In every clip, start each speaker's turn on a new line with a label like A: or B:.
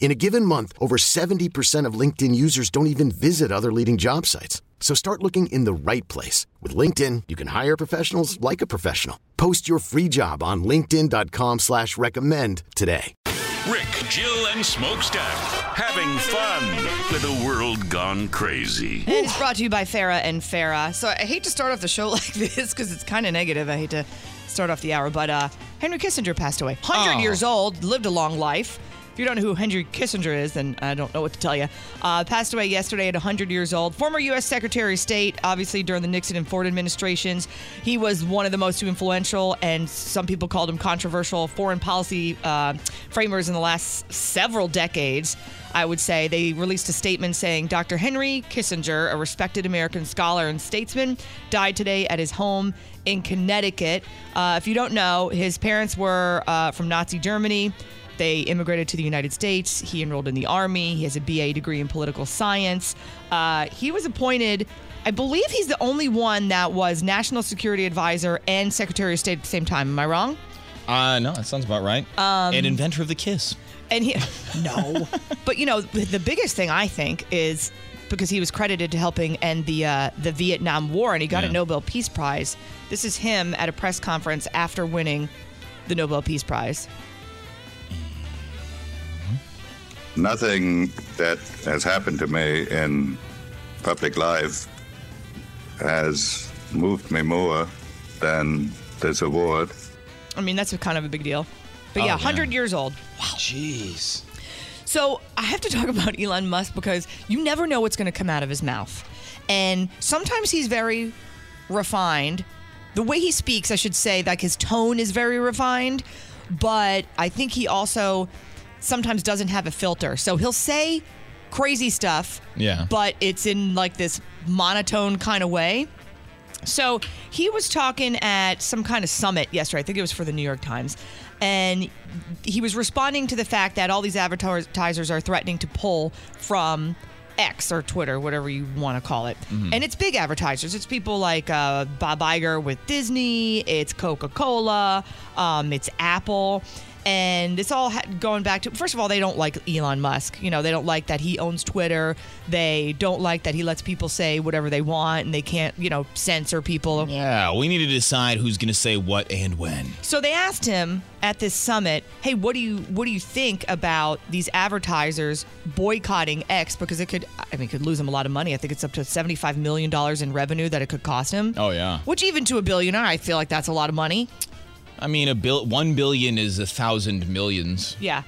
A: In a given month, over 70% of LinkedIn users don't even visit other leading job sites. So start looking in the right place. With LinkedIn, you can hire professionals like a professional. Post your free job on linkedin.com slash recommend today.
B: Rick, Jill, and Smokestack having fun with a world gone crazy.
C: And it's brought to you by Farah and Farah. So I hate to start off the show like this because it's kind of negative. I hate to start off the hour, but uh, Henry Kissinger passed away. 100
D: Oh.
C: years old, lived a long life. If you don't know who Henry Kissinger is, then I don't know what to tell you. Uh, passed away yesterday at 100 years old. Former U.S. Secretary of State, obviously during the Nixon and Ford administrations. He was one of the most influential and some people called him controversial foreign policy uh, framers in the last several decades. I would say they released a statement saying Dr. Henry Kissinger, a respected American scholar and statesman, died today at his home in Connecticut. Uh, if you don't know, his parents were uh, from Nazi Germany. They immigrated to the United States. He enrolled in the Army. He has a BA degree in political science. Uh, he was appointed, I believe he's the only one that was National Security Advisor and Secretary of State at the same time. Am I wrong?
E: Uh, no, that sounds about right.
C: Um,
E: and inventor of the kiss.
C: And he, no. but you know, the biggest thing I think is because he was credited to helping end the uh, the Vietnam War, and he got a
E: Yeah.
C: Nobel Peace Prize. This is him at a press conference after winning the Nobel Peace Prize.
F: nothing that has happened to me in public life has moved me more than this award.
C: I mean, that's a kind of a big deal. But
F: Oh,
C: yeah,
F: yeah.
C: 100 years old. Wow. Jeez. So I have to talk about Elon Musk because you never know what's going to come out of his mouth. And sometimes he's very refined. The way he speaks, I should say, like his tone is very refined. But I think he also sometimes doesn't have a filter. So he'll say crazy stuff
E: Yeah.
C: but it's in like this monotone kind of way. So he was talking at some kind of summit yesterday. I think it was for the New York Times. And he was responding to the fact that all these advertisers are threatening to pull from X or Twitter, whatever you want to call it.
G: Mhm.
C: And it's big advertisers. It's people like uh, Bob Iger with Disney, it's Coca Cola, um, it's Apple. And it's all ha- going back to, first of all, they don't like Elon Musk. You know, they don't like that he owns Twitter. They don't like that he lets people say whatever they want and they can't, you know, censor people.
E: Yeah, Uh, we need to decide who's going to say what and when.
C: So they asked him at this summit, "Hey, what do you what do you think about these advertisers boycotting X because it could I mean, it could lose him a lot of money. I think it's up to 75 million dollars in revenue that it could cost him."
E: Oh, yeah.
C: Which even to a billionaire, I feel like that's a lot of money.
E: I mean, a bill, one billion is a thousand millions.
C: Yeah.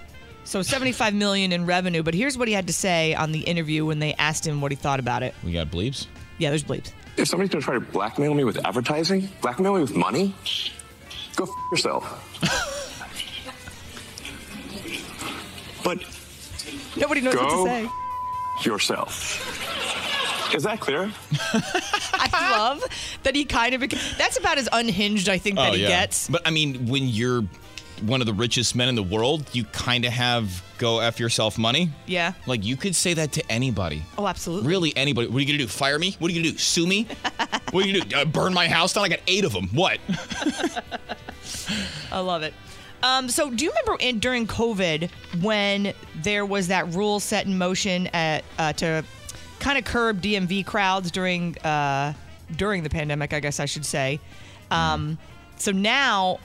C: So 75 million in revenue, but here's what he had to say on the interview when they asked him what he thought about it.
E: We got bleeps?
C: Yeah, there's bleeps.
H: If somebody's going to try to blackmail me with advertising, blackmail me with money, go f- yourself. but
C: Nobody knows what
H: Go.
C: to say.
H: yourself. Is that clear?
C: I love that he kind of beca- that's about as unhinged I think that he gets.
E: Oh, But I mean, when you're one of the richest men in the world, you kind of have go F yourself money.
C: Yeah.
E: Like, you could say that to anybody.
C: Oh, absolutely.
E: Really, anybody. What are you going to do? Fire me? What are you going to do? Sue me? what are you going to do? Uh, burn my house down? I got eight of them. What?
C: I love it. Um, so, do you remember in, during COVID when there was that rule set in motion at, uh, to kind of curb DMV crowds during uh, during the pandemic? I guess I should say. Um,
E: Mm-hmm.
C: So now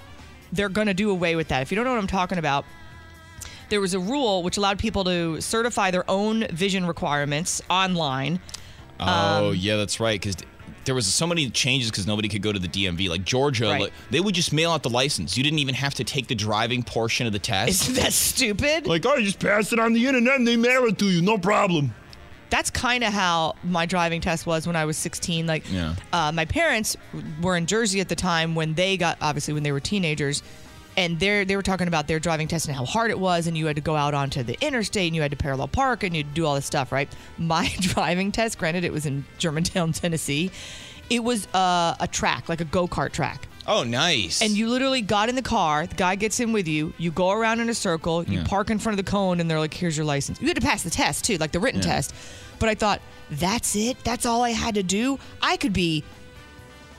C: they're going to do away with that. If you don't know what I'm talking about, there was a rule which allowed people to certify their own vision requirements online.
E: Oh,
C: Um,
E: yeah, that's right. Because there was so many changes because nobody could go to the DMV. Like Georgia,
C: Right.
E: like, they would just mail out the license. You didn't even have to take the driving portion of the test.
C: Isn't that stupid?
E: like, oh, you just pass it on the internet and they mail it to you. No problem.
C: that's kind of how my driving test was when I was 16. Like,
E: Yeah.
C: uh, my parents were in Jersey at the time when they got, obviously, when they were teenagers, and they they were talking about their driving test and how hard it was, and you had to go out onto the interstate and you had to parallel park and you'd do all this stuff, right? My driving test, granted, it was in Germantown, Tennessee, it was uh, a track, like a go kart track.
E: Oh, nice.
C: And you literally got in the car, the guy gets in with you, you go around in a circle, you park in front of the cone, and they're like, here's your license. You had to pass the test too, like the written test. But I thought, that's it? That's all I had to do? I could be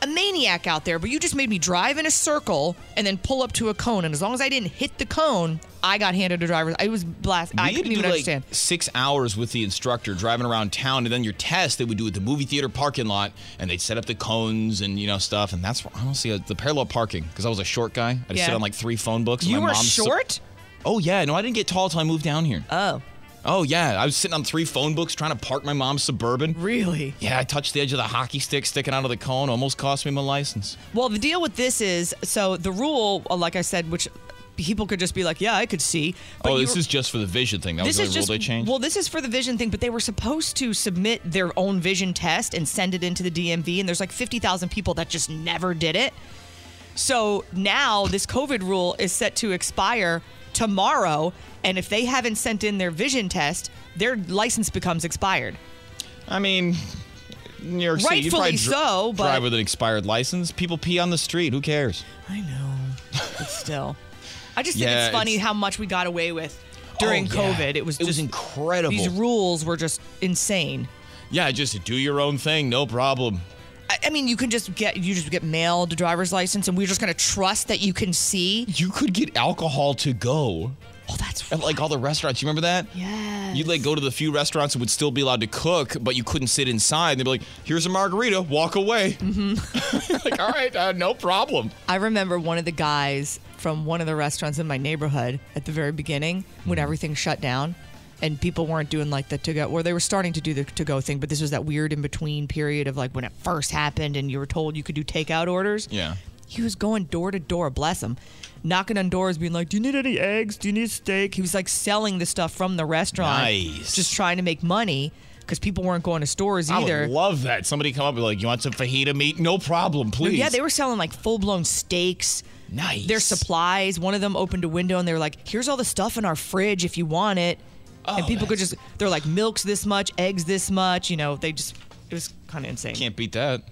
C: a maniac out there, but you just made me drive in a circle and then pull up to a cone. And as long as I didn't hit the cone, I got handed a driver's. I was blasted. I
E: We had
C: couldn't
E: to do,
C: even
E: like,
C: understand.
E: Six hours with the instructor driving around town, and then your test they would do at the movie theater parking lot, and they'd set up the cones and you know stuff, and that's where, honestly uh, the parallel parking because I was a short guy. I would
C: Yeah.
E: sit on like three phone books. and
C: You
E: my
C: were
E: mom's so-
C: short?
E: oh yeah, no, I didn't get tall till I moved down here.
C: oh,
E: oh yeah, I was sitting on three phone books trying to park my mom's suburban.
C: really?
E: Yeah, I touched the edge of the hockey stick sticking out of the cone, almost cost me my license.
C: Well, the deal with this is so the rule, uh, like I said, which people could just be like, yeah, I could see.
E: oh,
C: you
E: this
C: were-
E: is just for the vision thing. That was the only rule they changed.
C: well, this is for the vision thing, but they were supposed to submit their own vision test and send it into the DMV, and there's like fifty thousand people that just never did it. So now this COVID rule is set to expire tomorrow, and if they haven't sent in their vision test, their license becomes expired.
E: I mean, New York City, you
C: Rightfully
E: probably dri-
C: so, but-
E: drive with an expired license. People pee on the street. Who cares?
C: I know, but still, I just think
E: Yeah,
C: it's funny
E: it's-
C: how much we got away with during
E: Oh, yeah.
C: COVID. It was
E: it
C: just
E: was incredible.
C: these rules were just insane.
E: yeah, just do your own thing, no problem.
C: I- I mean, you can just get you just get mailed a driver's license, and we're just gonna trust that you can see.
E: You could get alcohol to go
C: Oh, that's
E: at like all the restaurants. You remember that?
C: yeah.
E: You'd like go to the few restaurants that would still be allowed to cook, but you couldn't sit inside. And they'd be like, "Here's a margarita, walk away."
C: Mm-hmm.
E: like, all right, uh, no problem.
C: I remember one of the guys from one of the restaurants in my neighborhood at the very beginning
E: Mm-hmm.
C: when everything shut down and people weren't doing like the to go or they were starting to do the to go thing but this was that weird in between period of like when it first happened and you were told you could do takeout orders
E: Yeah.
C: he was going door to door bless him knocking on doors being like do you need any eggs do you need steak he was like selling the stuff from the restaurant
E: Nice.
C: just trying to make money because people weren't going to stores
E: I
C: either
E: would love that. Somebody come up and be like, "You want some fajita meat? No problem, please."
C: yeah they were selling like full-blown steaks
E: nice.
C: their supplies. One of them opened a window and they were like, "Here's all the stuff in our fridge if you want it."
E: Oh,
C: and people could just—they're like, "Milks this much, eggs this much." You know, they just—it was kind of insane.
E: Can't beat that.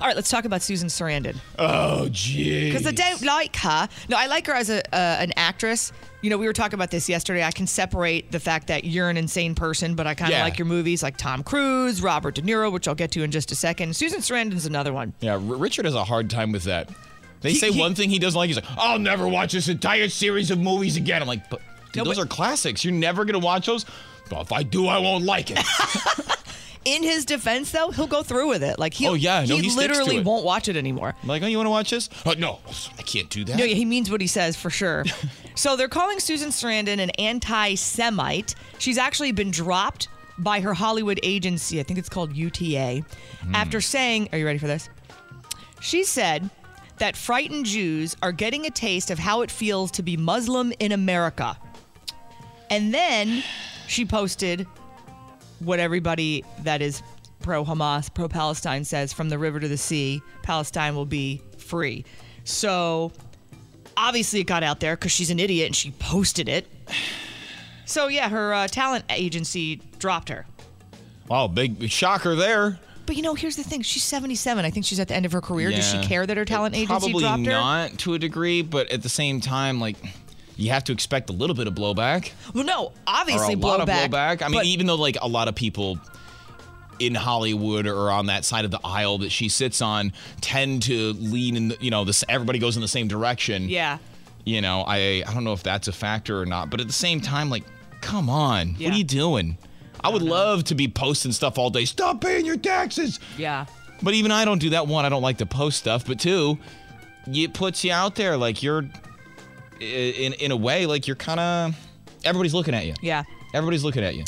C: All right, let's talk about Susan Sarandon
E: Oh, jeez.
C: because I don't like her. No, I like her as a uh, an actress. You know, we were talking about this yesterday. I can separate the fact that you're an insane person, but I kind of
E: Yeah.
C: like your movies, like Tom Cruise, Robert De Niro, which I'll get to in just a second. Susan Sarandon's another one.
E: Yeah, R- Richard has a hard time with that. They
C: He-
E: say
C: he-
E: one thing he doesn't like. He's like, "I'll never watch this entire series of movies again." I'm like, "But dude,
C: No,
E: those
C: but-
E: are classics. You're never gonna watch those." Well, if I do, I won't like it.
C: In his defense, though, he'll go through with it. Like he,
E: Oh, yeah, no,
C: he
E: he sticks to
C: literally
E: it.
C: won't watch it anymore.
E: I'm like, "Oh, you want to watch this?" Oh, no, I can't do that.
C: No, yeah, he means what he says for sure. so they're calling Susan Sarandon an anti Semite. She's actually been dropped by her Hollywood agency. I think it's called UTA.
E: Hmm.
C: After saying, Are you ready for this? She said that frightened Jews are getting a taste of how it feels to be Muslim in America. And then she posted what everybody that is pro Hamas, pro Palestine says from the river to the sea, Palestine will be free. So obviously it got out there because she's an idiot and she posted it. So yeah, her uh, talent agency dropped her.
E: Oh, big shocker there.
C: But you know, here's the thing: she's 77. I think she's at the end of her career. Does she
E: Yeah.
C: care that her talent agency
E: Probably
C: dropped her?
E: not to a degree, but at the same time, like. You have to expect a little bit of blowback,
C: Well, no,
E: or
C: obviously
E: a lot of
C: blowback.
E: blowback. I mean,
C: but-
E: even though like a lot of people in Hollywood or on that side of the aisle that she sits on tend to lean in, the, you know, this everybody goes in the same direction.
C: yeah,
E: you know i i don't know if that's a factor or not but at the same time like come on
C: Yeah.
E: what are you doing i would love to be posting stuff all day stop paying your taxes
C: yeah.
E: but even i don't do that one i don't like to post stuff but two it puts you out there like you're i- in in a way like you're kind of everybody's looking at you
C: Yeah.
E: everybody's looking at you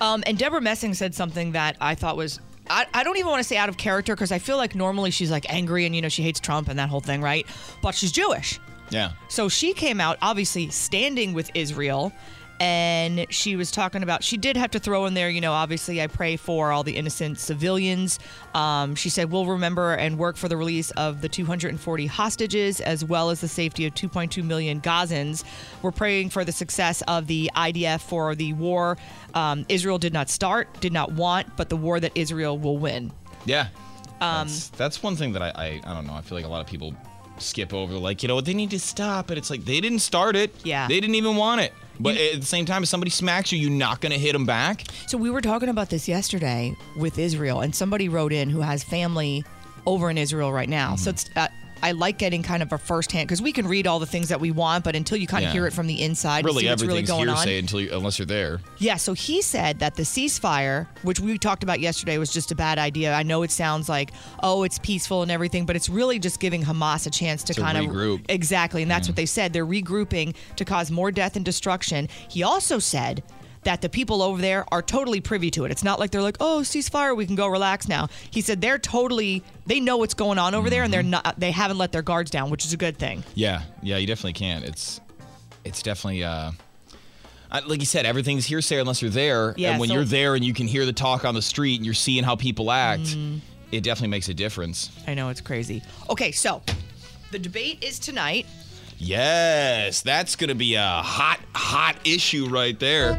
C: Um, and Deborah Messing said something that I thought was I, I don't even want to say out of character because I feel like normally she's like angry and, you know, she hates Trump and that whole thing, right? But she's Jewish.
E: Yeah.
C: So she came out, obviously standing with Israel, and she was talking about. She did have to throw in there, you know. Obviously, I pray for all the innocent civilians. Um, she said, "We'll remember and work for the release of the 240 hostages, as well as the safety of 2.2 million Gazans. We're praying for the success of the IDF for the war um, Israel did not start, did not want, but the war that Israel will win."
E: Yeah.
C: Um,
E: that's, that's one thing that I, I I don't know. I feel like a lot of people skip over. Like you know, they need to stop it. It's like they didn't start it.
C: Yeah.
E: They didn't even want it. But at the same time, if somebody smacks you, you're not gonna hit them back.
C: So we were talking about this yesterday with Israel, and somebody wrote in who has family over in Israel right now.
E: Mm-hmm.
C: So it's. Uh, I like getting kind of a firsthand because we can read all the things that we want, but until you kind of
E: Yeah.
C: hear it from the inside, to
E: Really,
C: see what's really
E: everything's
C: going
E: hearsay
C: on.
E: until you, unless you're there.
C: Yeah. So he said that the ceasefire, which we talked about yesterday, was just a bad idea. I know it sounds like oh, it's peaceful and everything, but it's really just giving Hamas a chance to,
E: To
C: kind
E: regroup.
C: of Exactly, and that's what they said. They're regrouping to cause more death and destruction. He also said that the people over there are totally privy to it. It's not like they're like, "Oh, ceasefire, we can go relax now." He said they're totally they know what's going on over there and they're not they haven't let their guards down, which is a good thing.
E: Yeah, yeah, you definitely can. It's it's definitely uh I, like you said, everything's hearsay unless you're there.
C: Yeah,
E: and when
C: so-
E: you're there and you can hear the talk on the street and you're seeing how people act, it definitely makes a difference.
C: Mm-hmm. I know it's crazy. Okay, so the debate is tonight.
E: Yes, that's gonna be a hot, hot issue right there.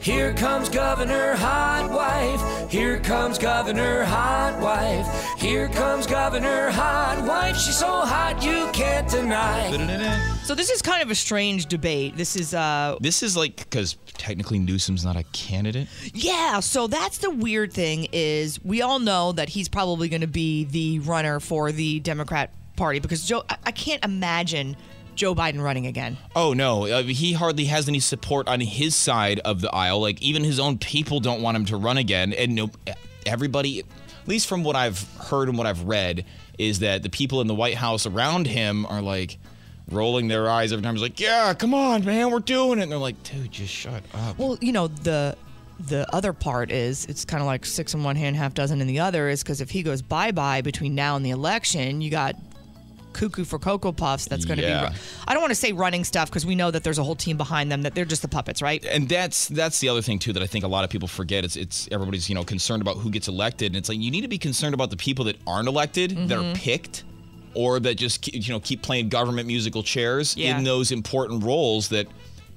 D: Here comes Governor Hot Wife. Here comes Governor Hot Wife. Here comes Governor Hot Wife. She's so hot you can't deny.
C: So this is kind of a strange debate. This is uh
E: This is like because technically Newsom's not a candidate.
C: Yeah, so that's the weird thing is we all know that he's probably going to be the runner for the Democrat Party because Joe I, I can't imagine Joe Biden running again.
E: Oh no, uh, he hardly has any support on his side of the aisle. Like even his own people don't want him to run again. And no, everybody, at least from what I've heard and what I've read, is that the people in the White House around him are like rolling their eyes every time. He's like, "Yeah, come on, man, we're doing it." And they're like, "Dude, just shut up."
C: Well, you know, the the other part is it's kind of like six in one hand, half dozen in the other is because if he goes bye-bye between now and the election, you got cuckoo for cocoa puffs that's going to be
E: Yeah.
C: ru- I don't want to say running stuff because we know that there's a whole team behind them that they're just the puppets, right?
E: and that's that's the other thing too that I think a lot of people forget. It's it's everybody's you know concerned about who gets elected, and it's like you need to be concerned about the people that aren't elected, that
C: Mm-hmm.
E: are picked, or that just ke- you know keep playing government musical chairs
C: Yeah. Mm-hmm.
E: in those important roles that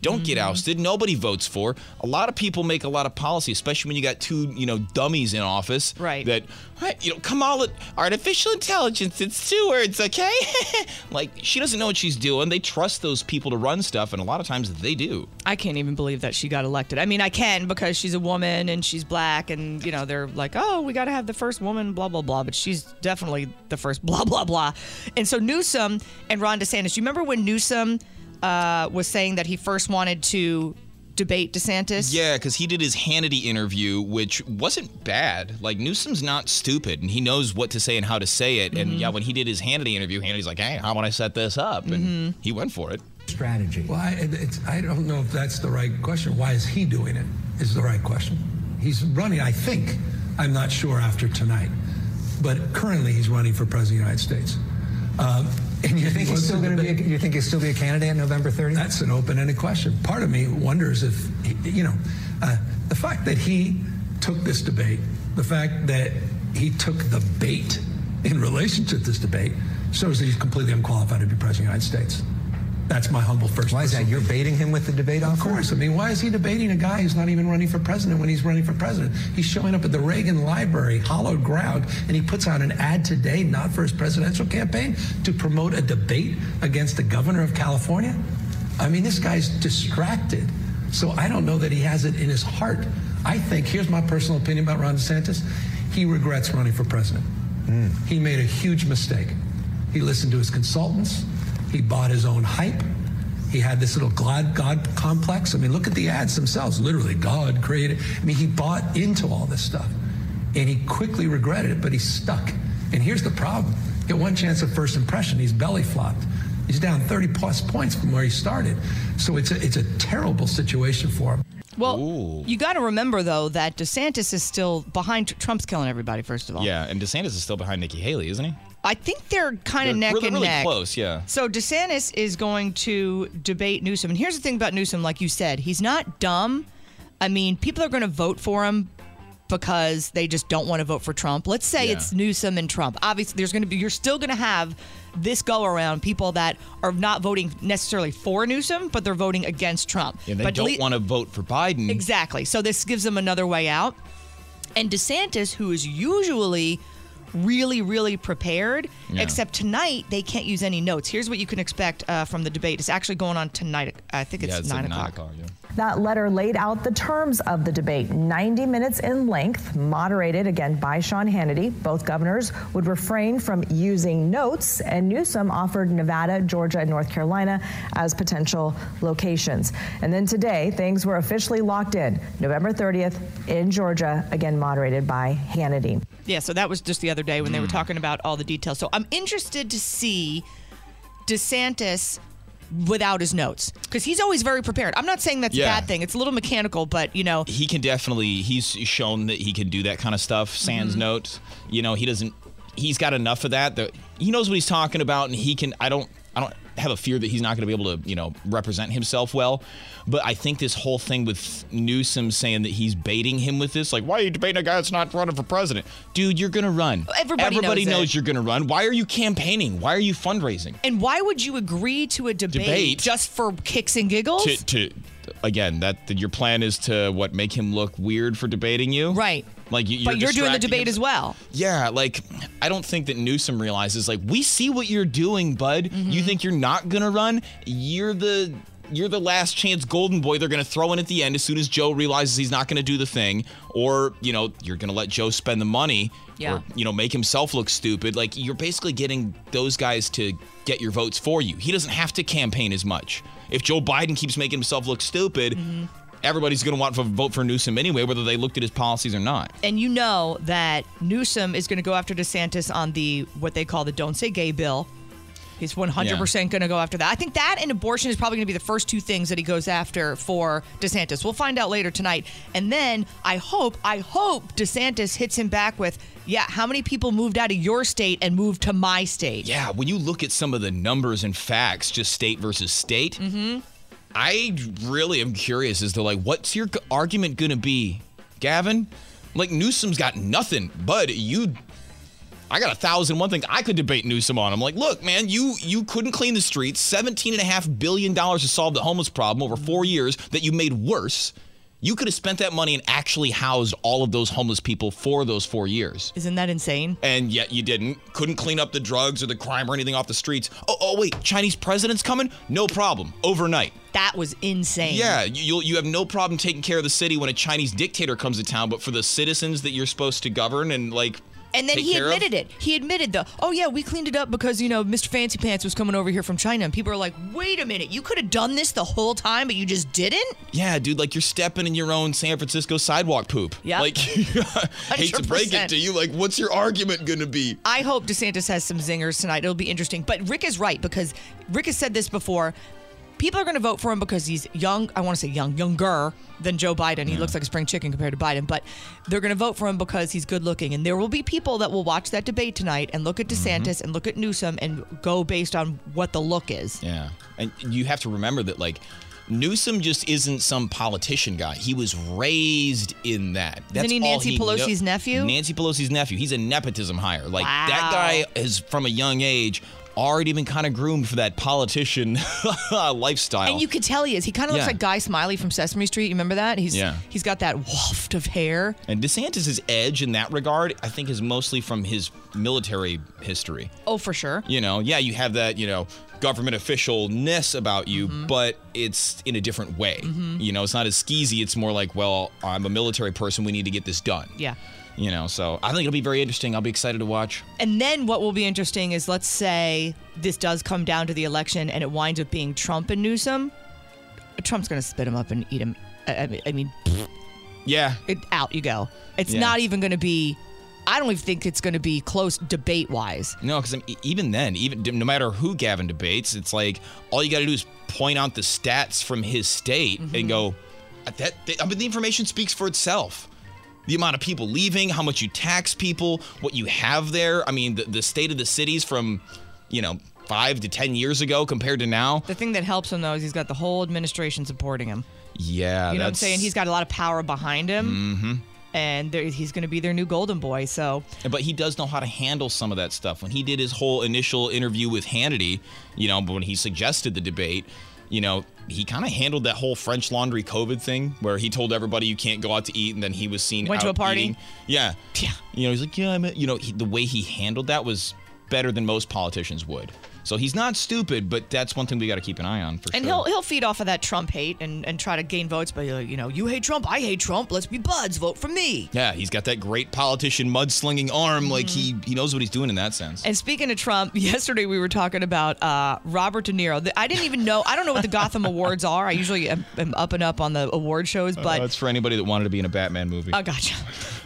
E: don't get ousted. Nobody votes for. A lot of people make a lot of policy, especially when you got two you know dummies in office.
C: Right.
E: That "Hey, you know Kamala, artificial intelligence. It's two words, okay? like she doesn't know what she's doing. They trust those people to run stuff, and a lot of times they do.
C: I can't even believe that she got elected. I mean, I can because she's a woman and she's black, and you know they're like, oh, we got to have the first woman, blah blah blah. But she's definitely the first, blah blah blah. And so Newsom and Ron DeSantis. You remember when Newsom uh, was saying that he first wanted to debate DeSantis?
E: Yeah, because he did his Hannity interview, which wasn't bad. Like Newsom's not stupid, and he knows what to say and how to say it. And
C: Mm-hmm.
E: yeah, when he did his Hannity interview, Hannity's like, "Hey, how would I set this up?" And
C: Mm-hmm.
E: he went for it.
G: strategy. Well, I, it's, I don't know if that's the right question. Why is he doing it? Is the right question. He's running, I think. I'm not sure after tonight, but currently he's running for president of the United States. Um, and you think he's still going to be? A, you think he'll still be a candidate November 30th? That's an open-ended question. Part of me wonders if, he, you know, uh, the fact that he took this debate, the fact that he took the bait in relation to this debate, shows that he's completely unqualified to be president of the United States. That's my humble first. Why is that? You're baiting him with the debate offer? Of course. I mean, why is he debating a guy who's not even running for president when he's running for president? He's showing up at the Reagan Library, hollowed ground, and he puts out an ad today, not for his presidential campaign, to promote a debate against the governor of California. I mean, this guy's distracted. So I don't know that he has it in his heart. I think here's my personal opinion about Ron DeSantis. He regrets running for president. He made a huge mistake. He listened to his consultants. He bought his own hype. He had this little God, God complex. I mean, look at the ads themselves. Literally, God created. I mean, he bought into all this stuff. And he quickly regretted it, but he's stuck. And here's the problem get one chance at first impression, he's belly flopped. He's down 30 plus points from where he started. So it's a, it's a terrible situation for him.
C: Well,
E: Ooh.
C: you got to remember though that DeSantis is still behind. Trump's killing everybody. First of all,
E: Yeah, and DeSantis is still behind Nikki Haley, isn't he?
C: I think they're kind
E: They're
C: of neck
E: really,
C: and
E: really
C: neck.
E: close, yeah.
C: So DeSantis is going to debate Newsom, and here's the thing about Newsom, like you said, he's not dumb. I mean, people are going to vote for him because they just don't want to vote for Trump. Let's say
E: Yeah.
C: it's Newsom and Trump. Obviously, there's going to be you're still going to have this go around people that are not voting necessarily for Newsom, but they're voting against Trump.
E: And they
C: but
E: don't
C: le-
E: want to vote for Biden.
C: Exactly. So this gives them another way out. And DeSantis, who is usually really, really prepared,
E: Yeah.
C: except tonight they can't use any notes. Here's what you can expect uh, from the debate. It's actually going on tonight. I think it's,
E: yeah, it's
C: nine,
E: at
C: o'clock.
E: yeah.
I: That letter laid out the terms of the debate, 90 minutes in length, moderated again by Sean Hannity. Both governors would refrain from using notes, and Newsom offered Nevada, Georgia, and North Carolina as potential locations. And then today, things were officially locked in November 30th in Georgia, again moderated by Hannity.
C: Yeah, so that was just the other day when they
E: Mm.
C: were talking about all the details. So I'm interested to see DeSantis without his notes because he's always very prepared. I'm not saying that's
E: Yeah.
C: a bad thing. It's a little mechanical, but you know,
E: He can definitely, he's shown that he can do that kind of stuff.
C: Mm-hmm.
E: Sans notes, you know, he doesn't, he's got enough of that. that he knows what he's talking about and he can, I don't, I don't have a fear that he's not going to be able to, you know, represent himself well. But I think this whole thing with Newsom saying that he's baiting him with this, like, why are you debating a guy that's not running for president? Dude, you're going to run.
C: Everybody knows
E: Everybody
C: it.
E: knows, you're going to run. Why are you campaigning? Why are you fundraising?
C: and why would you agree to a debate,
E: Debate.
C: just for kicks and giggles?
E: to, to again that, that your plan is to what make him look weird for debating you
C: Right.
E: like you,
C: but you're doing the
E: distracting
C: debate
E: him.
C: as well.
E: yeah like i don't think that newsom realizes like we see what you're doing bud you think you're not gonna run you're the you're the last chance golden boy they're gonna throw in at the end as soon as joe realizes he's not gonna do the thing or you know you're gonna let joe spend the money
C: Yeah.
E: or you know make himself look stupid like you're basically getting those guys to get your votes for you he doesn't have to campaign as much if joe biden keeps making himself look stupid everybody's gonna want to vote for newsom anyway whether they looked at his policies or not
C: And you know that Newsom is going to go after DeSantis on the what they call the don't say gay bill. He's 100% going to go after that. I think that and abortion is probably going to be the first two things that he goes after for DeSantis. We'll find out later tonight. And then I hope, I hope DeSantis hits him back with, yeah, how many people moved out of your state and moved to my state?
E: Yeah, when you look at some of the numbers and facts, just state versus state, I really am curious as to like, what's your g- argument gonna be, Gavin? Like Newsom's got nothing, but you. I got a thousand one thing I could debate Newsom on. I'm like, look, man, you you couldn't clean the streets. Seventeen and a half billion dollars to solve the homeless problem over four years that you made worse. You could have spent that money and actually housed all of those homeless people for those four years
C: Isn't that insane?
E: and yet you didn't. Couldn't clean up the drugs or the crime or anything off the streets. Oh, oh wait, Chinese president's coming? No problem. Overnight.
C: That was insane.
E: Yeah, you you'll, you have no problem taking care of the city when a Chinese dictator comes to town, but for the citizens that you're supposed to govern and like.
C: And then
E: take
C: he
E: care of-
C: admitted it. He admitted the, oh yeah, we cleaned it up because you know Mr. Fancy Pants was coming over here from China, and people are like, wait a minute, you could have done this the whole time, but you just didn't.
E: Yeah, dude, like you're stepping in your own San Francisco sidewalk poop.
C: Yeah.
E: Like, hate to break it
C: 100%.
E: to you. Like, what's your argument going to be?
C: I hope DeSantis has some zingers tonight. It'll be interesting. But Rick is right because Rick has said this before. People are going to vote for him because he's young. I want to say young, younger than Joe Biden. He looks like a spring chicken compared to Biden, but they're going to vote for him because he's good looking. And there will be people that will watch that debate tonight and look at
E: Mm-hmm.
C: DeSantis and look at Newsom and go based on what the look is.
E: Yeah. And you have to remember that, like, Newsom just isn't some politician guy. He was raised in that. That's
C: he
E: all
C: Nancy
E: kno-
C: Pelosi's nephew?
E: Nancy Pelosi's nephew. He's a nepotism hire. Like, that
C: Wow.
E: guy is from a young age already been kind of groomed for that politician lifestyle.
C: And you could tell he is. He kind of
E: Yeah.
C: looks like Guy Smiley from Sesame Street. You remember that? He's
E: Yeah.
C: he's got that waft of hair.
E: and DeSantis' edge in that regard, I think, is mostly from his military history.
C: Oh, for sure.
E: You know, yeah, you have that, you know, government officialness about you,
C: Mm-hmm.
E: but it's in a different way. You know, it's not as skeezy. It's more like, well, I'm a military person. We need to get this done.
C: Yeah.
E: You know, so I think it'll be very interesting. I'll be excited to watch.
C: And then what will be interesting is let's say this does come down to the election and it winds up being Trump and Newsom. Trump's going to spit him up and eat him. I, I mean, I mean
E: Yeah.
C: it, out you go. It's
E: Yeah.
C: not even going to be. I don't even think it's going to be close debate wise.
E: No, because e-, even then, even no matter who Gavin
C: Mm-hmm.
E: debates, it's like all you got to do is point out the stats from his state and go, "Uh, that, that- I mean, the information speaks for itself. The amount of people leaving, how much you tax people, what you have there. I mean, the, the state of the cities from, you know, five to 10 years ago compared to now.
C: The thing that helps him though is he's got the whole administration supporting him.
E: Yeah.
C: you know what I'm
E: that's,
C: saying? He's got a lot of power behind him,
E: hmm
C: and there, he's going to be their new golden boy. So
E: But he does know how to handle some of that stuff. When he did his whole initial interview with Hannity, you know, when he suggested the debate, you know, he kind of handled that whole French Laundry COVID thing, where he told everybody you can't go out to eat, and then he was seen
C: Went to
E: out
C: a party.
E: eating. Yeah, yeah. You know, he's like, yeah, I'm. a-" You know, he, the way he handled that was better than most politicians would. So he's not stupid, but that's one thing we got to keep an eye on for
C: and
E: sure.
C: he'll he'll feed off of that Trump hate and, and try to gain votes by like, you know you hate Trump, I hate Trump, let's be buds, vote for me.
E: yeah, he's got that great politician mudslinging arm. Like he
C: Mm-hmm.
E: he knows what he's doing in that sense.
C: And speaking of Trump, yesterday we were talking about uh, Robert De Niro. The- I didn't even know. I don't know what the Gotham Awards are. I usually am, am up and up on the award shows,
E: Uh,
C: but
E: that's for anybody that wanted to be in a Batman movie.
C: Oh, gotcha.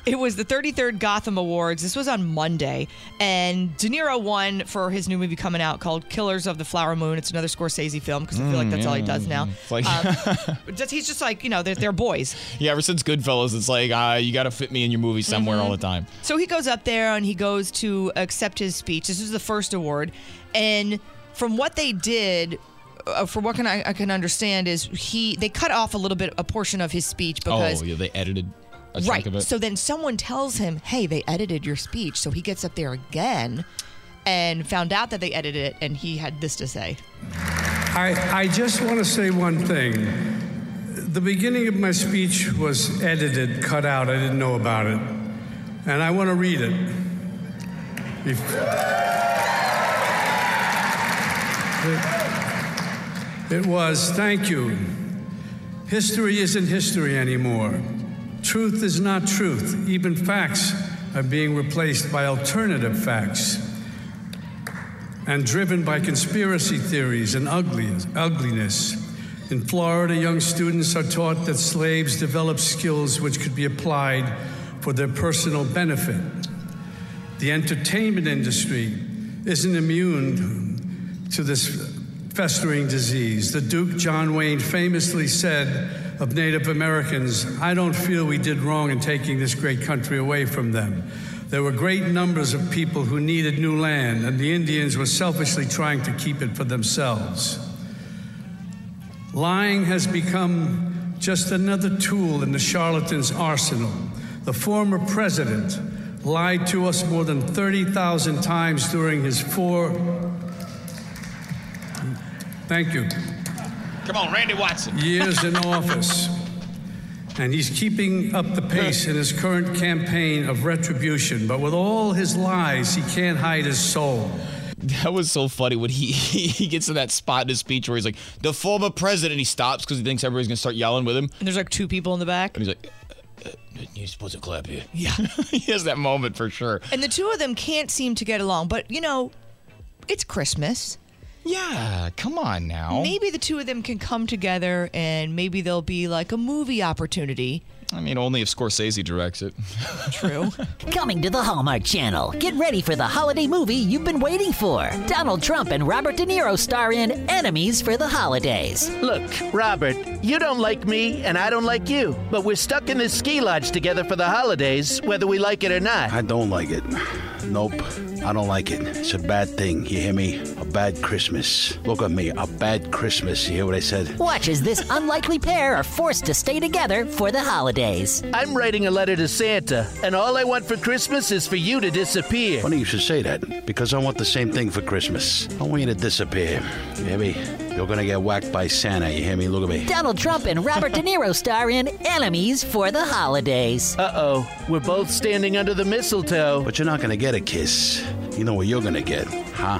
C: It was the 33rd Gotham Awards. This was on Monday, and De Niro won for his new movie coming out called Killers of the Flower Moon. It's another Scorsese film because I feel like
E: Mm,
C: that's all he
E: yeah.
C: does now.
E: It's like-
C: Um, just- he's just like you know they're, they're boys.
E: Yeah, ever since Goodfellas, it's like uh, you got to fit me in your movie somewhere
C: Mm-hmm.
E: all the time.
C: So he goes up there and he goes to accept his speech. This is the first award, and from what they did, uh, from what can I, I can understand is he they cut off a little bit a portion of his speech because
E: oh, yeah, they edited a chunk
C: right.
E: of it.
C: So then someone tells him, "Hey, they edited your speech." So he gets up there again, and found out that they edited it, and he had this to say.
J: I, I just want to say one thing. The beginning of my speech was edited, cut out. I didn't know about it. And I want to read it. If- it was, thank you. History isn't history anymore. Truth is not truth. Even facts are being replaced by alternative facts and driven by conspiracy theories and ugly- ugliness. In Florida, young students are taught that slaves developed skills which could be applied for their personal benefit. The entertainment industry isn't immune to this festering disease. The Duke John Wayne famously said of Native Americans, I don't feel we did wrong in taking this great country away from them. There were great numbers of people who needed new land, and the Indians were selfishly trying to keep it for themselves. Lying has become just another tool in the charlatan's arsenal. The former president lied to us more than 30,000 times during his four. Thank you.
E: Come on, Randy Watson.
J: Years in office. And he's keeping up the pace in his current campaign of retribution. But with all his lies, he can't hide his soul.
E: That was so funny when he, he gets to that spot in his speech where he's like, the former president, he stops because he thinks everybody's going to start yelling with him.
C: And there's like two people in the back.
E: And he's like, "Uh, uh, you're supposed to clap here.
C: Yeah.
E: he has that moment for sure.
C: And the two of them can't seem to get along, but you know, it's Christmas.
E: Yeah, come on now.
C: Maybe the two of them can come together and maybe there'll be like a movie opportunity.
E: I mean, only if Scorsese directs it.
C: True.
K: Coming to the Hallmark Channel. Get ready for the holiday movie you've been waiting for. Donald Trump and Robert De Niro star in Enemies for the Holidays.
L: Look, Robert, you don't like me and I don't like you, but we're stuck in this ski lodge together for the holidays, whether we like it or not.
M: I don't like it. Nope. I don't like it. It's a bad thing. You hear me? A bad Christmas. Look at me. A bad Christmas. You hear what I said?
K: Watch as this unlikely pair are forced to stay together for the holidays.
L: I'm writing a letter to Santa, and all I want for Christmas is for you to disappear.
M: Funny you should say that, because I want the same thing for Christmas. I want you to disappear. You hear me? You're gonna get whacked by Santa. You hear me? Look at me.
K: Donald Trump and Robert De Niro star in Enemies for the Holidays.
L: Uh oh, we're both standing under the mistletoe.
M: But you're not gonna get a kiss. You know what you're gonna get, huh?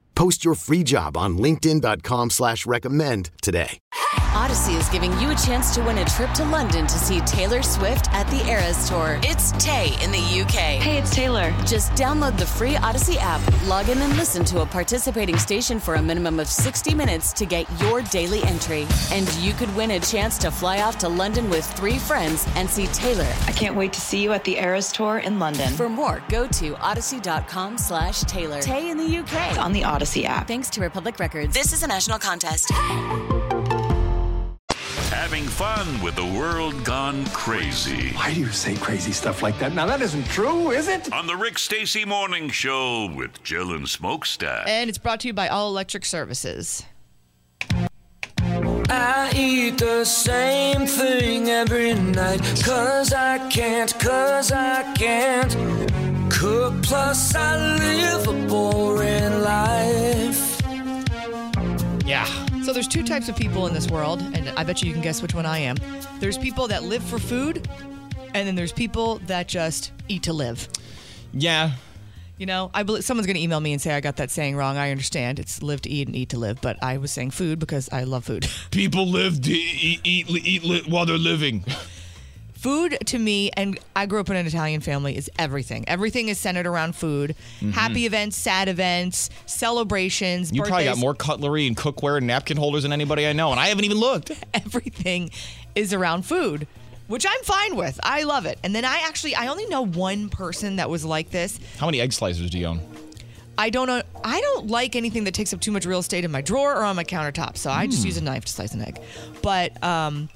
A: Post your free job on linkedin.com slash recommend today.
N: Odyssey is giving you a chance to win a trip to London to see Taylor Swift at the Eras Tour. It's Tay in the UK. Hey, it's Taylor. Just download the free Odyssey app, log in and listen to a participating station for a minimum of 60 minutes to get your daily entry. And you could win a chance to fly off to London with three friends and see Taylor. I can't wait to see you at the Eras Tour in London. For more, go to odyssey.com slash Taylor. Tay in the UK. It's on the Odyssey app. Thanks to Republic Records. This is a national contest.
B: Having fun with the world gone crazy.
O: Why do you say crazy stuff like that? Now, that isn't true, is it?
B: On the Rick Stacy Morning Show with Jill and Smokestack.
C: And it's brought to you by All Electric Services.
D: I eat the same thing every night. Cause I can't, cause I can't cook. Plus, I live a boring life.
E: Yeah.
C: So there's two types of people in this world, and I bet you you can guess which one I am. There's people that live for food, and then there's people that just eat to live.
E: Yeah.
C: You know, I believe someone's going to email me and say I got that saying wrong. I understand. It's live to eat and eat to live, but I was saying food because I love food.
E: People live to eat, eat, eat, eat while they're living.
C: food to me and i grew up in an italian family is everything everything is centered around food
E: Mhm.
C: happy events sad events celebrations
E: You probably got
C: birthdays,
E: more cutlery and cookware and napkin holders than anybody I know, and I haven't even looked.
C: everything is around food which i'm fine with i love it and then i actually i only know one person that was like this
E: How many egg slicers do you own?
C: i don't know i don't like anything that takes up too much real estate in my drawer or on my countertop so i just
E: Mm.
C: use a knife to slice an egg but um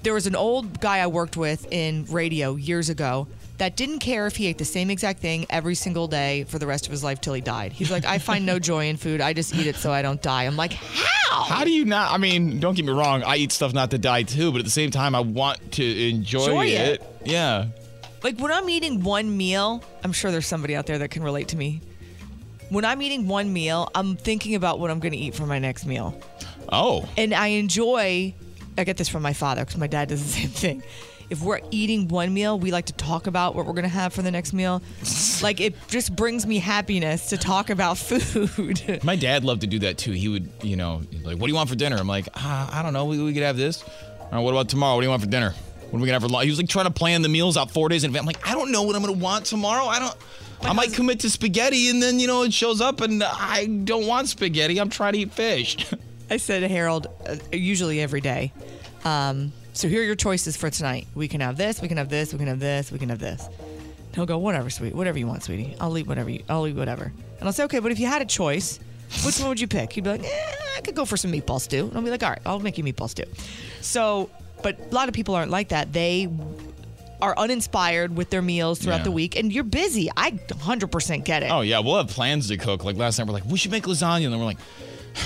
C: there was an old guy I worked with in radio years ago that didn't care if he ate the same exact thing every single day for the rest of his life till he died. He's like, I find no joy in food. I just eat it so I don't die. I'm like, how?
E: How do you not? I mean, don't get me wrong. I eat stuff not to die too, but at the same time, I want to enjoy,
C: Enjoy it.
E: it. Yeah.
C: Like when I'm eating one meal, I'm sure there's somebody out there that can relate to me. When I'm eating one meal, I'm thinking about what I'm going to eat for my next meal.
E: Oh.
C: And I enjoy, I get this from my father because my dad does the same thing. If we're eating one meal, we like to talk about what we're going to have for the next meal. like it just brings me happiness to talk about food.
E: My dad loved to do that too. He would, you know, he'd like, what do you want for dinner? I'm like, ah, I don't know. We, we could have this. All right, what about tomorrow? What do you want for dinner? What are we gonna have for lunch? He was like trying to plan the meals out four days in advance. I'm like, I don't know what I'm gonna want tomorrow. I don't. I might commit to spaghetti, and then you know it shows up, and I don't want spaghetti. I'm trying to eat fish.
C: I said to Harold, uh, usually every day, um, so here are your choices for tonight. We can have this, we can have this, we can have this, we can have this. And he'll go, whatever, sweet, whatever you want, sweetie. I'll eat whatever you, I'll eat whatever. And I'll say, okay, but if you had a choice, which one would you pick? He'd be like, eh, I could go for some meatball stew. And I'll be like, all right, I'll make you meatball stew. So, but a lot of people aren't like that. They are uninspired with their meals throughout
E: Yeah.
C: the week, and you're busy. I 100% get it.
E: Oh yeah, we'll have plans to cook. Like last night, we're like, we should make lasagna, and then we're like,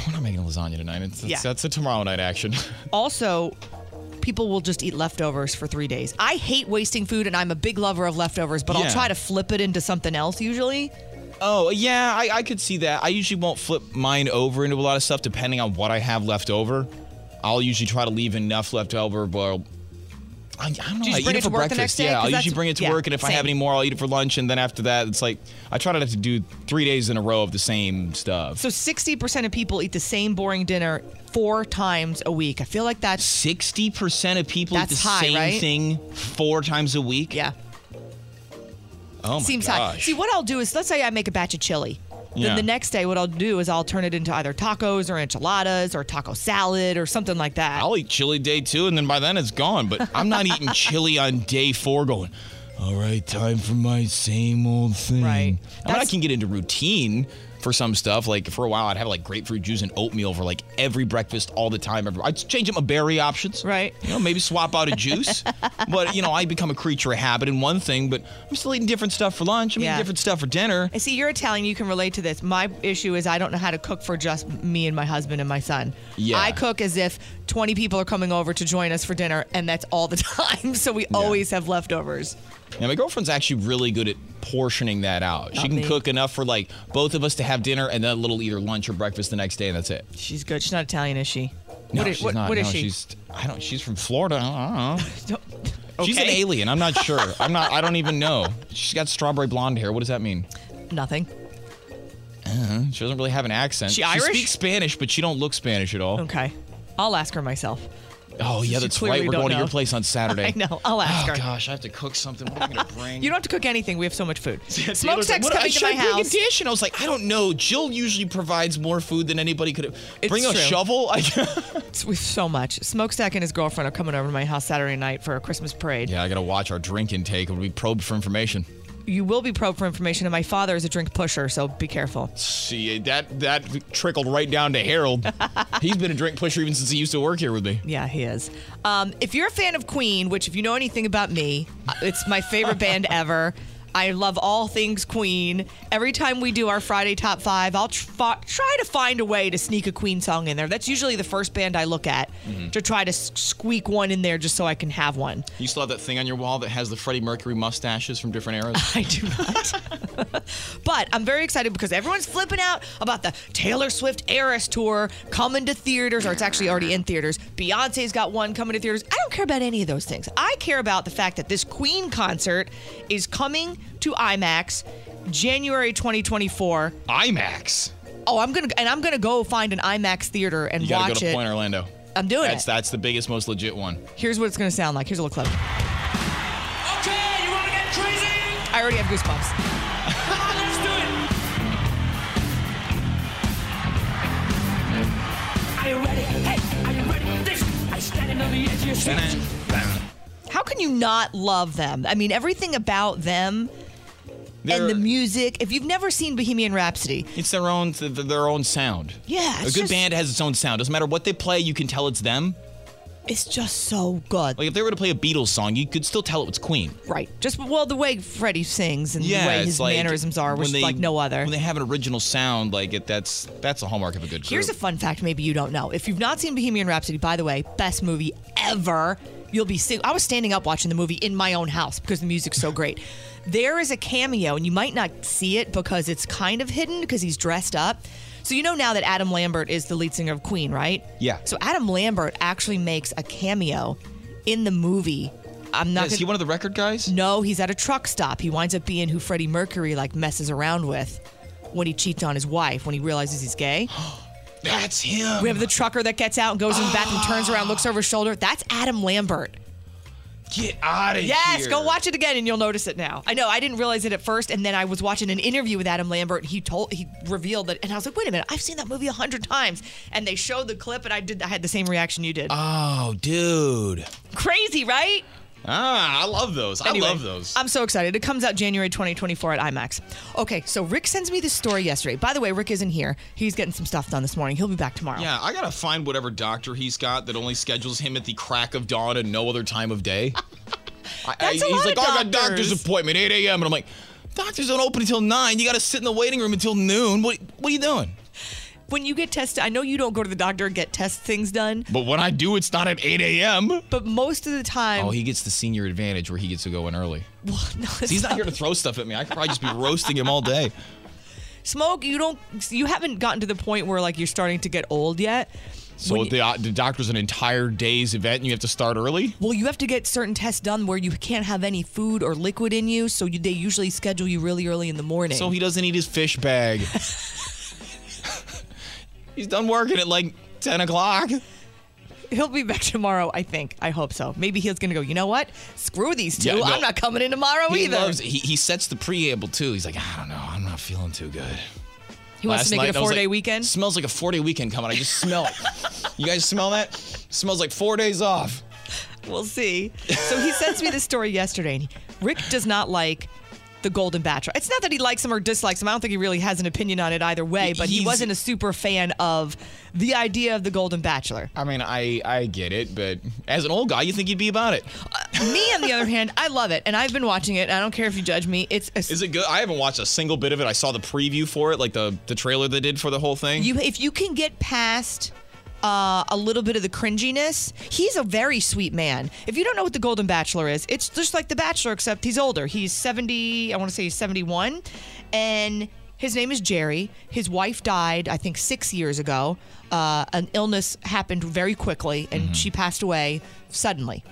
E: we're not making lasagna tonight. It's,
C: Yeah.
E: it's, that's a tomorrow night action.
C: Also, people will just eat leftovers for three days. I hate wasting food, and I'm a big lover of leftovers, but
E: Yeah.
C: I'll try to flip it into something else usually.
E: Oh yeah, I, I could see that. I usually won't flip mine over into a lot of stuff depending on what I have left over. I'll usually try to leave enough left over. Well, I, I don't know.
C: you just bring
E: I eat
C: it
E: it for
C: to work the
E: breakfast.
C: next day?
E: Yeah,
C: 'Cause
E: I'll
C: that's-
E: usually bring it to
C: yeah,
E: work, and if I have
C: same.
E: any more, I'll eat it for lunch, and then after that, it's like I try not to do three days in a row of the same stuff.
C: So 60% of people eat the same boring dinner four times a week. I feel like that's
E: 60% of people
C: that's
E: eat the
C: high,
E: same
C: right?
E: thing four times a week.
C: Yeah.
E: Oh my
C: Seems high.
E: gosh.
C: See, what I'll do is let's say I make a batch of chili. Then
E: Yeah.
C: the next day, what I'll do is I'll turn it into either tacos or enchiladas or taco salad or something like that.
E: I'll eat chili day two, and then by then it's gone. But I'm not eating chili on day four. Going, all right, time for my same old thing. Right. I mean, I can get into routine, for some stuff. Like for a while, I'd have like grapefruit juice and oatmeal for like every breakfast all the time. Every, I'd change up my berry options. Right. You know, maybe swap out a juice. but you know, I become a creature of habit in one thing, but I'm still eating different stuff for lunch. I'm
C: Yeah.
E: eating different stuff for dinner.
C: And see, you're Italian. You can relate to this. My issue is I don't know how to cook for just me and my husband and my son.
E: Yeah.
C: I cook as if 20 people are coming over to join us for dinner, and that's all the time. So we always have leftovers.
E: Now my girlfriend's actually really good at portioning that out.
C: Not
E: she can
C: me.
E: cook enough for like both of us to have dinner and then a little either lunch or breakfast the next day, and that's it.
C: She's good. She's not Italian, is she?
E: No,
C: What is-
E: she's
C: what-
E: not.
C: what is
E: No,
C: she?
E: She's I don't. She's from Florida. I don't know. She's an
C: Okay.
E: alien. I'm not sure. I'm not. I don't even know. She's got strawberry blonde hair. What does that mean?
C: Nothing.
E: Uh, she doesn't really have an accent.
C: Uh-huh. She Irish?
E: speaks Spanish, but she don't look Spanish at all.
C: Okay. I'll ask her myself.
E: Oh yeah,
C: She
E: that's
C: clearly
E: right. We're
C: don't
E: going to
C: know.
E: your place on Saturday.
C: I know. I'll ask
E: oh,
C: her.
E: gosh, I have to cook something. What am I going to bring?
C: You don't have to cook anything. We have so much food.
E: Taylor's like,
C: Smokestack's
E: "What- I
C: coming to
E: should
C: my
E: bring a
C: house.
E: dish, and I was like, I don't know. Jill usually provides more food than anybody could. have. Bring a
C: true.
E: shovel. I,
C: It's with so much. Smokestack and his girlfriend are coming over to my house Saturday night for a Christmas parade.
E: yeah, I got to watch our drink intake, and we probed for information.
C: You will be probed for information, and my father is a drink pusher, so be careful.
E: See that that trickled right down to Harold. He's been a drink pusher even since he used to work here with me.
C: Yeah, he is. Um, if you're a fan of Queen, which if you know anything about me, uh, it's my favorite band ever. I love all things Queen. Every time we do our Friday top five, I'll tr- fi- try to find a way to sneak a Queen song in there. That's usually the first band I look at
E: Mhm.
C: to try to s- squeak one in there just so I can have one.
E: You still have that thing on your wall that has the Freddie Mercury mustaches from different eras.
C: I do not. but I'm very excited because everyone's flipping out about the Taylor Swift Eras tour coming to theaters, or it's actually already in theaters. Beyonce's got one coming to theaters. I don't care about any of those things. I care about the fact that this Queen concert is coming to IMAX January 2024.
E: IMAX.
C: Oh, I'm gonna and I'm gonna go find an IMAX theater and
E: You gotta
C: watch
E: go to
C: it.
E: Point Orlando.
C: I'm doing
E: that's,
C: it.
E: That's the biggest, most legit one.
C: Here's what it's gonna sound like. Here's a little clip.
D: Okay, you want to get crazy?
C: I already have goosebumps.
D: Come on, let's do it. Are you ready? Hey, are you ready? This, I'm standing on the edge of your seat.
C: How can you not love them? I mean, everything about them and the music. If you've never seen Bohemian Rhapsody,
E: It's their own th- th- their own sound.
C: Yeah,
E: a
C: it's
E: good
C: just-
E: band has its own sound. Doesn't matter what they play, you can tell it's them.
C: It's just so good.
E: Like if they were to play a Beatles song, you could still tell it was Queen.
C: right? Just well, the way Freddie sings and
E: Yeah,
C: the way
E: it's
C: his
E: like
C: mannerisms are, which
E: when
C: is
E: they-
C: like no other.
E: When they have an original sound, like it, that's that's a hallmark of a good group.
C: Here's a fun fact maybe you don't know. If you've not seen Bohemian Rhapsody, by the way, best movie ever. You'll be sing- I was standing up watching the movie in my own house because the music's so great. There is a cameo, and you might not see it because it's kind of hidden because he's dressed up. So you know now that Adam Lambert is the lead singer of Queen, right?
E: Yeah.
C: So Adam Lambert actually makes a cameo in the movie. I'm not.
E: Is he one of the record guys?
C: No, he's at a truck stop. He winds up being who Freddie Mercury like messes around with when he cheats on his wife when he realizes he's gay.
E: That's him.
C: We have the trucker that gets out and goes in the bathroom, turns around, looks over his shoulder. That's Adam Lambert.
E: Get out of
C: yes,
E: here.
C: go watch it again and you'll notice it now. I know I didn't realize it at first, and then I was watching an interview with Adam Lambert. And he told he revealed that, and I was like, wait a minute, I've seen that movie a hundred times. And they showed the clip, and I did. I had the same reaction you did.
E: Oh, dude.
C: Crazy, right?
E: Ah, I love those.
C: Anyway,
E: I love those.
C: I'm so excited. It comes out January 2024 at IMAX. Okay, so Rick sends me this story yesterday. By the way, Rick isn't here. He's getting some stuff done this morning. He'll be back tomorrow.
E: Yeah, I gotta find whatever doctor he's got that only schedules him at the crack of dawn and no other time of day. I- I-
D: That's a
E: he's
D: lot
E: like, "Oh,
D: of
E: I got doctor's
D: doctors."
E: appointment, 8 a.m. And I'm like, doctors don't open until 9. You gotta sit in the waiting room until noon. What, what are you doing?
C: When you get tested, I know you don't go to the doctor and get test things done,
E: But when I do, it's not at 8 a.m.
C: but most of the time,
E: Oh, he gets the senior advantage where he gets to go in early. he's not here to throw stuff at me. I could probably just be roasting him all day.
C: smoke. You don't. You haven't gotten to the point where like you're starting to get old yet.
E: So the, uh, the doctor's an entire day's event and you have to start early?
C: Well, you have to get certain tests done where you can't have any food or liquid in you, so you, they usually schedule you really early in the morning.
E: So he doesn't eat his fish bag. He's done working at like 10 o'clock.
C: He'll be back tomorrow, I think. I hope so. Maybe he's gonna go. You know what? Screw these two.
E: Yeah, no.
C: I'm not coming in tomorrow
E: he
C: either.
E: loves he, he sets the preamble too. He's like, I don't know, I'm not feeling too good.
C: He wants to make it a
E: I was
C: four-day
E: like,
C: weekend?
E: Smells like a four day weekend coming. I just smell it. you guys smell that? Smells like four days off.
C: We'll see. So he sends me this story yesterday. And he- Rick does not like the Golden Bachelor. It's not that he likes him or dislikes him. I don't think he really has an opinion on it either way, but he
E: He's-
C: wasn't a super fan of the idea of the Golden Bachelor.
E: I mean, I I get it, but as an old guy, you think you'd be about it.
C: Uh, Me, on the other hand, I love it, and I've been watching it. and I don't care if you judge me. It's a,
E: Is it good? I haven't watched a single bit of it. I saw the preview for it, like the the trailer they did for the whole thing.
C: You, if you can get past uh, a little bit of the cringiness, he's a very sweet man. If you don't know what the Golden Bachelor is, it's just like the Bachelor, except he's older. He's seventy. I want to say he's seventy-one, and his name is Jerry. His wife died, I think, six years ago. Uh, an illness happened very quickly, and she passed away suddenly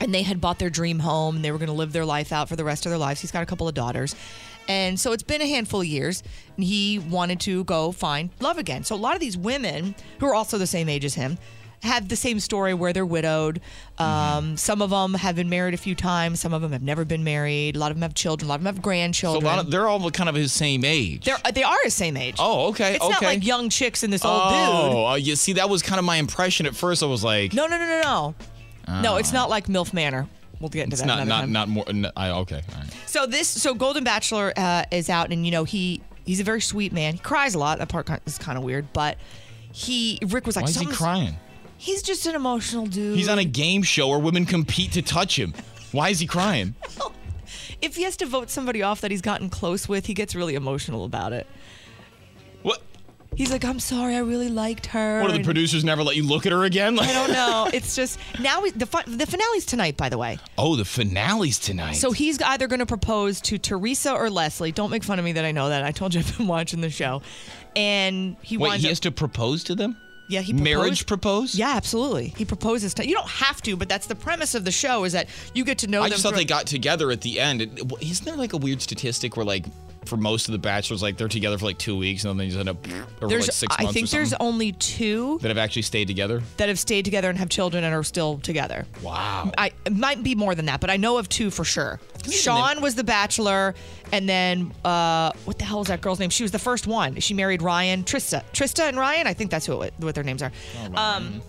C: and they had bought their dream home and they were going to live their life out for the rest of their lives. He's got a couple of daughters. And so it's been a handful of years and he wanted to go find love again. So a lot of these women who are also the same age as him have the same story where they're widowed. Um,
E: Mm-hmm.
C: Some of them have been married a few times. Some of them have never been married. A lot of them have children. A lot of them have
E: So
C: grandchildren.
E: a lot of, they're all kind of his same age.
C: they're, uh, they are the same age.
E: Oh, okay,
C: It's not
E: okay.
C: like young chicks and this old dude.
E: oh, uh, you see, that was kind of my impression at first. I was like,
C: No, no, no, no, no. No,
E: Oh.
C: it's not like MILF Manor. We'll get into
E: it's
C: that
E: not
C: another
E: not
C: time.
E: not more. n I okay, all right.
C: So this, so Golden Bachelor uh, is out, and you know he he's a very sweet man. He cries a lot. That part kin- is kind of weird, but he Rick was like,
E: Why is he
C: "Something's-"
E: crying?
C: He's just an emotional dude.
E: He's on a game show where women compete to touch him. Why is he crying?
C: If he has to vote somebody off that he's gotten close with, he gets really emotional about it.
E: What?
C: He's like, "I'm sorry, I really liked her."
E: What do the
C: and-
E: producers never let you look at her again?
C: I don't know. It's just now we, the fi- the finale's tonight, by the way.
E: Oh, the finale's tonight.
C: So he's either going to propose to Teresa or Leslie. Don't make fun of me that I know that. I told you I've been watching the show, and he
E: Wait,
C: winds
E: he
C: up-
E: has to propose to them?
C: Yeah, he
E: Marriage propose?
C: Yeah, absolutely. He proposes to. You don't have to, but that's the premise of the show is that you get to know
E: I
C: them.
E: just thought
C: through-
E: they got together at the end. It- w- Isn't there like a weird statistic where like for most of the bachelors, like they're together for like two weeks and then they just end up over
C: there's,
E: like six
C: I
E: months
C: think
E: or
C: there's
E: something
C: only two
E: that have actually stayed together?
C: that have stayed together and have children and are still together.
E: Wow.
C: I it might be more than that, but I know of two for sure. Sean was the bachelor, and then uh, what the hell was that girl's name? She was the first one. She married Ryan, Trista, Trista and Ryan. I think that's who it, what their names are.
P: Oh,
C: um,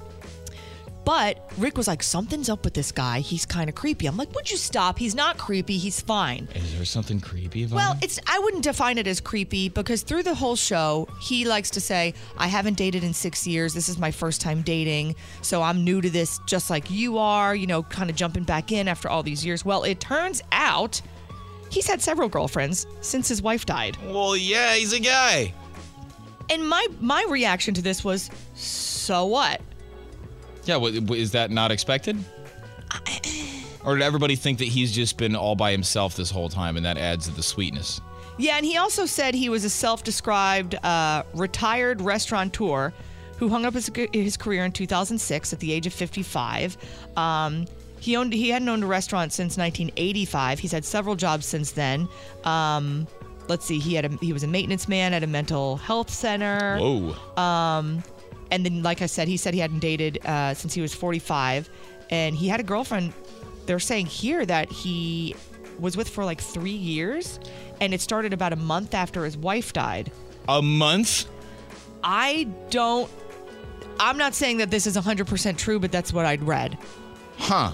C: but Rick was like, something's up with this guy. He's kind of creepy. I'm like, would you stop? He's not creepy. He's fine.
E: Is there something creepy about
C: Well,
E: it?
C: it's I wouldn't define it as creepy because through the whole show, he likes to say, "I haven't dated in 6 years. This is my first time dating. So I'm new to this just like you are, you know, kind of jumping back in after all these years." Well, it turns out he's had several girlfriends since his wife died.
E: Well, yeah, he's a guy.
C: And my my reaction to this was, "So what?"
E: Yeah, wha- wha- is that not expected?
C: uh.
E: Or did everybody think that he's just been all by himself this whole time and that adds to the sweetness?
C: Yeah, and he also said he was a self-described uh, retired restaurateur who hung up his, his career in 2006 at the age of 55. Um, he owned he hadn't owned a restaurant since 1985. He's had several jobs since then. Um, let's see, he had a, he was a maintenance man at a mental health center.
E: Whoa.
C: Um, and then, like I said, he said he hadn't dated uh, since he was 45, and he had a girlfriend. They're saying here that he was with for like three years, and it started about a month after his wife died.
E: A month?
C: I don't. I'm not saying that this is 100% true, but that's what I'd read.
E: Huh.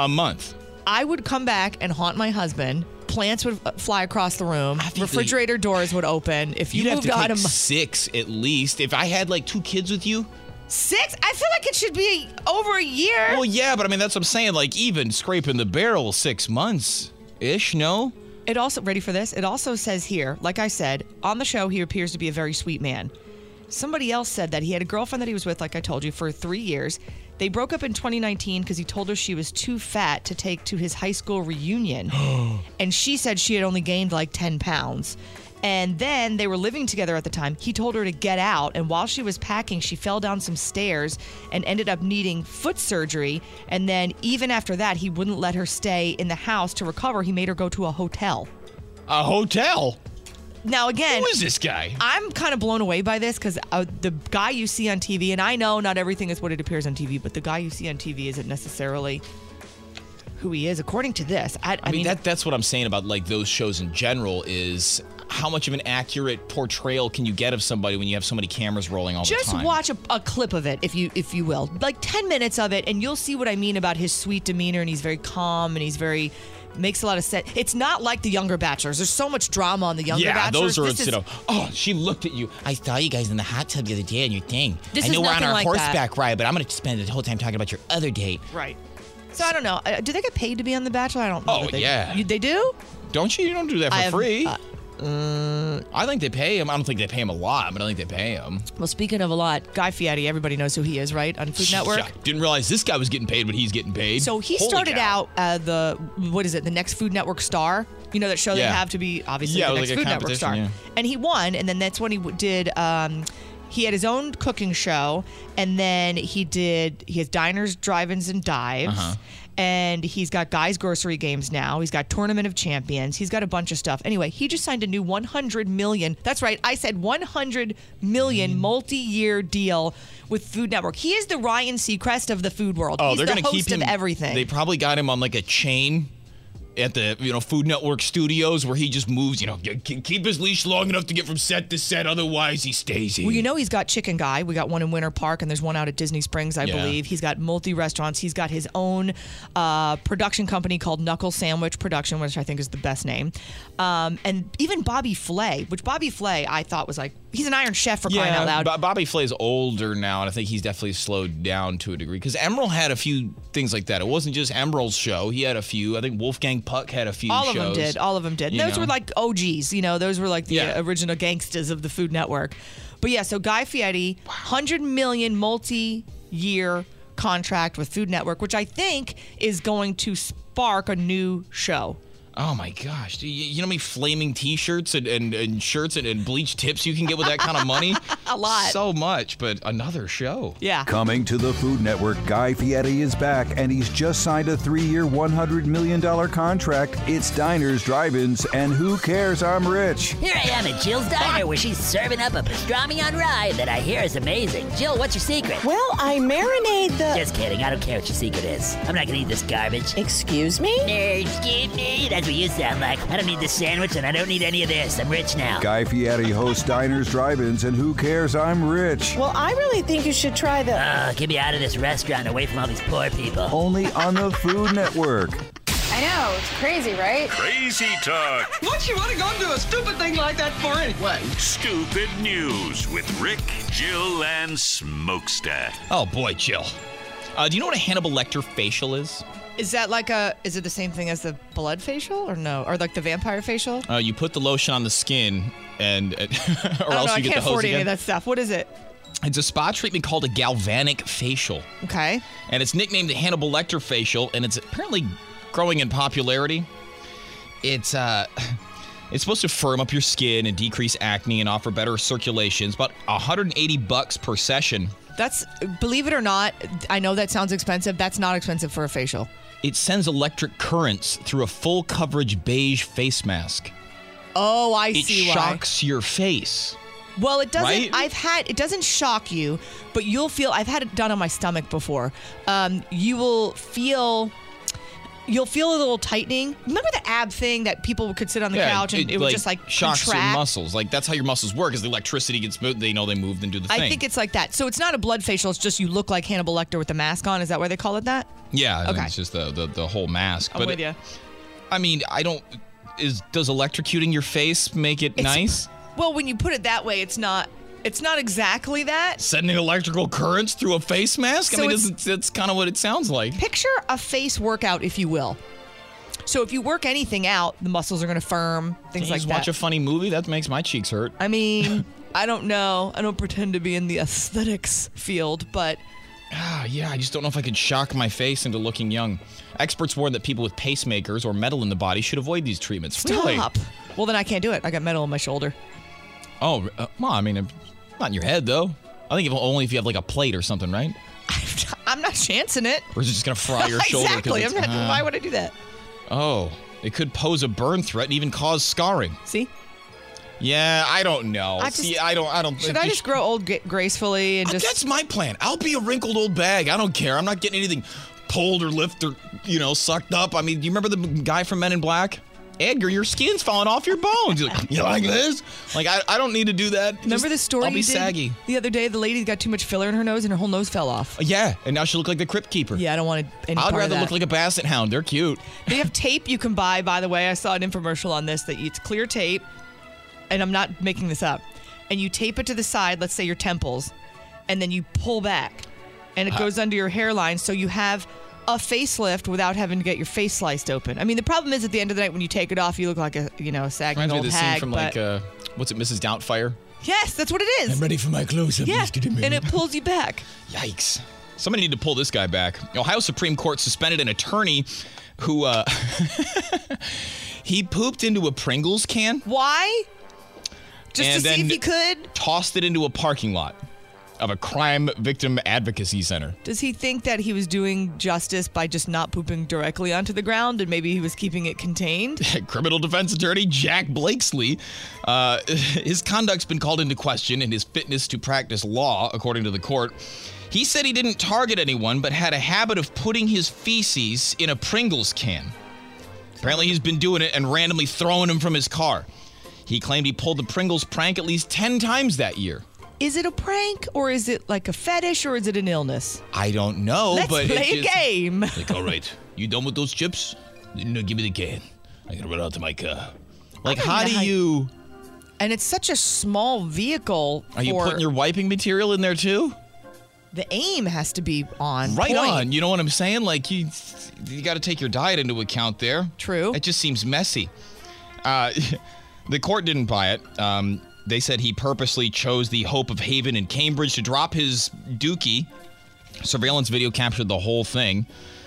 E: A month.
C: I would come back and haunt my husband. Plants would uh, fly across the room. Refrigerator doors would open. If you
E: You'd have
C: moved
E: to
C: out
E: take
C: of my-
E: six at least. If I had like two kids with you.
C: six, I feel like it should be over a year.
E: Well, yeah, but I mean that's what I'm saying. Like even scraping the barrel, six months ish. No.
C: It also ready for this. It also says here, like I said, on the show he appears to be a very sweet man. Somebody else said that he had a girlfriend that he was with, like I told you, for three years. They broke up in 2019 because he told her she was too fat to take to his high school reunion, and she said she had only gained like 10 pounds. And then they were living together at the time. He told her to get out, and while she was packing, she fell down some stairs and ended up needing foot surgery. And then, even after that, he wouldn't let her stay in the house to recover. He made her go to a hotel.
E: A hotel.
C: Now, again,
E: Who is this guy?
C: I'm kind of blown away by this because uh, the guy you see on TV, and I know not everything is what it appears on TV, but the guy you see on TV isn't necessarily who he is, according to this. I, I,
E: I mean, that that's what I'm saying about like those shows in general is how much of an accurate portrayal can you get of somebody when you have so many cameras rolling all
C: just
E: the time?
C: watch a, a clip of it if you if you will like 10 minutes of it and you'll see what i mean about his sweet demeanor and he's very calm and he's very Makes a lot of sense. It's not like the Younger Bachelors. There's so much drama on the Younger
E: yeah,
C: Bachelors.
E: those are
C: This is-
E: instead of. Oh, she looked at you. I saw you guys in the hot tub the other day on your thing.
C: This
E: I
C: is
E: know we're on
C: nothing
E: our
C: like that."
E: horseback ride, but I'm gonna spend the whole time talking about your other date.
C: Right. So I don't know. Uh, Do they get paid to be on The Bachelor? I don't know.
E: Oh,
C: that they,
E: yeah.
C: You- they do?
E: Don't you? You don't do that for
C: I have-
E: free.
C: uh,
E: I think they pay him. I don't think they pay him a lot, but I think they pay him.
C: Well, speaking of a lot, Guy Fieri, everybody knows who he is, right? On Food Network.
E: Yeah, didn't realize this guy was getting paid what he's getting paid.
C: So he
E: Holy
C: started
E: cow.
C: out uh, the what is it? The next Food Network star. You know that show
E: Yeah.
C: they have to be obviously
E: Yeah, it
C: the
E: was
C: next
E: like a
C: Food Network star.
E: competition,
C: And he won, and then that's when he w- did. Um, he had his own cooking show, and then he did. He has diners, drive-ins, and dives.
E: Uh-huh.
C: And he's got guys' grocery games now. He's got tournament of champions. He's got a bunch of stuff. Anyway, he just signed a new 100 million. That's right, I said 100
E: Mm.
C: million multi-year deal with Food Network. He is the Ryan Seacrest of the food world.
E: Oh,
C: He's
E: they're
C: the
E: gonna
C: host
E: keep him.
C: of everything.
E: They probably got him on like a chain at the you know Food Network studios where he just moves. You know, g- g- keep his leash long enough to get from set to set. Otherwise, he stays here.
C: Well, you know he's got Chicken Guy. We got one in Winter Park, and there's one out at Disney Springs, I
E: Yeah.
C: believe. He's got multi restaurants. He's got his own uh, production company called Knuckle Sandwich Production, which I think is the best name. Um, and even Bobby Flay, which Bobby Flay I thought was like he's an Iron Chef for crying out loud.
E: Bo- Bobby Flay's older now, and I think he's definitely slowed down to a degree. Because Emerald had a few things like that. It wasn't just Emerald's show; he had a few. I think Wolfgang Puck had a few.
C: All of
E: shows.
C: them did. All of them did.
E: You
C: Those
E: know?
C: were like OGs. You know, those were like the
E: Yeah.
C: uh, original gangsters of the Food Network. But yeah, so Guy Fieri, 100 million multi year contract with Food Network, which I think is going to spark a new show.
E: Oh my gosh! Do You, you know how many flaming T-shirts and, and, and shirts and, and bleach tips you can get with that kind of money?
C: A lot.
E: So much, but another show.
C: Yeah.
Q: Coming to the Food Network, Guy Fieri is back, and he's just signed a three year, $100 million contract. It's diners, drive ins, and who cares? I'm rich.
K: Here I am at Jill's Diner where she's serving up a pastrami on rye that I hear is amazing. Jill, what's your secret? Well, I marinate the. Just kidding. I don't care what your secret is. I'm not gonna eat this garbage. Excuse me? Excuse me? That's what you sound like. I don't need this sandwich and I don't need any of this. I'm rich now.
Q: Guy Fieri hosts diners, drive ins, and who cares? I'm rich.
K: Well, I really think you should try the. Ugh, Ah, get me out of this restaurant away from all these poor people.
Q: Only on the Food Network.
R: I know, it's crazy, right?
B: Crazy Talk.
R: What you want to go do a stupid thing like that for anyway?
B: Stupid News with Rick, Jill, and Smokestack.
E: Oh boy, Jill. Uh, do you know what a Hannibal Lecter facial is?
C: Is that like a, is it the same thing as the blood facial or no? Or like the vampire facial?
E: Uh, you put the lotion on the skin, and or
C: I don't
E: else
C: know. I
E: you get
C: can't
E: the hose
C: afford
E: again.
C: any of that stuff. What is it?
E: It's a spa treatment called a galvanic facial,
C: Okay.
E: and it's nicknamed the Hannibal Lecter facial, and it's apparently growing in popularity. It's uh, it's supposed to firm up your skin and decrease acne and offer better circulation. It's about 180 bucks per session.
C: That's, believe it or not, I know that sounds expensive. That's not expensive for a facial.
E: It sends electric currents through a full coverage beige face mask.
C: Oh, I
E: it
C: see why.
E: shocks your face.
C: Well, it doesn't.
E: Right?
C: I've had it doesn't shock you, but you'll feel. I've had it done on my stomach before. Um, you will feel. You'll feel a little tightening. Remember the ab thing that people could sit on the couch and it, would just like
E: shocks your
C: contract?
E: muscles. Like that's how your muscles work. Is the electricity gets moved, they know they moved and do the
C: I
E: thing.
C: think it's like that. So it's not a blood facial. It's just you look like Hannibal Lecter with a mask on. Is that why they call it that?
E: yeah, I think
C: Okay.
E: it's just the the, the whole mask.
C: I'm
E: but
C: with ya.
E: I mean, I don't. Is does electrocuting your face make it nice?
C: Well, when you put it that way, it's not. It's not exactly that.
E: Sending electrical currents through a face mask.
C: So
E: I mean,
C: it's-
E: that's, that's kind of what it sounds like.
C: Picture a face workout, if you will. So if you work anything out, the muscles are going to firm. Things
E: Can't you
C: like
E: just
C: that.
E: watch a funny movie. That makes my cheeks hurt.
C: I mean, I don't know. I don't pretend to be in the aesthetics field, but
E: Ah, yeah, I just don't know if I could shock my face into looking young. Experts warn that people with pacemakers or metal in the body should avoid these treatments.
C: stop.
E: Really?
C: Well, then I can't do it. I got metal on my shoulder.
E: Oh, uh, well, I mean, uh, not in your head though. I think if, only if you have like a plate or something, right?
C: I'm not chancing it.
E: Or is it just gonna fry your shoulder? 'cause
C: exactly. I'm
E: it's-
C: not.
E: uh,
C: why would I do that?
E: Oh, it could pose a burn threat and even cause scarring.
C: See?
E: Yeah, I don't know.
C: I
E: Oh, See,
C: just-
E: I don't. I don't.
C: Should I just grow old g- gracefully and just?
E: That's my plan. I'll be a wrinkled old bag. I don't care. I'm not getting anything pulled or lifted or you know sucked up. I mean, do you remember the guy from Men in Black? Edgar, your skin's falling off your bones. You're like, you like this? Like, I, I don't need to do that.
C: Remember
E: Just-
C: the story?
E: I'll be
C: you did
E: saggy. Uh,
C: The other day, the lady's got too much filler in her nose, and her whole nose fell off.
E: Yeah, and now she look like the crypt keeper.
C: Yeah, I don't want any
E: I'd
C: part of
E: rather look
C: that.
E: like a basset hound. They're cute.
C: They have tape you can buy, by the way. I saw an infomercial on this that it's clear tape, and I'm not making this up. And you tape it to the side, let's say your temples, and then you pull back, and it
E: Uh.
C: goes under your hairline, so you have a facelift without having to get your face sliced open. I mean, the problem is at the end of the night when you take it off, you look like a you know a sagging
E: Reminds me of
C: old
E: this
C: hag.
E: scene from
C: but
E: like, uh, what's it, Mrs. Doubtfire?
C: yes, that's what it is.
E: close-up,
C: Yeah, and it pulls you back.
E: Yikes. Somebody need to pull this guy back. Ohio Supreme Court suspended an attorney who uh he pooped into a Pringles can.
C: Why? Just
E: and
C: to see
E: then
C: if you could.
E: Tossed it into a parking lot of a crime victim advocacy center.
C: Does he think that he was doing justice by just not pooping directly onto the ground, and maybe he was keeping it contained?
E: Criminal defense attorney Jack Blakesley. Uh, his conduct's been called into question and his fitness to practice law, according to the court. He said he didn't target anyone, but had a habit of putting his feces in a Pringles can. Apparently, he's been doing it and randomly throwing them from his car. He claimed he pulled the Pringles prank at least 10 times that year.
C: Is it a prank or is it like a fetish or is it an illness?
E: I don't know,
C: Let's
E: Oh, but. it
C: play a
E: just-
C: game.
E: Like, all right, you done with those chips? No, give me the can. I gotta run out to my car. Like,
C: don't
E: how
C: know
E: do
C: how-
E: you.
C: And it's such a small vehicle.
E: Are you
C: for-
E: putting your wiping material in there too?
C: the aim has to be on
E: Right
C: point.
E: on. You know what I'm saying? Like you, you got to take your diet into account there. True. It just seems messy. Uh, the court didn't buy it. Um, they said he purposely chose the Hope of Haven in Cambridge to drop his dookie. Surveillance video captured the whole thing.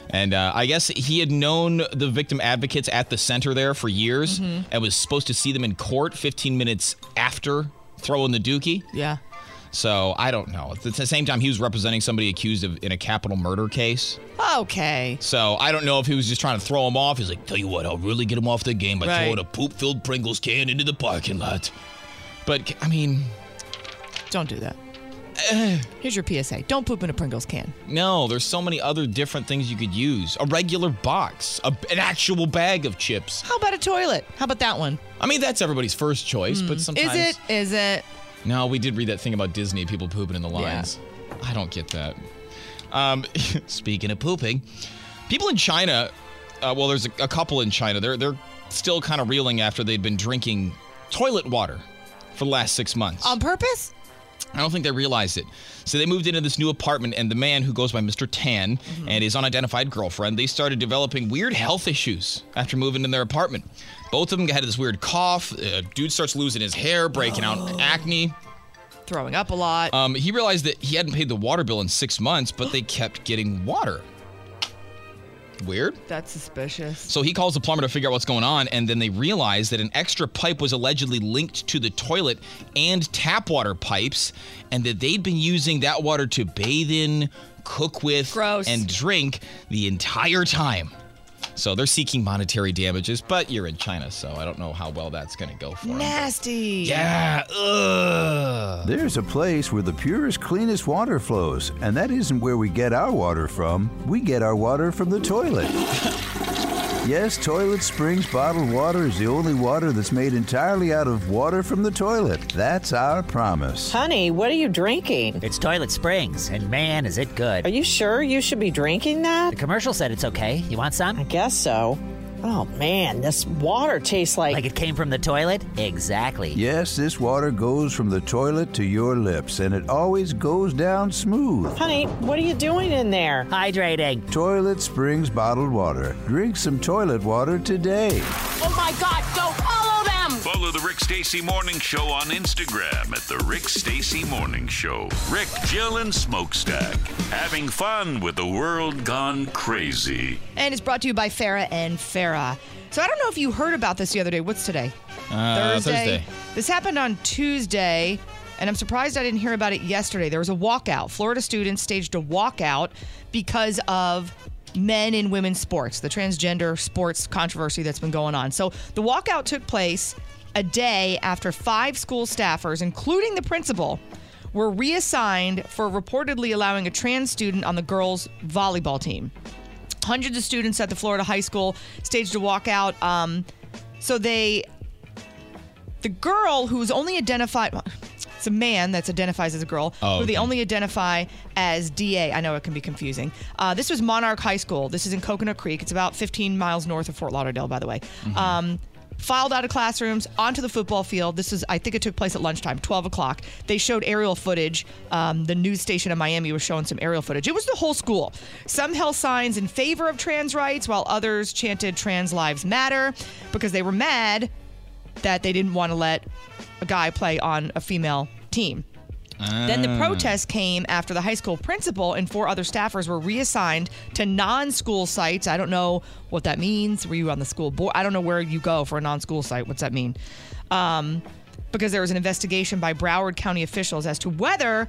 E: And uh, I guess he had known the victim advocates at the center there for years
C: Mhm.
E: and was supposed to see them in court 15 minutes after throwing the dookie.
C: Yeah.
E: So I don't know. At the same time, he was representing somebody accused of in a capital murder case.
C: Okay.
E: So I don't know if he was just trying to throw him off. He's like, tell you what, I'll really get him off the game by
C: Right.
E: throwing a poop-filled Pringles can into the parking lot. But I mean,
C: don't do that. Here's your PSA. Don't poop in a Pringles can.
E: No, there's so many other different things you could use. A regular box, a, an actual bag of chips.
C: How about a toilet? How about that one?
E: I mean, that's everybody's first choice,
C: Mm.
E: but sometimes
C: Is it? Is it?
E: No, we did read that thing about Disney people pooping in the lines. I don't get that. Um, speaking of pooping, people in China, uh, well, there's a, a couple in China. They're they're still kind of reeling after they'd been drinking toilet water for the last six months.
C: On purpose?
E: I don't think they realized it. So they moved into this new apartment, and the man who goes by Mr. Tan and his unidentified girlfriend, they started developing weird health issues after moving in their apartment. Both of them had this weird cough. Uh, dude starts losing his hair, breaking out acne.
C: Throwing up a lot.
E: Um, he realized that he hadn't paid the water bill in six months, but they kept getting water. Weird.
C: That's suspicious.
E: So he calls the plumber to figure out what's going on, and then they realize that an extra pipe was allegedly linked to the toilet and tap water pipes, and that they'd been using that water to bathe in, cook with, and drink the entire time. So they're seeking monetary damages, but you're in China, so I don't know how well that's going to go for. 'em.
C: Nasty.
E: Yeah. Ugh.
Q: There's a place where the purest, cleanest water flows, and that isn't where we get our water from. We get our water from the toilet. yes, Toilet Springs bottled water is the only water that's made entirely out of water from the toilet. That's our promise.
S: Honey, what are you drinking? It's Toilet Springs, and man, is it good. Are you sure you should be drinking that? The commercial said it's okay. You want some? I guess so. Oh man, this water tastes like. Like it came from the toilet? Exactly.
Q: Yes, this water goes from the toilet to your lips, and it always goes down smooth.
S: Honey, what are you doing in there? Hydrating.
Q: Toilet Springs bottled water. Drink some toilet water today.
T: Oh my God, go follow them!
B: Follow the Rick Stacy Morning Show on Instagram at the Rick Stacy Morning Show. Rick, Jill, and Smokestack. Having fun with the world gone crazy.
C: And it's brought to you by Farah and Farah. So I don't know if you heard about this the other day. What's today?
E: Uh, Thursday.
C: This happened on Tuesday, and I'm surprised I didn't hear about it yesterday. There was a walkout. Florida students staged a walkout because of men in women's sports, the transgender sports controversy that's been going on. So the walkout took place a day after five school staffers, including the principal, were reassigned for reportedly allowing a trans student on the girls' volleyball team. Hundreds of students at the Florida high school staged a walkout. Um, So they, the girl who's only identified, it's a man that's identifies as a girl,
F: Oh,
C: who they
F: okay.
C: only identify as DA. I know it can be confusing. Uh, this was Monarch High School. This is in Coconut Creek. It's about 15 miles north of Fort Lauderdale, by the way.
F: Mhm.
C: Um, filed out of classrooms onto the football field. This is, I think it took place at lunchtime, 12 o'clock. They showed aerial footage. Um, the news station in Miami was showing some aerial footage. It was the whole school. Some held signs in favor of trans rights, while others chanted trans lives matter because they were mad that they didn't want to let a guy play on a female team. Then
E: Ah,
D: Ah.
C: the protest came after the high school principal and four other staffers were reassigned to non school sites. I don't know what that means. Were you on the school board? I don't know where you go for a non school site. What's that mean? Um, because there was an investigation by Broward County officials as to whether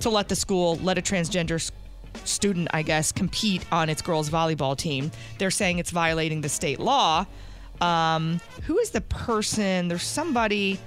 C: to let the school let a transgender s- student, I guess, compete on its girls' volleyball team. They're saying it's violating the state law. Um, who is the person? There's somebody.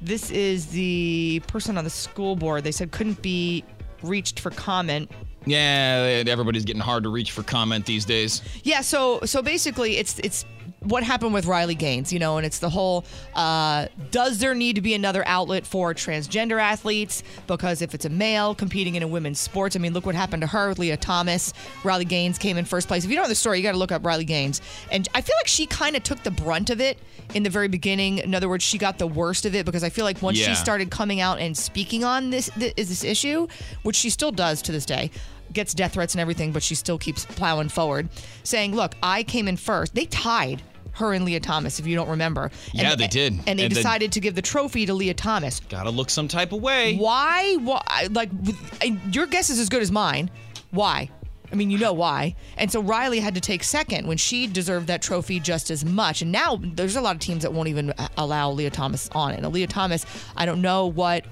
C: This is the person on the school board. They said couldn't be reached for comment.
E: Yeah, everybody's getting hard to reach for comment these days.
C: Yeah, so so basically, it's it's what happened with Riley Gaines, you know, and it's the whole uh, does there need to be another outlet for transgender athletes? Because if it's a male competing in a women's sports, I mean, look what happened to her with Leah Thomas. Riley Gaines came in first place. If you don't know the story, you got to look up Riley Gaines. And I feel like she kind of took the brunt of it in the very beginning. In other words, she got the worst of it because I feel like once
F: Yeah.
C: she started coming out and speaking on this th- is this issue, which she still does to this day, gets death threats and everything, but she still keeps plowing forward, saying, "Look, I came in first. They tied her and Leah Thomas, if you don't remember. And,
E: Yeah, they did.
C: And they
E: And then-
C: decided to give the trophy to Leah Thomas.
E: Gotta look some type of way.
C: Why? Why? Like, with- I- your guess is as good as mine. Why? I mean, you know why. And so Riley had to take second when she deserved that trophy just as much. And now there's a lot of teams that won't even uh, allow Leah Thomas on it. And Leah Thomas, I don't know what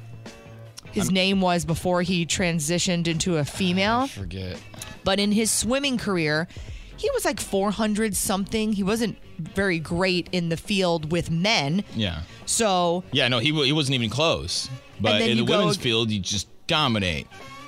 C: his name was before he transitioned into a
E: Oh,
C: female.
E: Forget.
C: But in his swimming career, he was like 400 something. He wasn't very great in the field with men.
E: Yeah.
C: So
E: Yeah, no, he, wa- he wasn't even close. But
C: then
E: in the
C: you go-
E: women's field, you just dominate.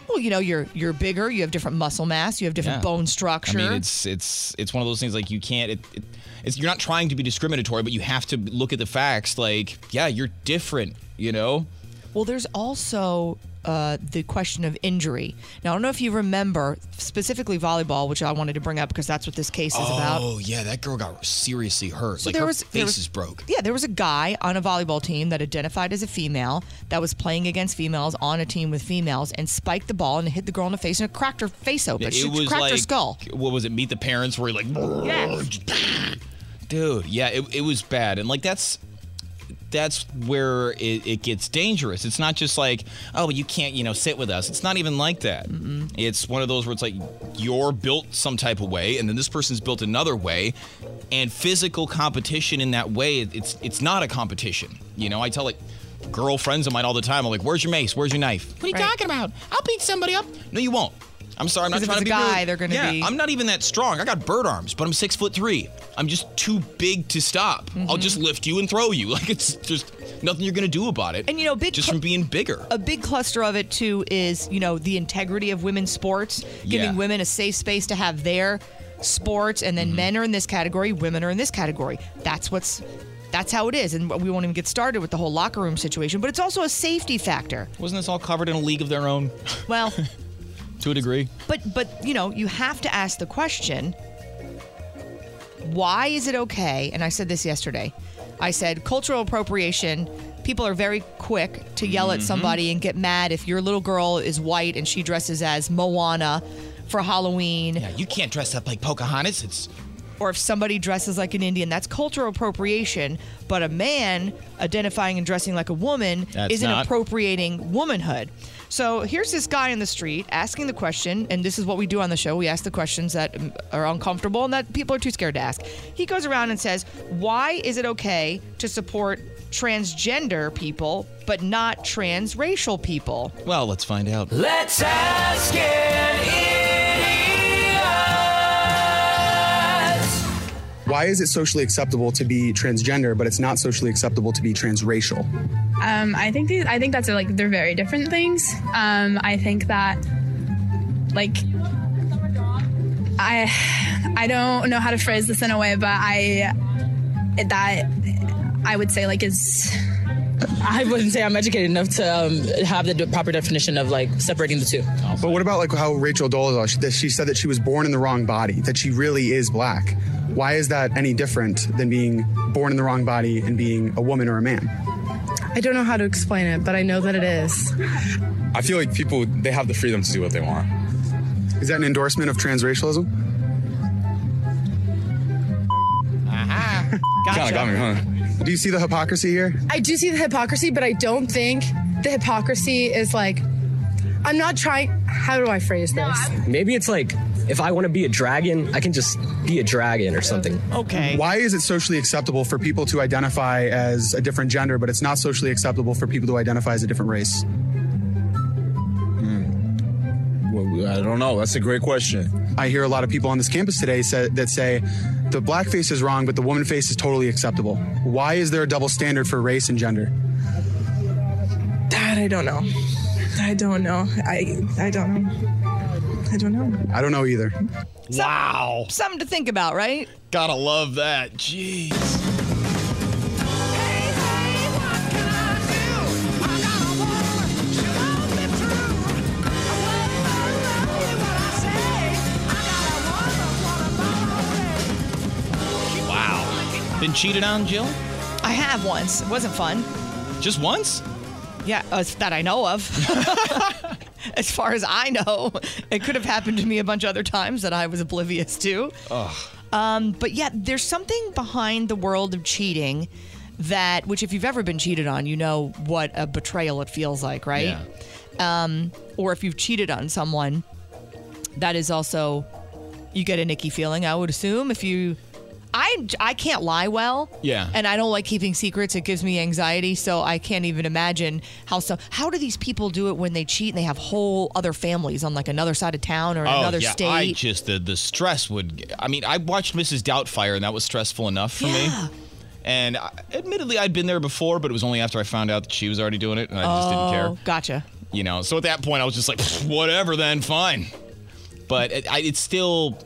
C: Well, you know, you're you're bigger. You have different muscle mass. You have different
E: Yeah.
C: bone structure.
E: I mean, it's it's it's one of those things like you can't. It, it, it's you're not trying to be discriminatory, but you have to look at the facts. Like, yeah, you're different. You know.
C: well, there's also uh, the question of injury. Now, I don't know if you remember specifically volleyball, which I wanted to bring up because that's what this case is about.
E: Oh yeah, that girl got seriously hurt.
C: So
E: like
C: there
E: her
C: was-
E: face
C: there was-
E: is broke.
C: Yeah, there was a guy on a volleyball team that identified as a female that was playing against females on a team with females and spiked the ball and hit the girl in the face and it cracked her face open.
E: it
C: she
E: was
C: cracked
E: like
C: her skull.
E: What was it? Meet the parents, where he like,
C: Yes.
E: dude, yeah, it, it was bad, and like that's that's where it, it gets dangerous. It's not just like, oh, you can't, you know, sit with us. It's not even like that.
C: Mm-hmm.
E: It's one of those where it's like you're built some type of way, and then this person's built another way, and physical competition in that way, it's it's not a competition. You know, I tell like girlfriends of mine all the time, I'm like, where's your mace? Where's your knife? What are you talking about? I'll beat somebody up. No, you won't. I'm sorry, I'm not
C: Because if
E: trying to
C: it's
E: be
C: a guy,
E: rude.
C: they're gonna
E: yeah,
C: be-
E: I'm not even that strong. I got bird arms, but I'm six foot three. I'm just too big to stop.
C: Mm-hmm.
E: I'll just lift you and throw you. Like it's just nothing you're gonna do about it.
C: And, you know, big
E: just
C: cl-
E: from being bigger.
C: A big cluster of it too is, you know, the integrity of women's sports, giving
E: Yeah.
C: women a safe space to have their sports, and then men are in this category, women are in this category. That's what's that's how it is, and we won't even get started with the whole locker room situation. But it's also a safety factor.
E: Wasn't this all covered in a league of their own?
C: Well,
E: to a degree.
C: but but you know, you have to ask the question: Why is it okay? And I said this yesterday. I said cultural appropriation. People are very quick to yell at
F: Mhm.
C: somebody and get mad if your little girl is white and she dresses as Moana for Halloween.
E: Yeah, you can't dress up like Pocahontas. It's
C: or if somebody dresses like an Indian, that's cultural appropriation. But a man identifying and dressing like a woman
F: That's
C: isn't
F: not-
C: appropriating womanhood. So here's this guy in the street asking the question, and this is what we do on the show. We ask the questions that um, are uncomfortable and that people are too scared to ask. He goes around and says, Why is it okay to support transgender people, but not transracial people?
E: well, let's find out.
D: Let's ask an idiot.
U: Why is it socially acceptable to be transgender, but it's not socially acceptable to be transracial?
P: Um, I think these, I think that's like they're very different things. Um, I think that like I I don't know how to phrase this in a way, but I that I would say like is
F: I wouldn't say I'm educated enough to um, have the d- proper definition of like separating the two.
U: But what about like how Rachel Dolezal she- that she said that she was born in the wrong body, that she really is black? Why is that any different than being born in the wrong body and being a woman or a man?
G: I don't know how to explain it, but I know that it is.
U: I feel like people they have the freedom to do what they want. Is that an endorsement of transracialism?
F: Aha.
U: Kind of got me, huh? Do you see the hypocrisy here?
G: I do see the hypocrisy, but I don't think the hypocrisy is like, I'm not trying. How do I phrase this?
H: Maybe it's like if I want to be a dragon, I can just be a dragon or something.
U: Okay. Why is it socially acceptable for people to identify as a different gender, but it's not socially acceptable for people to identify as a different race?
V: Hmm. Well, I don't know. That's a great question.
U: I hear a lot of people on this campus today say, that say the black face is wrong, but the woman face is totally acceptable. Why is there a double standard for race and gender?
G: That I don't know. I don't know. I I don't know. I don't know.
U: I don't know either.
E: Wow.
C: Something to think about, right?
E: Gotta love that. Jeez. Wow. Been cheated on, Jill?
C: I have once. It wasn't fun.
E: Just once?
C: Yeah, uh, that I know of. as far as I know, it could have happened to me a bunch of other times that I was oblivious to.
E: Ugh.
C: Um, but yeah, there's something behind the world of cheating that, which if you've ever been cheated on, you know what a betrayal it feels like, right? Um, or if you've cheated on someone, that is also you get a nicky feeling. I would assume if you, I I can't lie well.
E: Yeah.
C: And I don't like keeping secrets. It gives me anxiety, so I can't even imagine how so how do these people do it when they cheat and they have whole other families on like another side of town or in another
E: Oh, yeah,
C: state?
E: I just the the stress would. I mean, I watched Mrs. Doubtfire, and that was stressful enough for me. And I, admittedly, I'd been there before, but it was only after I found out that she was already doing it, and I just
C: oh,
E: didn't care.
C: Gotcha.
E: You know, so at that point, I was just like, "Pfft, whatever, then, fine. But it, I, it's still,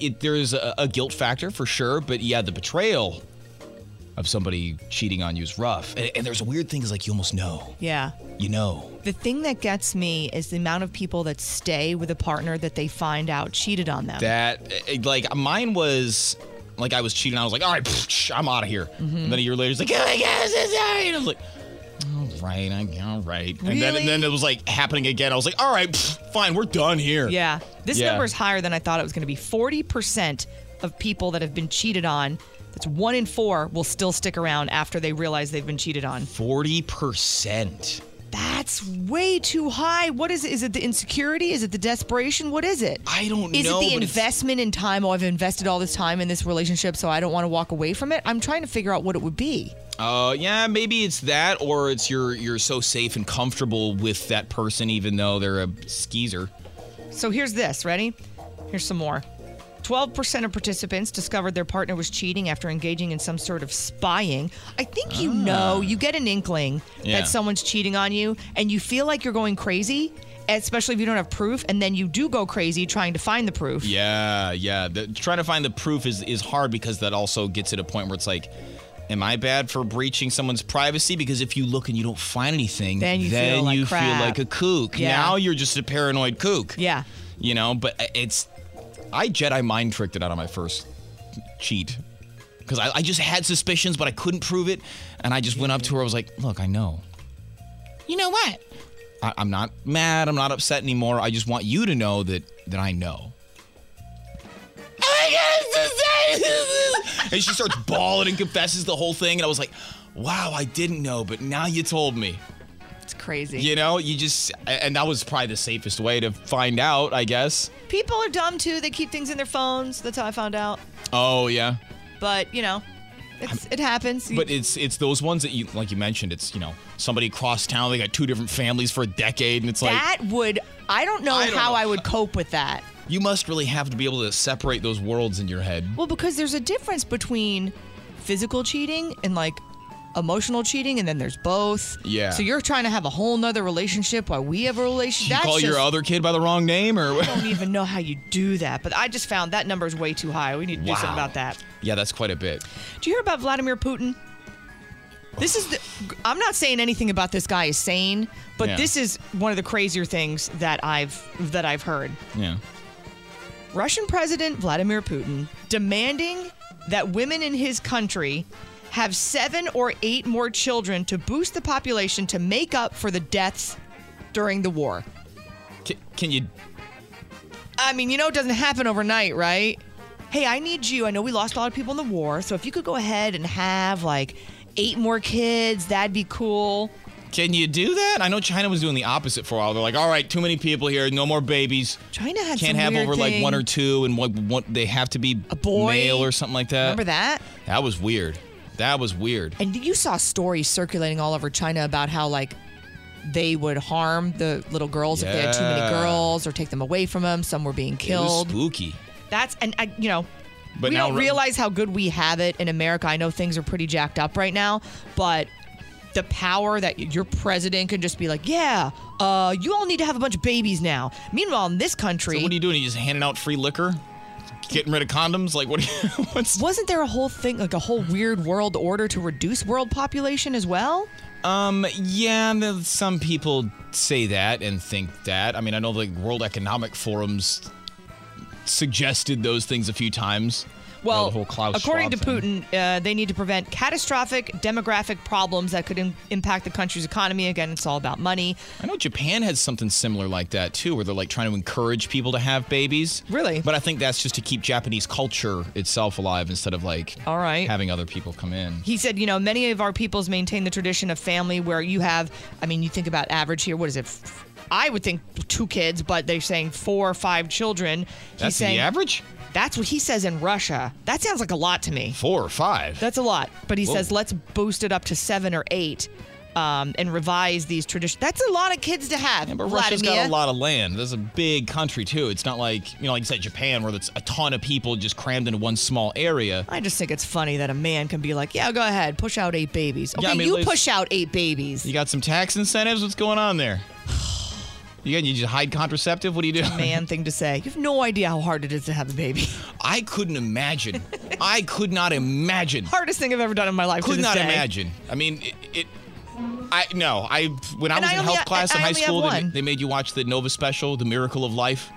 E: it, there's a, a guilt factor for sure. But yeah, the betrayal of somebody cheating on you is rough. And, and there's weird things like you almost know,
C: Yeah.
E: you know.
C: The thing that gets me is the amount of people that stay with a partner that they find out cheated on them.
E: That eh, like mine was like I was cheating. I was like, all right, psh, I'm out of here.
C: Mm-hmm.
E: And then a year later, it's like, oh my gosh, I'm sorry. And I was like, all right, I, all right. And then and then it was like happening again. I was like, all right, psh, fine, we're done here.
C: Yeah. This
E: Yeah.
C: number is higher than I thought it was going to be. 40% of people that have been cheated on, that's one in four, will still stick around after they realize they've been cheated on.
E: forty percent.
C: That's way too high. What is it? Is it the insecurity? Is it the desperation? What is it?
E: I don't
C: is Is
E: know,
C: it
E: but
C: the
E: it's-
C: investment in time? Oh, I've invested all this time in this relationship, so I don't want to walk away from it. I'm trying to figure out what it would be.
E: Uh, yeah, maybe it's that, or it's you're you're so safe and comfortable with that person, even though they're a skeezer.
C: So here's this. Ready? Here's some more. 12% of participants discovered their partner was cheating after engaging in some sort of spying. I think you know, you get an inkling
E: Yeah.
C: that someone's cheating on you and you feel like you're going crazy, especially if you don't have proof, and then you do go crazy trying to find the proof.
E: Yeah, yeah. The, trying to find the proof is is hard because that also gets at a point where it's like, am I bad for breaching someone's privacy? Because if you look and you don't find anything,
C: Then you feel like
E: you
C: crap.
E: like a kook.
C: Yeah.
E: Now you're just a paranoid kook.
C: Yeah.
E: You know, but I- it's I Jedi mind tricked it out of my first cheat. Because I, I just had suspicions, but I couldn't prove it. And I just went up to her. I was like, look, I know. You know what? I, I'm not mad. I'm not upset anymore. I just want you to know that that I know. and she starts bawling and confesses the whole thing. And I was like, wow, I didn't know, but now you told me.
C: It's crazy.
E: You know, you just, and that was probably the safest way to find out, I guess.
C: People are dumb too. They keep things in their phones. That's how I found out.
E: Oh, yeah.
C: But, you know, it's, it happens. You-
E: But it's it's those ones that you like you mentioned. It's you know somebody across town. They got two different families for a decade, and it's like
C: that would, I don't know
E: I don't
C: how
E: know.
C: I would cope with that.
E: you must really have to be able to separate those worlds in your head.
C: Well, because there's a difference between physical cheating and like emotional cheating, and then there's both.
E: Yeah.
C: So you're trying to have a whole nother relationship while we have a relationship.
E: you
C: That's
E: call your
C: just-
E: other kid by the wrong name or
C: I don't even know how you do that, but I just found that number is way too high. We need to do something
E: Wow.
C: about that.
E: yeah that's quite a bit
C: Do you hear about Vladimir Putin? This is the. I'm not saying anything about this guy is sane, but
E: Yeah.
C: this is one of the crazier things that I've that I've heard.
E: yeah
C: Russian President Vladimir Putin demanding that women in his country have seven or eight more children to boost the population to make up for the deaths during the war.
E: can, can you
C: I mean, you know, it doesn't happen overnight, right? Hey, I need you. I know we lost a lot of people in the war, so if you could go ahead and have like eight more kids, that'd be cool.
E: can you do that i know china was doing the opposite for a while they're like all right too many people here no more babies
C: China had some
E: can't have
C: weird
E: over like one
C: thing.
E: or two and what, what they have to be a
C: boy?
E: male or something like that
C: Remember that?
E: that was weird that was weird
C: And you saw stories circulating all over China about how like they would harm the little girls if they had too
E: Yeah.
C: many girls or take them away from them. Some were being killed.
E: it was spooky
C: That's and I, you know,
E: But
C: we
E: now
C: don't
E: re-
C: realize how good we have it in America. I know things are pretty jacked up right now, but the power that y- your president can just be like, "Yeah, uh, you all need to have a bunch of babies now." Meanwhile, in this country,
E: so what are you doing you just handing out free liquor getting rid of condoms like what are you
C: wasn't there a whole thing, like a whole weird world order to reduce world population as well?
E: Um, yeah, the- some people say that and think that. I mean, I know the World Economic Forum's suggested those things a few times.
C: Well,
E: the whole Klaus
C: According
E: Schwab
C: to
E: thing.
C: Putin, uh, they need to prevent catastrophic demographic problems that could im- impact the country's economy. Again, it's all about money.
E: I know Japan has something similar like that too, where they're like trying to encourage people to have babies.
C: Really?
E: But I think that's just to keep Japanese culture itself alive instead of like
C: All right.
E: having other people come in.
C: He said, you know, many of our peoples maintain the tradition of family where you have, I mean, you think about average here, what is it? F- I would think two kids, but they're saying four or five children. He's
E: That's the
C: saying,
E: average?
C: That's what he says in Russia. That sounds like a lot to me.
E: Four or five.
C: That's a lot. But he
E: Whoa.
C: says, let's boost it up to seven or eight um, and revise these traditions. That's a lot of kids to have.
E: But Russia's
C: Vladimir.
E: got a lot of land. That's a big country too. It's not like you know, like you said, Japan, where it's a ton of people just crammed into one small area.
C: I just think it's funny that a man can be like, yeah, go ahead, push out eight babies. Okay,
E: Yeah, I mean,
C: you
E: Liz-
C: push out eight babies.
E: You got some tax incentives? What's going on there? You got you just hide contraceptive? What do you do?
C: Man thing to say. You have no idea how hard it is to have a baby.
E: I couldn't imagine. I could not imagine.
C: Hardest thing I've ever done in my life. to
E: could
C: this
E: not
C: day.
E: imagine. I mean, it, it I no, I when I
C: And
E: was
C: I
E: in
C: only
E: health
C: ha-
E: class
C: I
E: in high
C: only have
E: school, they,
C: one.
E: they made you watch the Nova special, The Miracle of Life.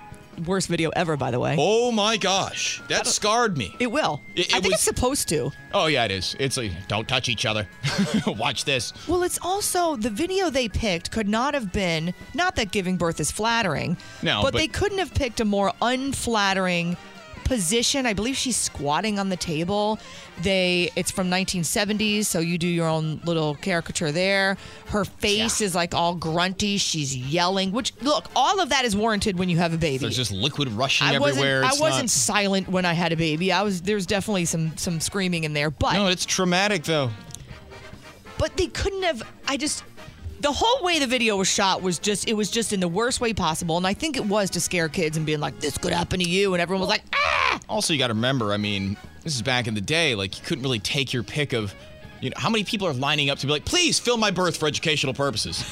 C: Worst video ever, by the way.
E: Oh my gosh, that scarred me.
C: It will.
E: It-
C: I
E: it
C: think
E: was-
C: it's supposed to.
E: Oh yeah, it is. It's like don't touch each other. Watch this.
C: Well, it's also the video they picked could not have been, not that giving birth is flattering,
E: No,
C: but,
E: but-
C: they couldn't have picked a more unflattering position. I believe she's squatting on the table. They it's from 1970s, so you do your own little caricature there. Her face is like all grunty, she's yelling, which look, all of that is warranted when you have a baby.
E: There's just liquid rushing
C: I wasn't,
E: everywhere.
C: I
E: It's
C: wasn't
E: not-
C: silent when I had a baby. I was there's definitely some some screaming in there, but
E: No, it's traumatic though.
C: but they couldn't have i just the whole way the video was shot was just it was just in the worst way possible and i think it was to scare kids and being like this could happen to you and everyone was like ah!
E: Also, you got to remember, I mean, this is back in the day. Like, you couldn't really take your pick of, you know, how many people are lining up to be like, please fill my berth for educational purposes.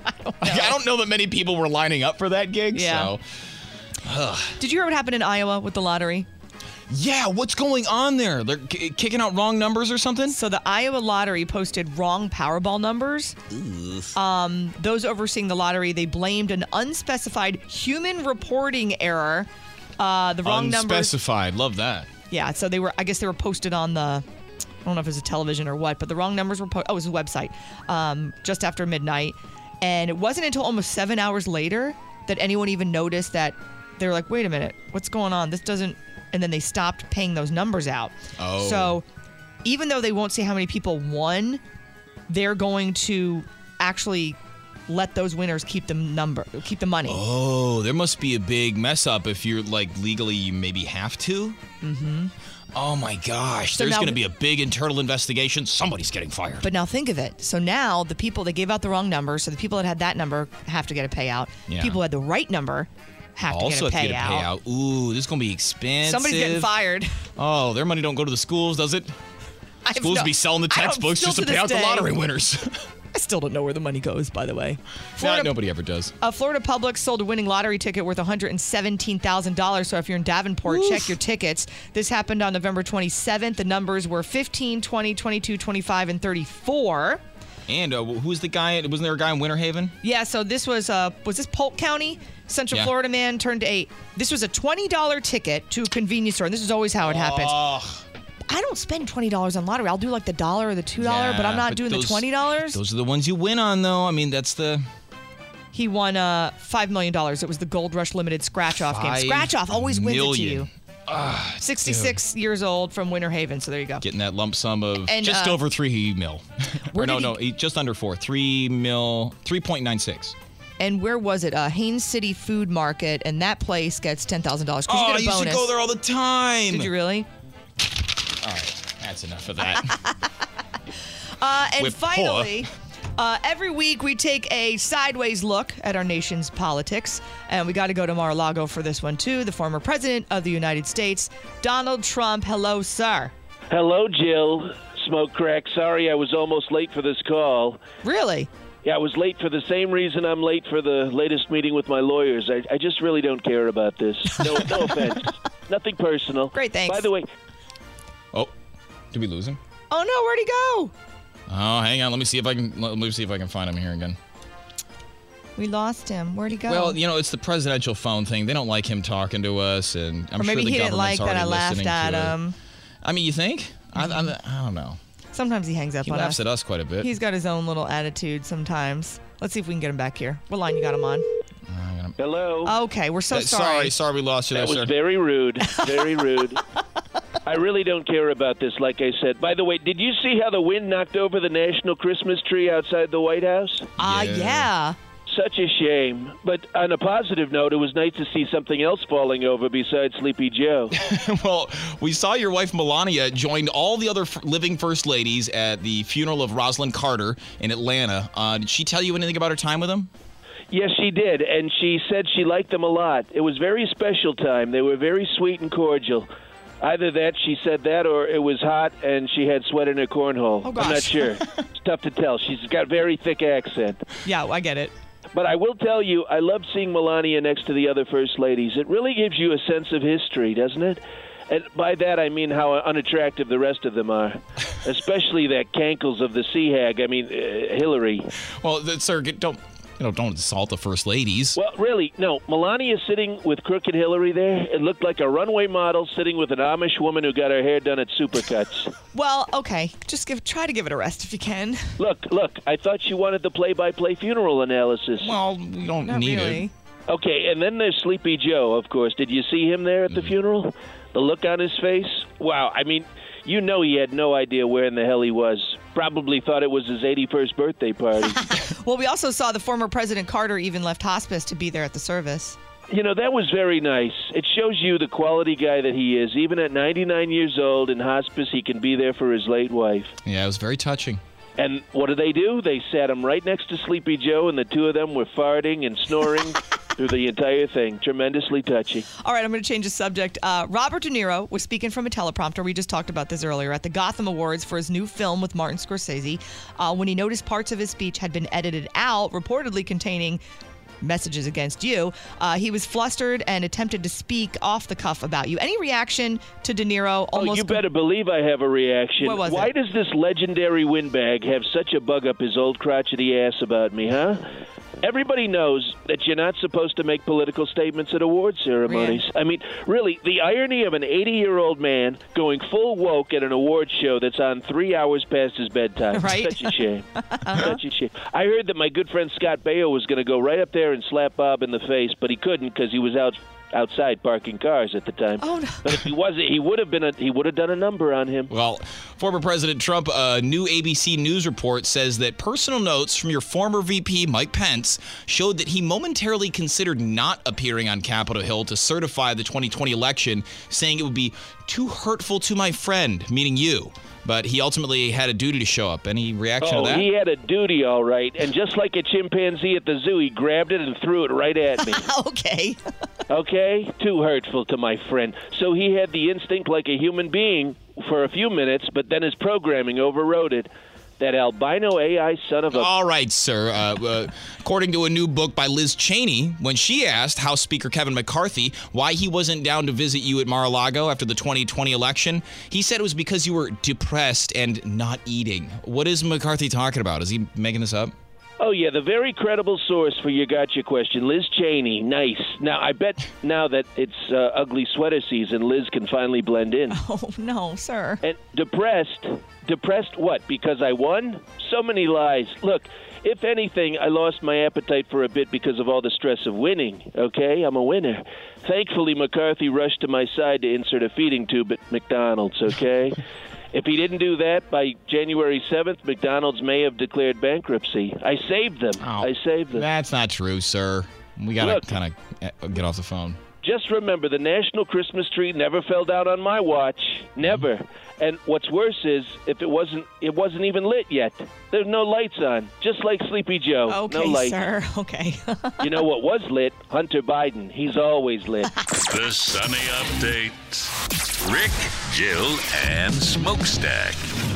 E: I, don't know that many people were lining up for that gig.
C: Yeah.
E: So, Ugh.
C: did you hear what happened in iowa with the lottery
E: yeah, what's going on there? They're k- kicking out wrong numbers or something?
C: so the iowa lottery posted wrong powerball numbers um, those overseeing the lottery they blamed an unspecified human reporting error uh, the wrong numbers
E: Unspecified. Love that.
C: Yeah, so they were. I guess they were posted on the. I don't know if it was a television or what, but the wrong numbers were. Po- oh, it was a website. Um, just after midnight, and it wasn't until almost seven hours later that anyone even noticed that they were like, "Wait a minute, what's going on? This doesn't." And then they stopped paying those numbers out.
E: Oh.
C: So even though they won't say how many people won, they're going to actually let those winners keep the number, keep the money.
E: Oh, there must be a big mess up if you're like legally, you maybe have to.
C: Mm-hmm.
E: Oh my gosh,
C: So
E: there's
C: now-
E: going to be a big internal investigation. Somebody's getting fired.
C: But now think of it. So now the people that gave out the wrong number, so the people that had that number have to get a payout.
E: Yeah.
C: People who had the right number have
E: also
C: to get a
E: have to get a
C: payout.
E: payout. Ooh, this is gonna be expensive.
C: Somebody's getting fired.
E: Oh, their money don't go to the schools, does it?
C: have
E: Schools
C: no-
E: be selling the
C: I don't-
E: textbooks
C: still
E: just to
C: to
E: pay
C: this
E: out the
C: day-
E: lottery winners.
C: I still don't know where the money goes, by the way.
E: nah,
C: Florida-
E: nobody ever does.
C: A Uh, Florida public sold a winning lottery ticket worth $117,000. So if you're in Davenport, check your tickets. This happened on November 27th. The numbers were 15, 20, 22, 25, and 34.
E: And uh, who's the guy? Wasn't there a guy in Winter Haven?
C: Yeah, so this was uh was this Polk County? Central
E: Yeah.
C: Florida man turned eight. This was a twenty dollar ticket to a convenience store, and this is always how it happens. I don't spend twenty dollars on lottery. I'll do like the dollar or the two dollar, but I'm
E: Yeah,
C: not doing
E: those-
C: the twenty dollars.
E: Those are the ones you win on, though. I mean, that's the
C: He won uh five million dollars. It was the Gold Rush Limited scratch off game.
E: Five
C: Scratch off always wins it to
E: million.
C: you. Sixty six years old from Winter Haven, so there you go.
E: getting that lump sum of
C: And,
E: just
C: uh,
E: over three mil. or no, no, e, just under four. Three mil, three point nine six.
C: And where was it? Uh, Haines City Food Market, and that place gets ten thousand dollars.
E: Oh,
C: you
E: I
C: get a
E: used to
C: bonus.
E: go there all the time.
C: Did you really?
E: All right, that's enough of that.
C: Uh, and
E: With
C: finally, uh, every week we take a sideways look at our nation's politics. And we got to go to Mar a Lago for this one, too. The former president of the United States, Donald Trump. Hello, sir.
I: Hello, Jill. Smoke crack. Sorry, I was almost late for this call.
C: Really?
I: Yeah, I was late for the same reason I'm late for the latest meeting with my lawyers. I, I just really don't care about this. No, no offense. Nothing personal. Great,
C: thanks.
I: By the way,
E: oh, did we lose him?
C: Oh, no, where'd he go?
E: Oh, hang on. Let me see if I can. Let me see if I can find him here again.
C: We lost him. Where'd he go?
E: Well, you know, it's the presidential phone thing. They don't like him talking to us, and I'm
C: or maybe
E: sure the
C: he didn't like
E: government's
C: that I
E: already
C: laughed
E: listening
C: at
E: to it.
C: him.
E: I mean, you think? I, I, I don't know.
C: Sometimes he hangs up
E: He
C: on
E: laughs
C: us.
E: at us quite a bit.
C: He's got his own little attitude sometimes. Let's see if we can get him back here. What line you got him on?
I: hello.
C: Okay, we're so
I: Uh,
C: sorry.
I: sorry,
E: Sorry, we lost you
I: that
E: there,
I: was
E: sir.
I: very rude. Very rude. I really don't care about this, like I said. By the way, did you see how the wind knocked over the national Christmas tree outside the White House?
C: Ah, yeah.
I: Such a shame. But on a positive note, it was nice to see something else falling over besides Sleepy Joe.
E: well, we saw your wife Melania joined all the other f- living first ladies at the funeral of Rosalind Carter in Atlanta. Uh, did she tell you anything about her time with him?
I: yes, she did, and she said she liked them a lot. It was very special time. They were very sweet and cordial. Either that she said that, or it was hot and she had sweat in her cornhole.
C: Oh,
I: I'm not
C: gosh.
I: sure. it's tough to tell. She's got very thick accent.
C: Yeah, I get it.
I: But I will tell you, I love seeing Melania next to the other first ladies. It really gives you a sense of history, doesn't it? And by that I mean how unattractive the rest of them are, especially that cankles of the sea hag. I mean, uh, Hillary.
E: Well, th- sir, get, don't you know, don't insult the first ladies.
I: Well, really, no. Melania sitting with crooked Hillary there. It looked like a runway model sitting with an Amish woman who got her hair done at Supercuts.
C: Well, okay. Just give try to give it a rest if you can.
I: look, look. I thought you wanted the play-by-play funeral analysis.
E: Well, we don't
C: Not
E: need
C: really.
E: it.
I: Okay, and then there's Sleepy Joe, of course. Did you see him there at the funeral? The look on his face? Wow, I mean, you know he had no idea where in the hell he was. Probably thought it was his 81st birthday party.
C: Well, we also saw the former President Carter even left hospice to be there at the service.
I: you know, that was very nice. It shows you the quality guy that he is. Even at 99 years old in hospice, he can be there for his late wife.
E: Yeah, it was very touching.
I: And what do they do? They sat him right next to Sleepy Joe, and the two of them were farting and snoring through the entire thing. Tremendously touching.
C: All right, I'm going to change the subject. Uh, Robert De Niro was speaking from a teleprompter. We just talked about this earlier at the Gotham Awards for his new film with Martin Scorsese. Uh, when he noticed parts of his speech had been edited out, reportedly containing messages against you, uh, he was flustered and attempted to speak off the cuff about you. Any reaction to De Niro? Almost.
I: oh, you better believe I have a reaction.
C: What was
I: Why
C: it?
I: does this legendary windbag have such a bug up his old crotchety ass about me, huh? Everybody knows that you're not supposed to make political statements at award ceremonies. I mean, really, the irony of an 80 year old man going full woke at an award show that's on three hours past his bedtime.
C: Right.
I: Such a shame. Such a shame. I heard that my good friend Scott Baio was going to go right up there and slap Bob in the face, but he couldn't because he was out outside parking cars at the time.
C: Oh, no.
I: But if he wasn't, he would have been a, he would have done a number on him.
E: Well, former President Trump, a new ABC News report says that personal notes from your former VP, Mike Pence, showed that he momentarily considered not appearing on Capitol Hill to certify the 2020 election, saying it would be too hurtful to my friend, meaning you. But he ultimately had a duty to show up. Any reaction
I: Oh,
E: to that?
I: he had a duty, all right. And just like a chimpanzee at the zoo, he grabbed it and threw it right at me.
C: okay.
I: okay? Too hurtful to my friend. So he had the instinct, like a human being, for a few minutes, but then his programming overrode it. That albino AI son of a.
E: All right, sir. Uh, uh, according to a new book by Liz Cheney, when she asked House Speaker Kevin McCarthy why he wasn't down to visit you at Mar a Lago after the 2020 election, he said it was because you were depressed and not eating. What is McCarthy talking about? Is he making this up?
I: Oh yeah, the very credible source for your gotcha question, Liz Cheney. Nice. Now I bet now that it's uh, ugly sweater season, Liz can finally blend in.
C: Oh no, sir.
I: And depressed, depressed what? Because I won? So many lies. Look, if anything, I lost my appetite for a bit because of all the stress of winning. Okay, I'm a winner. Thankfully, McCarthy rushed to my side to insert a feeding tube at McDonald's. Okay. If he didn't do that by January 7th, McDonald's may have declared bankruptcy. I saved them. I saved them.
E: That's not true, sir. We gotta kind of get off the phone.
I: Just remember, the national Christmas tree never fell down on my watch. Never.
C: Mm-hmm.
I: And what's worse is, if it wasn't, it wasn't even lit yet. There's no lights on, just like Sleepy Joe. no
C: Okay,
I: lights.
C: sir. Okay.
I: you know what was lit? Hunter Biden. He's always lit.
B: The Sunny Update. Rick, Jill, and Smokestack.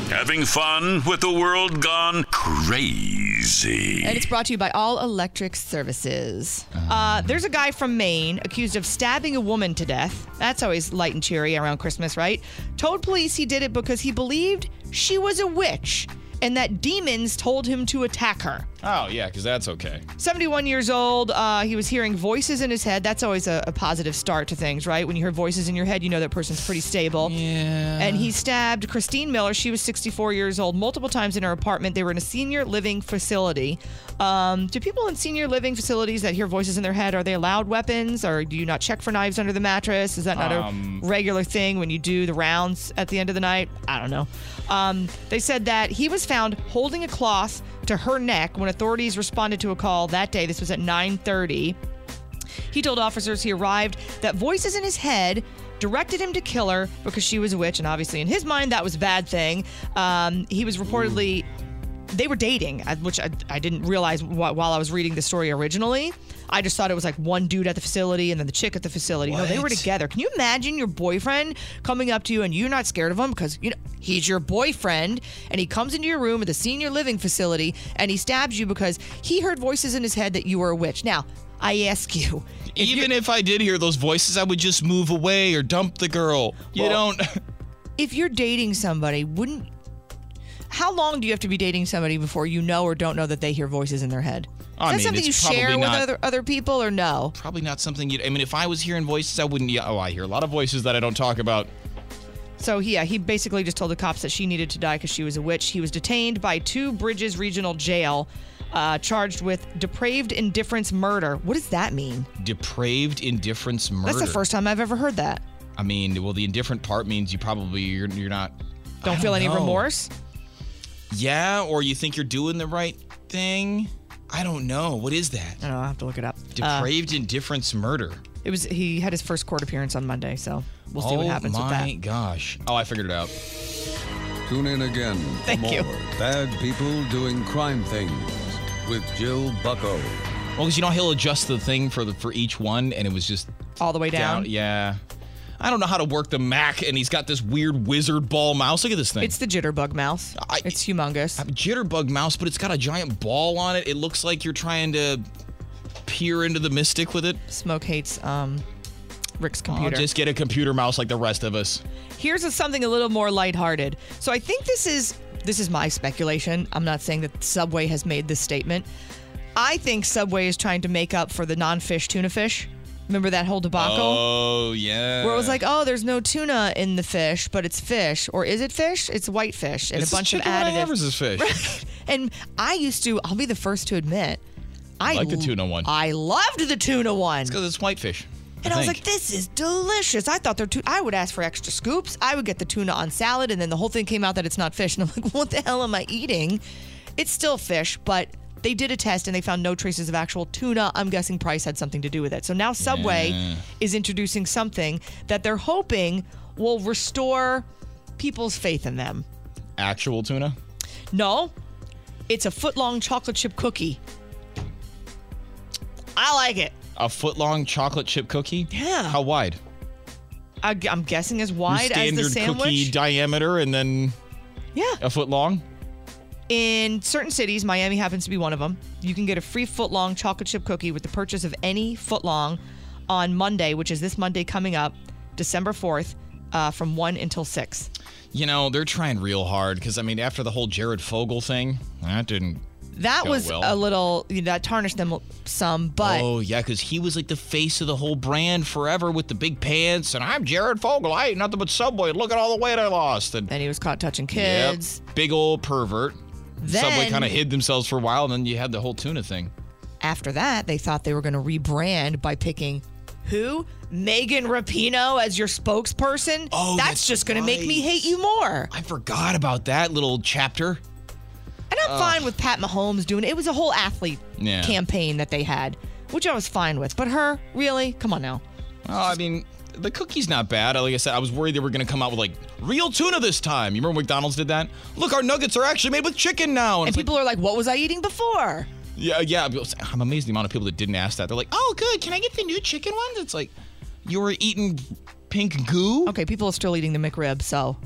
B: Having fun with the world gone crazy.
C: And it's brought to you by All Electric Services. Uh, there's a guy from Maine accused of stabbing a woman to death. That's always light and cheery around Christmas, right? Told police he did it because he believed she was a witch and that demons told him to attack her.
E: Oh yeah, because that's okay.
C: 71 years old. Uh, he was hearing voices in his head. That's always a, a positive start to things, right? When you hear voices in your head, you know that person's pretty stable. Yeah. And he stabbed Christine Miller. She was 64 years old, multiple times in her apartment. They were in a senior living facility. Um, do people in senior living facilities that hear voices in their head, are they allowed weapons? Or do you not check for knives under the mattress? Is that not
E: Um,
C: a regular thing when you do the rounds at the end of the night? I don't know. Um, they said that he was found holding a cloth to her neck when authorities responded to a call that day. This was at 9:30. He told officers he arrived that voices in his head directed him to kill her because she was a witch, and obviously in his mind that was a bad thing. Um, he was reportedly they were dating, I- which I, I didn't realize wh- while I was reading the story originally. I just thought it was like one dude at the facility and then the chick at the facility. No, they were
E: What?
C: together. Can you imagine your boyfriend coming up to you and you're not scared of him because you know he's your boyfriend and he comes into your room at the senior living facility and he stabs you because he heard voices in his head that you were a witch. Now, I ask you,
E: Even if I did hear those voices, I would just move away or dump the girl. You don't.
C: if you're dating somebody, wouldn't how long do you have to be dating somebody before you know or don't know that they hear voices in their head? Is
E: I
C: that
E: mean,
C: something
E: it's
C: you share
E: probably
C: with
E: not-
C: other other people or no?
E: Probably not something you. I mean, if I was hearing voices, I wouldn't. Yeah, oh, I hear a lot of voices that I don't talk about.
C: So yeah, he basically just told the cops that she needed to die because she was a witch. He was detained by Two Bridges Regional Jail, uh, charged with depraved indifference murder. What does that mean?
E: Depraved indifference murder.
C: That's the first time I've ever heard that.
E: I mean, well, the indifferent part means you probably you're, you're not. I
C: Don't feel any
E: know.
C: remorse.
E: Yeah, or you think you're doing the right thing. I don't know. What is that?
C: I don't know. I have to look it up. Uh,
E: Depraved indifference murder.
C: It was he had his first court appearance on Monday, so we'll see
E: oh
C: what happens
E: my
C: with that.
E: gosh. Oh, I figured it out.
W: Tune in again for
C: Thank
W: more
C: you.
W: Bad People Doing Crime Things with Jill Bucko.
E: Well, because you know he'll adjust the thing for the for each one, and it was just
C: all the way down?
E: Yeah, I don't know how to work the Mac, and he's got this weird wizard ball mouse. Look at this thing.
C: It's the jitterbug mouse. it's humongous.
E: I have a jitterbug mouse, but it's got a giant ball on it. It looks like you're trying to peer into the mystic with it.
C: Smoke hates um, Rick's
E: I'll
C: computer.
E: just get a computer mouse like the rest of us.
C: Here's a, something a little more lighthearted. So I think this is this is my speculation. I'm not saying that Subway has made this statement. I think Subway is trying to make up for the non-fish tuna fish. Remember that whole debacle?
E: Oh yeah.
C: Where it was like, oh, there's no tuna in the fish, but it's fish, or is it fish? It's white fish, and
E: It's
C: a bunch of
E: chicken and
C: additives.
E: Evers' fish.
C: And I used to, I'll be the first to admit, I
E: Like the
C: l-
E: tuna one.
C: I loved the tuna one.
E: It's because it's whitefish.
C: And I, was
E: think.
C: like, this is delicious. I thought they're too, I would ask for extra scoops. I would get the tuna on salad. And then the whole thing came out that it's not fish. And I'm like, what the hell am I eating? It's still fish, but they did a test and they found no traces of actual tuna. I'm guessing price had something to do with it. So now Subway
E: Yeah.
C: is introducing something that they're hoping will restore people's faith in them.
E: actual tuna.
C: No, it's a foot long chocolate chip cookie. I like it.
E: A foot long chocolate chip cookie?
C: Yeah.
E: How wide?
C: I, am guessing as wide as
E: standard
C: the sandwich.
E: cookie diameter and then
C: yeah,
E: a foot long.
C: In certain cities, Miami happens to be one of them, you can get a free footlong chocolate chip cookie with the purchase of any footlong on Monday, which is this Monday coming up, December 4th, uh, from 1 until 6.
E: You know they're trying real hard because I mean after the whole Jared Fogle thing, that didn't.
C: That
E: go
C: was
E: well.
C: a little, you know, that tarnished them some, but
E: Oh yeah, because he was like the face of the whole brand forever with the big pants, and I'm Jared Fogle. I ate nothing but Subway. Look at all the weight I lost. And,
C: he was caught touching kids.
E: big old pervert. Subway
C: Then-
E: kind of hid themselves for a while, and then you had the whole tuna thing.
C: after that, they thought they were going to rebrand by picking who? Megan Rapino as your spokesperson? Oh, that's, just going to make me hate you more.
E: I forgot about that little chapter.
C: And I'm
E: Ugh.
C: fine with Pat Mahomes doing it. It was a whole athlete
E: Yeah.
C: campaign that they had, which I was fine with. But her, really? Come on now.
E: Oh, I mean, the cookie's not bad. Like I said, I was worried they were going to come out with like real tuna this time. You remember when McDonald's did that? Look, our nuggets are actually made with chicken now. And, people
C: are like, what was I eating before?
E: Yeah, yeah. I'm- I'm amazed the amount of people that didn't ask that. They're like, oh, good. Can I get the new chicken ones? It's like, you were eating pink goo?
C: Okay, people are still eating the McRib, so.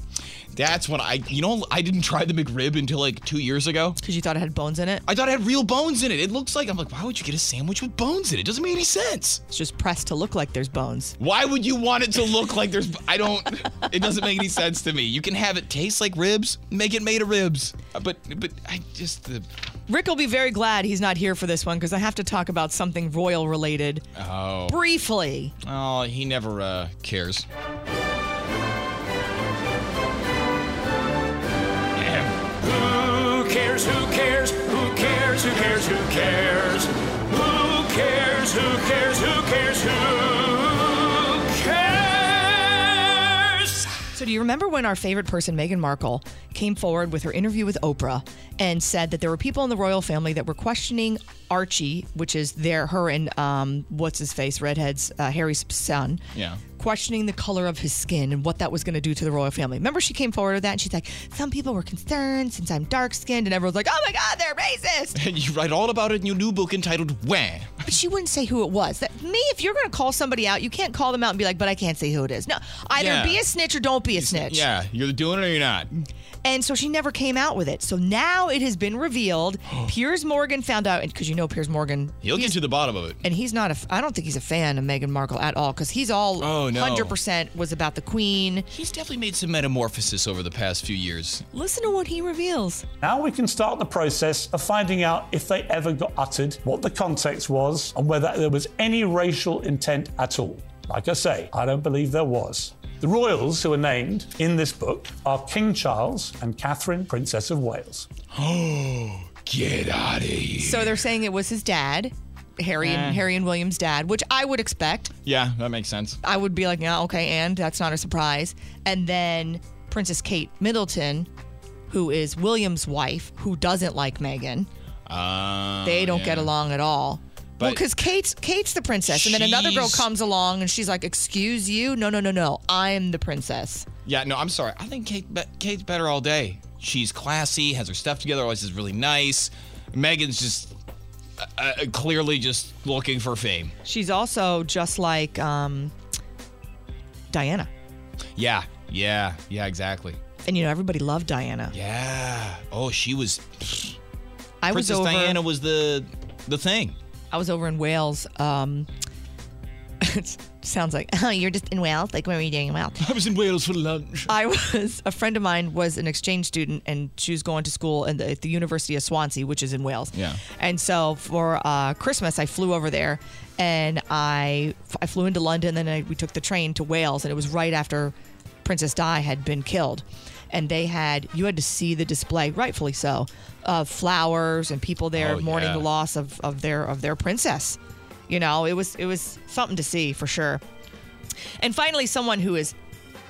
E: that's when I, you know, I didn't try the McRib until like two years ago.
C: Because you thought it had bones in it?
E: I thought it had real bones in it. It looks like, I'm like, why would you get a sandwich with bones in it? It doesn't make any sense.
C: It's just pressed to look like there's bones.
E: Why would you want it to look like there's? I don't. It doesn't make any sense to me. You can have it taste like ribs, make it made of ribs. Uh, But but I just the
C: Rick will be very glad he's not here for this one because I have to talk about something royal related
E: oh
C: briefly.
E: oh he never uh, cares.
D: Who cares? Who cares? Who cares? Who cares? Who cares? Who cares? Who cares? Who cares? Who cares?
C: So, do you remember when our favorite person, Meghan Markle, came forward with her interview with Oprah and said that there were people in the royal family that were questioning Archie, which is their her and um, what's his face, redhead's uh, Harry's son,
E: Yeah.
C: questioning the color of his skin and what that was going to do to the royal family. Remember, she came forward with that, and she's like, "Some people were concerned since I'm dark skinned," and everyone's like, "Oh my God, they're racist."
E: And you write all about it in your new book entitled "Where."
C: But she wouldn't say who it was. That, me, if you're going to call somebody out, you can't call them out and be like, "But I can't say who it is." No, either
E: Yeah.
C: be a snitch or don't be a snitch.
E: Yeah, you're doing it or you're not.
C: And so she never came out with it. So now it has been revealed. Piers Morgan found out, because you know Piers Morgan,
E: He'll get to the bottom of it.
C: and he's not a, f- I don't think he's a fan of Meghan Markle at all, because he's all
E: Oh, no.
C: 100% was about the Queen.
E: He's definitely made some metamorphosis over the past few years.
C: Listen to what he reveals.
J: Now we can start the process of finding out if they ever got uttered, what the context was, and whether there was any racial intent at all. Like I say, I don't believe there was. The royals who are named in this book are King Charles and Catherine, Princess of Wales.
E: Oh, get out of here.
C: So they're saying it was his dad, Harry
E: Eh.
C: and Harry and William's dad, which I would expect.
E: Yeah, that makes sense.
C: I would be like, yeah, okay, and that's not a surprise. And then Princess Kate Middleton, who is William's wife, who doesn't like Meghan.
E: Uh,
C: they don't
E: yeah.
C: get along at all. Well,
E: But-
C: because Kate's Kate's the princess, and then another girl
E: She's-
C: comes along and she's like, "Excuse you? No, no, no, no! I'm the princess."
E: Yeah, no, I'm sorry. I think Kate be- Kate's better all day. She's classy, has her stuff together, always is really nice. Megan's just uh, uh, clearly just looking for fame.
C: She's also just like um, Diana,
E: Yeah, yeah, yeah, exactly.
C: and you know everybody loved Diana.
E: Yeah. Oh, she was.
C: I was
E: Princess
C: over-
E: Diana was the the thing.
C: I was over in Wales. Um, it sounds like oh, you're just in Wales. Like what were you doing in Wales?
E: I was in Wales for lunch.
C: I was a friend of mine was an exchange student, and she was going to school in the, at the University of Swansea, which is in Wales.
E: Yeah.
C: And so for uh, Christmas, I flew over there, and I I flew into London, then I, we took the train to Wales, and it was right after Princess Di had been killed, and they had you had to see the display, rightfully so, of flowers and people there
E: Oh,
C: mourning
E: yeah.
C: the loss of, of their of their princess. You know, it was it was something to see for sure. And finally, someone who is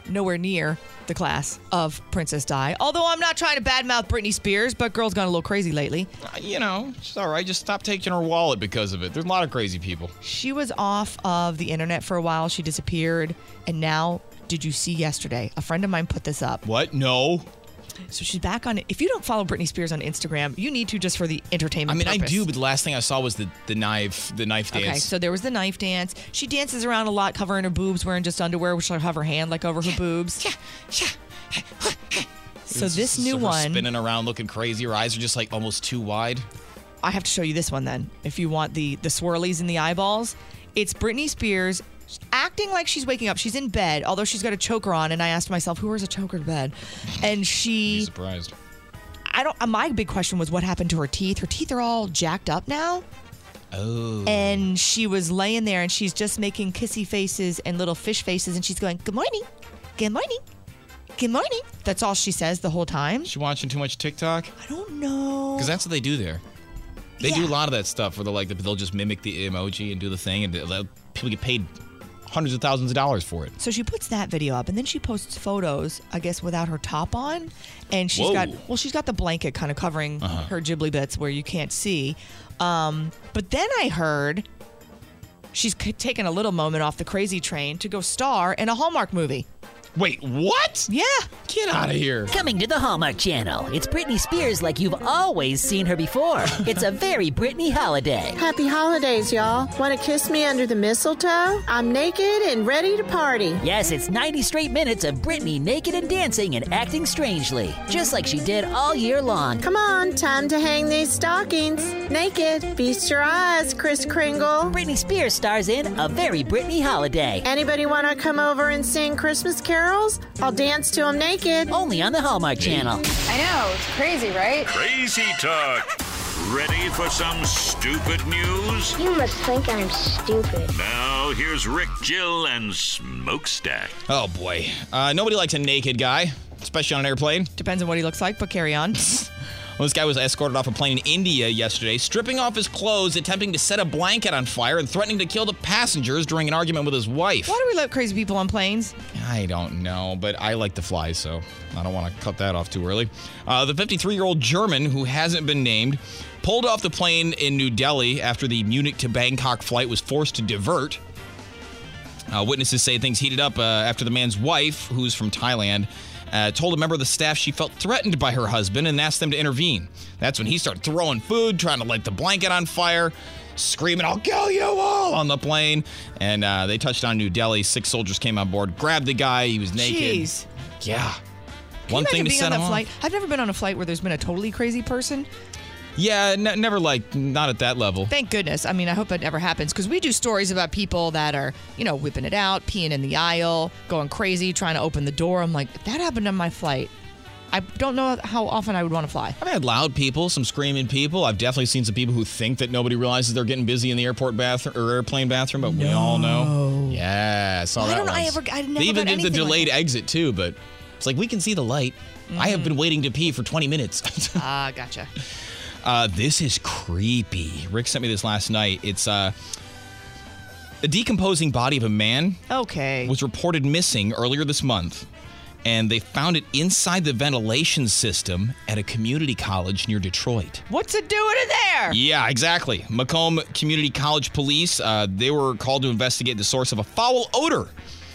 C: nowhere near the class of Princess Di. Although I'm not trying to badmouth Britney Spears, but girl's gone a little crazy lately.
E: Uh, You know, she's all right. Just stop taking her wallet because of it. There's a lot of crazy people.
C: She was off of the internet for a while. She disappeared. And now, did you see yesterday? A friend of mine put this up.
E: What? No.
C: So she's back on it. If you don't follow Britney Spears on Instagram, you need to just for the
E: I
C: entertainment.
E: mean, I
C: purpose.
E: do, but the last thing I saw was the, the knife, the knife dance.
C: Okay, so there was the knife dance. She dances around a lot, covering her boobs, wearing just underwear, which will have her hand like over her boobs. Yeah, yeah. So
E: It's
C: this
E: just
C: new
E: her
C: one,
E: spinning around, looking crazy. Her eyes are just like almost too wide.
C: I have to show you this one then, if you want the the swirlies in the eyeballs. It's Britney Spears acting like she's waking up. She's in bed, although she's got a choker on. And I asked myself, who wears a choker to bed? And she
E: surprised.
C: I don't. uh, My big question was what happened to her teeth. Her teeth are all jacked up now.
E: Oh.
C: And she was laying there and she's just making kissy faces and little fish faces and she's going, Good morning. Good morning. Good morning. That's all she says the whole time.
E: She watching too much TikTok?
C: I don't know.
E: Because that's what they do there. They do a lot of that stuff where they're like, they'll just mimic the emoji and do the thing, and they'll- people get paid hundreds of thousands of dollars for it.
C: So she puts that video up and then she posts photos, I guess, without her top on. And she's
E: Whoa.
C: got, well, she's got the blanket kind of covering
E: Uh-huh.
C: her ghibli bits where you can't see. Um, but then I heard she's c- taken a little moment off the crazy train to go star in a Hallmark movie.
E: Wait, what?
C: Yeah.
E: Get outta here.
K: Coming to the Hallmark Channel, it's Britney Spears like you've always seen her before. It's a very Britney holiday.
A: Happy holidays, y'all. Want to kiss me under the mistletoe? I'm naked and ready to party.
K: Yes, it's 90 straight minutes of Britney naked and dancing and acting strangely, just like she did all year long.
A: Come on, time to hang these stockings. Naked. Feast your eyes, Chris Kringle.
K: Britney Spears stars in A Very Britney Holiday.
A: Anybody want to come over and sing Christmas carols? I'll dance to 'em naked.
K: Only on the Hallmark Channel.
R: I know, it's crazy, right?
B: Crazy Talk. Ready for some stupid news?
L: You must think I'm stupid.
B: Now, here's Rick, Jill, and Smokestack.
E: Oh, boy. Uh, nobody likes a naked guy, especially on an airplane.
C: Depends on what he looks like, but carry on.
E: Well, this guy was escorted off a plane in India yesterday, stripping off his clothes, attempting to set a blanket on fire, and threatening to kill the passengers during an argument with his wife.
C: Why do we let crazy people on planes?
E: I don't know, but I like to fly, so I don't want to cut that off too early. Uh, the 53 year old German, who hasn't been named, pulled off the plane in New Delhi after the Munich to Bangkok flight was forced to divert. Uh, witnesses say things heated up uh, after the man's wife, who's from Thailand, uh, told a member of the staff she felt threatened by her husband and asked them to intervene. That's when he started throwing food, trying to light the blanket on fire, screaming, I'll kill you all on the plane. And uh, they touched on New Delhi. Six soldiers came on board, grabbed the guy. He was naked.
C: Jeez.
E: Yeah.
C: Can
E: One
C: you
E: thing
C: imagine
E: to
C: being
E: set
C: on
E: him
C: that
E: off.
C: flight. I've never been on a flight where there's been a totally crazy person.
E: Yeah, ne- never like, not at that level.
C: Thank goodness. I mean, I hope that never happens because we do stories about people that are, you know, whipping it out, peeing in the aisle, going crazy, trying to open the door. I'm like, if that happened on my flight, I don't know how often I would want to fly.
E: I've had loud people, some screaming people. I've definitely seen some people who think that nobody realizes they're getting busy in the airport bathroom or airplane bathroom, but we all know. Yeah, I saw
C: Why
E: that
C: don't I
E: once.
C: ever- I never
E: they
C: got
E: even did the
C: anything like
E: delayed exit too, but it's like we can see the light. I have been waiting to pee for 20 minutes.
C: Mm-hmm. Ah, gotcha.
E: Uh, this is creepy. Rick sent me this last night. It's uh, the decomposing body of a man.
C: Okay.
E: Was reported missing earlier this month, and they found it inside the ventilation system at a community college near Detroit.
C: What's it doing in there?
E: Yeah, exactly. Macomb Community College Police, uh, they were called to investigate the source of a foul odor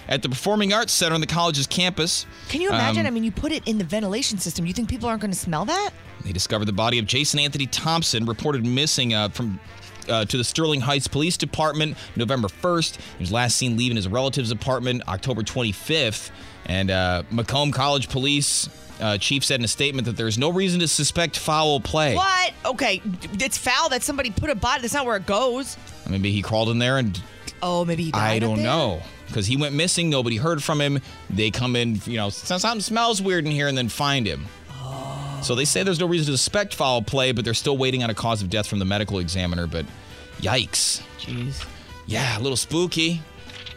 E: at the Performing Arts Center on the college's campus.
C: Can you imagine?
E: Um,
C: I mean, you put it in the ventilation system. You think people aren't going to smell that?
E: They discovered the body of Jason Anthony Thompson, reported missing uh, from. Uh, to the Sterling Heights Police Department, November 1st. He was last seen leaving his relative's apartment October 25th. And uh, Macomb College Police uh, Chief said in a statement that there's no reason to suspect foul play.
C: What? Okay, it's foul that somebody put a body. That's not where it goes.
E: Maybe he crawled in there and
C: Oh, maybe he died.
E: I
C: up
E: don't
C: there?
E: know because he went missing. Nobody heard from him. They come in, you know, "S- something smells weird in here, and then find him.
C: Oh.
E: So they say there's no reason to suspect foul play, but they're still waiting on a cause of death from the medical examiner. But yikes!
C: Jeez.
E: Yeah, a little spooky.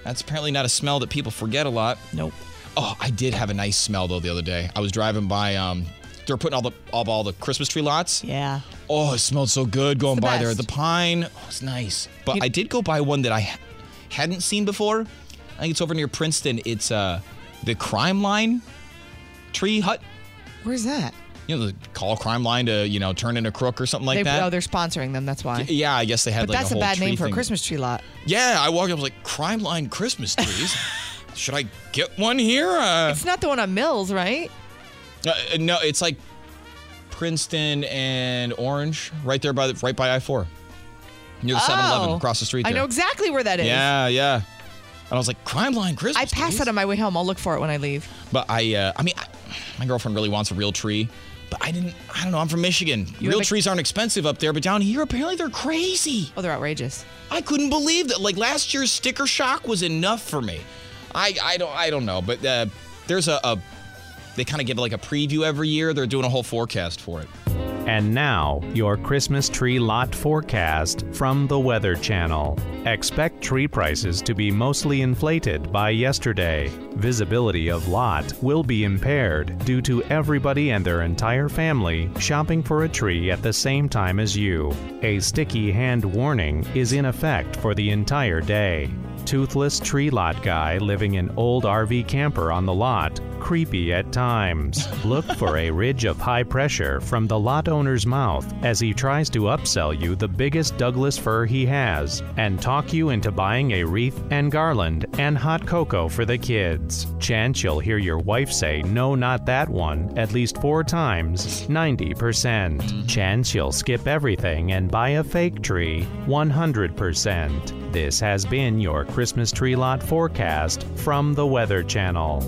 E: That's apparently not a smell that people forget a lot.
C: Nope.
E: Oh, I did have a nice smell though the other day. I was driving by. Um, they're putting all the all, all the Christmas tree lots.
C: Yeah.
E: Oh, it smelled so good going
C: the
E: by there.
C: best.
E: The pine. Oh, it's nice. But
C: You-
E: I did go by one that I ha- hadn't seen before. I think it's over near Princeton. It's uh the crime line tree hut.
C: Where's that?
E: You know, the call crime line to, you know, turn in a crook or something like
C: they,
E: that.
C: Oh, they're sponsoring them. That's why.
E: yeah, I guess they had
C: but
E: like
C: that's
E: a,
C: a,
E: whole
C: bad
E: tree
C: name for a
E: thing.
C: Christmas tree lot.
E: Yeah, I walked up I was like crime line Christmas trees. Should I get one here? Uh,
C: It's not the one on Mills, right?
E: Uh, uh, no, it's like Princeton and Orange, right there by the, right by I four. Near the 7 Eleven
C: Oh.
E: across the street.
C: I
E: there.
C: know exactly where that is.
E: Yeah, yeah. And I was like, crime line Christmas.
C: I pass that on my way home. I'll look for it when I leave.
E: But I, uh, I mean, I, my girlfriend really wants a real tree. But I didn't. I don't know. I'm from Michigan.
C: You
E: real
C: have a-
E: trees aren't expensive up there, but down here apparently they're crazy.
C: Oh, they're outrageous.
E: I couldn't believe that. Like last year's sticker shock was enough for me. I, I don't, I don't know. But uh, there's a, a they kind of give like a preview every year. They're doing a whole forecast for it.
M: And now, your Christmas tree lot forecast from the Weather Channel. Expect tree prices to be mostly inflated by yesterday. Visibility of lot will be impaired due to everybody and their entire family shopping for a tree at the same time as you. A sticky hand warning is in effect for the entire day. Toothless tree lot guy living in old RV camper on the lot, creepy at times. Look for a ridge of high pressure from the lot owner's mouth as he tries to upsell you the biggest Douglas fir he has and talk you into buying a wreath and garland and hot cocoa for the kids. Chance you'll hear your wife say, No, not that one, at least four times, 90%. Chance you'll skip everything and buy a fake tree, 100%. This has been your Christmas tree lot forecast from the Weather Channel.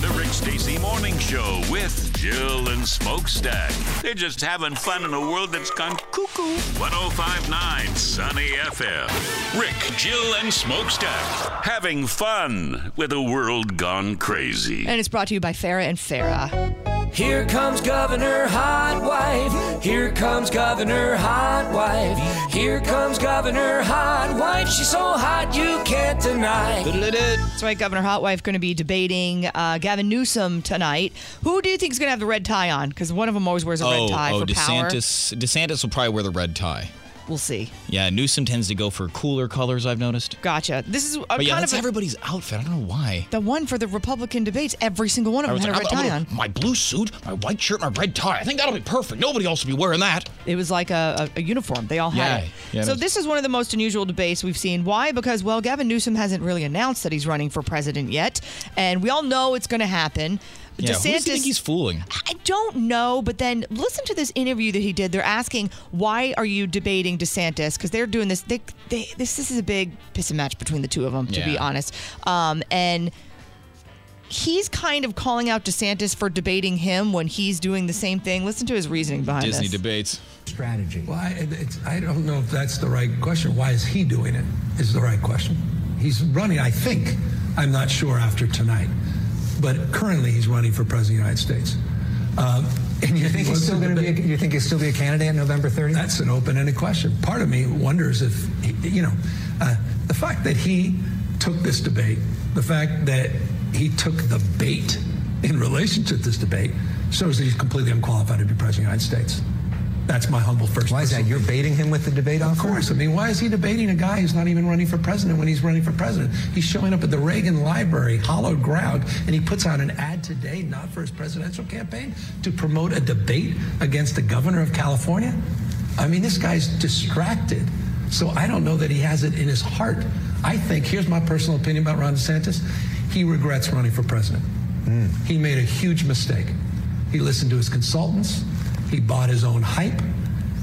B: The Rick Stacy Morning Show with Jill and Smokestack. They're just having fun in a world that's gone cuckoo. 1059 Sunny FM. Rick, Jill, and Smokestack. Having fun with a world gone crazy.
C: And it's brought to you by Farah and Farah.
D: Here comes Governor Hot Wife. Here comes Governor Hot Wife. Here comes Governor Hot Wife. She's so hot you can't deny.
C: That's right, Governor Hotwife going to be debating uh, Gavin Newsom tonight. Who do you think is going to have the red tie on? Because one of them always wears a red tie
E: oh,
C: for
E: DeSantis, DeSantis will probably wear the red tie.
C: power. We'll see.
E: Yeah, Newsom tends to go for cooler colors. I've noticed.
C: Gotcha. This is a
E: but yeah,
C: kind
E: that's
C: of a-
E: everybody's outfit. I don't know why.
C: The one for the Republican debates, every single one of them had a
E: Everyone's
C: red
E: like,
C: tie
E: I'm- I'm
C: on.
E: gonna- My blue suit, my white shirt, my red tie. I think that'll be perfect. Nobody else will be wearing that.
C: It was like a, a, a uniform. They all had
E: Yeah,
C: it.
E: yeah,
C: so
E: that's-
C: this is one of the most unusual debates we've seen. Why? Because well, Gavin Newsom hasn't really announced that he's running for president yet, and we all know it's going to happen.
E: Yeah, who does he
C: DeSantis-
E: think he's fooling?
C: I don't know, but then listen to this interview that he did. They're asking why are you debating DeSantis because they're doing this. They, they this this is a big piss and match between the two of them, to be
X: Yeah.
C: honest. Um, and he's kind of calling out DeSantis for debating him when he's doing the same thing. Listen to his reasoning behind
E: Disney
C: this.
E: debates.
G: strategy? Well, I, it's, I don't know if that's the right question. Why is he doing it? Is the right question. He's running, I think. I'm not sure after tonight, but currently he's running for president of the United States. Um, and you think he's still going to be? A, you think he'll still be a candidate on November 30th? That's an open-ended question. Part of me wonders if, he- you know, uh, the fact that he took this debate, the fact that he took the bait in relationship to this debate, shows that he's completely unqualified to be president of the United States. That's my humble first. Why is that? You're baiting him with the debate offer? Of course. I mean, why is he debating a guy who's not even running for president when he's running for president? He's showing up at the Reagan Library, hollow ground, and he puts out an ad today, not for his presidential campaign, to promote a debate against the governor of California. I mean, this guy's distracted. So I don't know that he has it in his heart. I think, here's my personal opinion about Ron DeSantis he regrets running for president. He made a huge mistake. He listened to his consultants. He bought his own hype.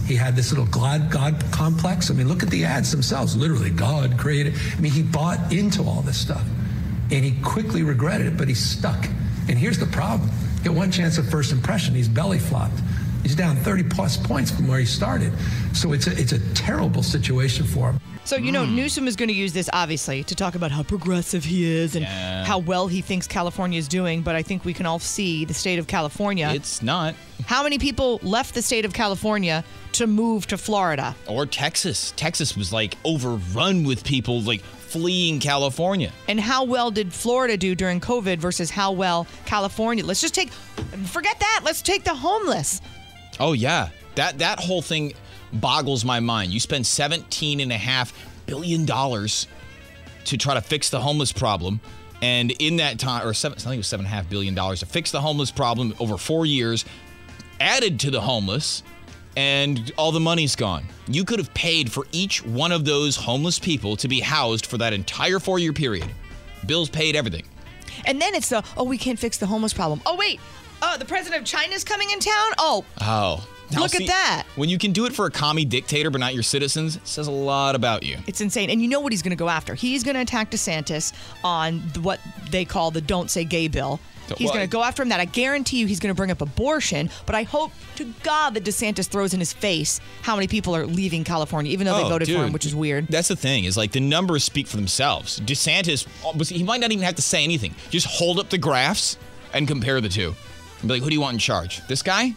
G: He had this little God, God complex. I mean, look at the ads themselves. Literally, God created. I mean, he bought into all this stuff, and he quickly regretted it. But he's stuck. And here's the problem: get one chance at first impression. He's belly flopped. He's down 30 plus points from where he started. So it's a, it's a terrible situation for him.
C: So you
E: Hmm.
C: know Newsom is going to use this obviously to talk about how progressive he is and how well he thinks California is doing, but I think we can all see the state of California.
E: It's not.
C: How many people left the state of California to move to Florida?
E: Or Texas. Texas was like overrun with people like fleeing California.
C: And how well did Florida do during COVID versus how well California? Let's just take forget that. Let's take the homeless.
E: Oh yeah. That that whole thing boggles my mind. You spend 17 and a half billion dollars to try to fix the homeless problem. And in that time, or seven, I think it was seven and a half billion dollars to fix the homeless problem over four years, added to the homeless, and all the money's gone. You could have paid for each one of those homeless people to be housed for that entire four year period. Bills paid everything.
C: And then it's the oh we can't fix the homeless problem. Oh wait, Oh, the president of China's coming in town? Oh,
E: Oh.
C: Look at that.
E: When you can do it for a commie dictator but not your citizens, it says a lot about you.
C: It's insane. And you know what he's going to go after. He's going to attack DeSantis on th- what they call the Don't Say Gay bill.
E: Don't-
C: He's
E: well,
C: going to go after him that. I guarantee you he's going to bring up abortion, but I hope to God that DeSantis throws in his face how many people are leaving California, even though they
E: Oh,
C: voted for him,
E: dude.
C: which is weird.
E: That's the thing is like the numbers speak for themselves. DeSantis, uh, he might not even have to say anything. Just hold up the graphs and compare the two. And be like, who do you want in charge? This guy?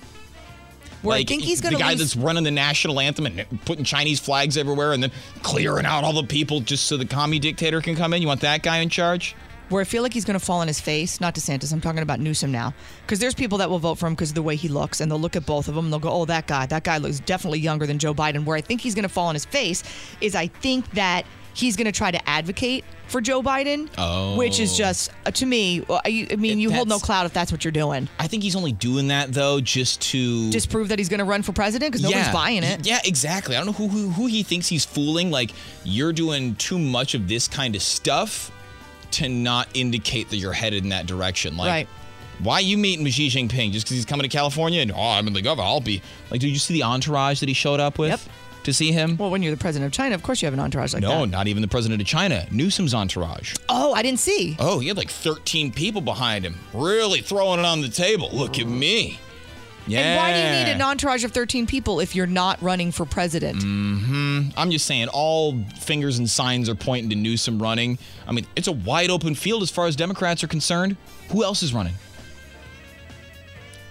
C: Well, I think he's gonna
E: the guy
C: leave-
E: that's running the national anthem and putting Chinese flags everywhere and then clearing out all the people just so the commie dictator can come in. You want that guy in charge?
C: Where I feel like he's going to fall on his face, not DeSantis. I'm talking about Newsom now, because there's people that will vote for him because of the way he looks, and they'll look at both of them and they'll go, "Oh, that guy. That guy looks definitely younger than Joe Biden." Where I think he's going to fall on his face is I think that he's going to try to advocate for Joe Biden,
E: Oh.
C: which is just uh, to me. well, I I mean, you hold no
E: that's-
C: cloud if that's what you're doing.
E: I think he's only doing that though just to
C: Disprove that he's going to run for president because nobody's
E: Yeah.
C: buying it.
E: Yeah, exactly. I don't know who, who who he thinks he's fooling. Like you're doing too much of this kind of stuff to not indicate that you're headed in that direction. Like,
C: Right.
E: why you meeting with Xi Jinping just because he's coming to California and oh I'm in the governor I'll be like, did you see the entourage that he showed up with to see him?
C: Well, when you're the president of China, of course you have an entourage like
E: no,
C: that.
E: not even the president of China, Newsom's entourage.
C: Oh, I didn't see.
E: Oh, he had like 13 people behind him, really throwing it on the table. Look at me. Yeah.
C: And why do you need an entourage of 13 people if you're not running for president?
E: hmm I'm just saying, all fingers and signs are pointing to Newsom running. I mean, it's a wide open field as far as Democrats are concerned. Who else is running?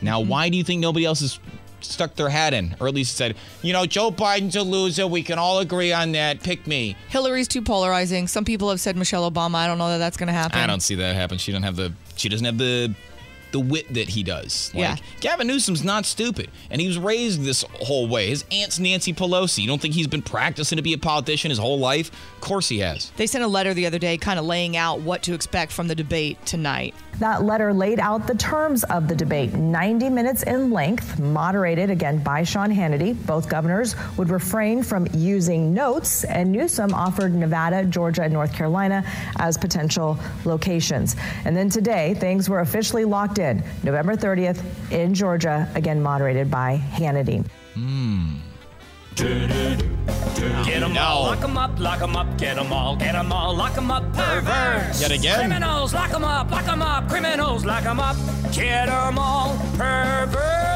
E: Now, why do you think nobody else has stuck their hat in, or at least said, you know, Joe Biden's a loser. We can all agree on that. Pick me.
C: Hillary's too polarizing. Some people have said Michelle Obama. I don't know that that's going to happen.
E: I don't see that happen. She doesn't have the. She doesn't have the. The wit that he does. Like,
C: Yeah.
E: Gavin Newsom's not stupid, and he was raised this whole way. His aunt's Nancy Pelosi. You don't think he's been practicing to be a politician his whole life? Of course he has.
C: They sent a letter the other day kind of laying out what to expect from the debate tonight.
X: That letter laid out the terms of the debate, 90 minutes in length, moderated again by Sean Hannity. Both governors would refrain from using notes, and Newsom offered Nevada, Georgia, and North Carolina as potential locations. And then today, things were officially locked in November 30th in Georgia, again moderated by Hannity.
O: Get 'em all, lock 'em up, lock 'em up, get 'em all, get 'em all, lock 'em up, perverts.
E: Yet again.
O: Criminals, lock 'em up, lock 'em up, criminals, lock 'em up, get 'em all, perverts.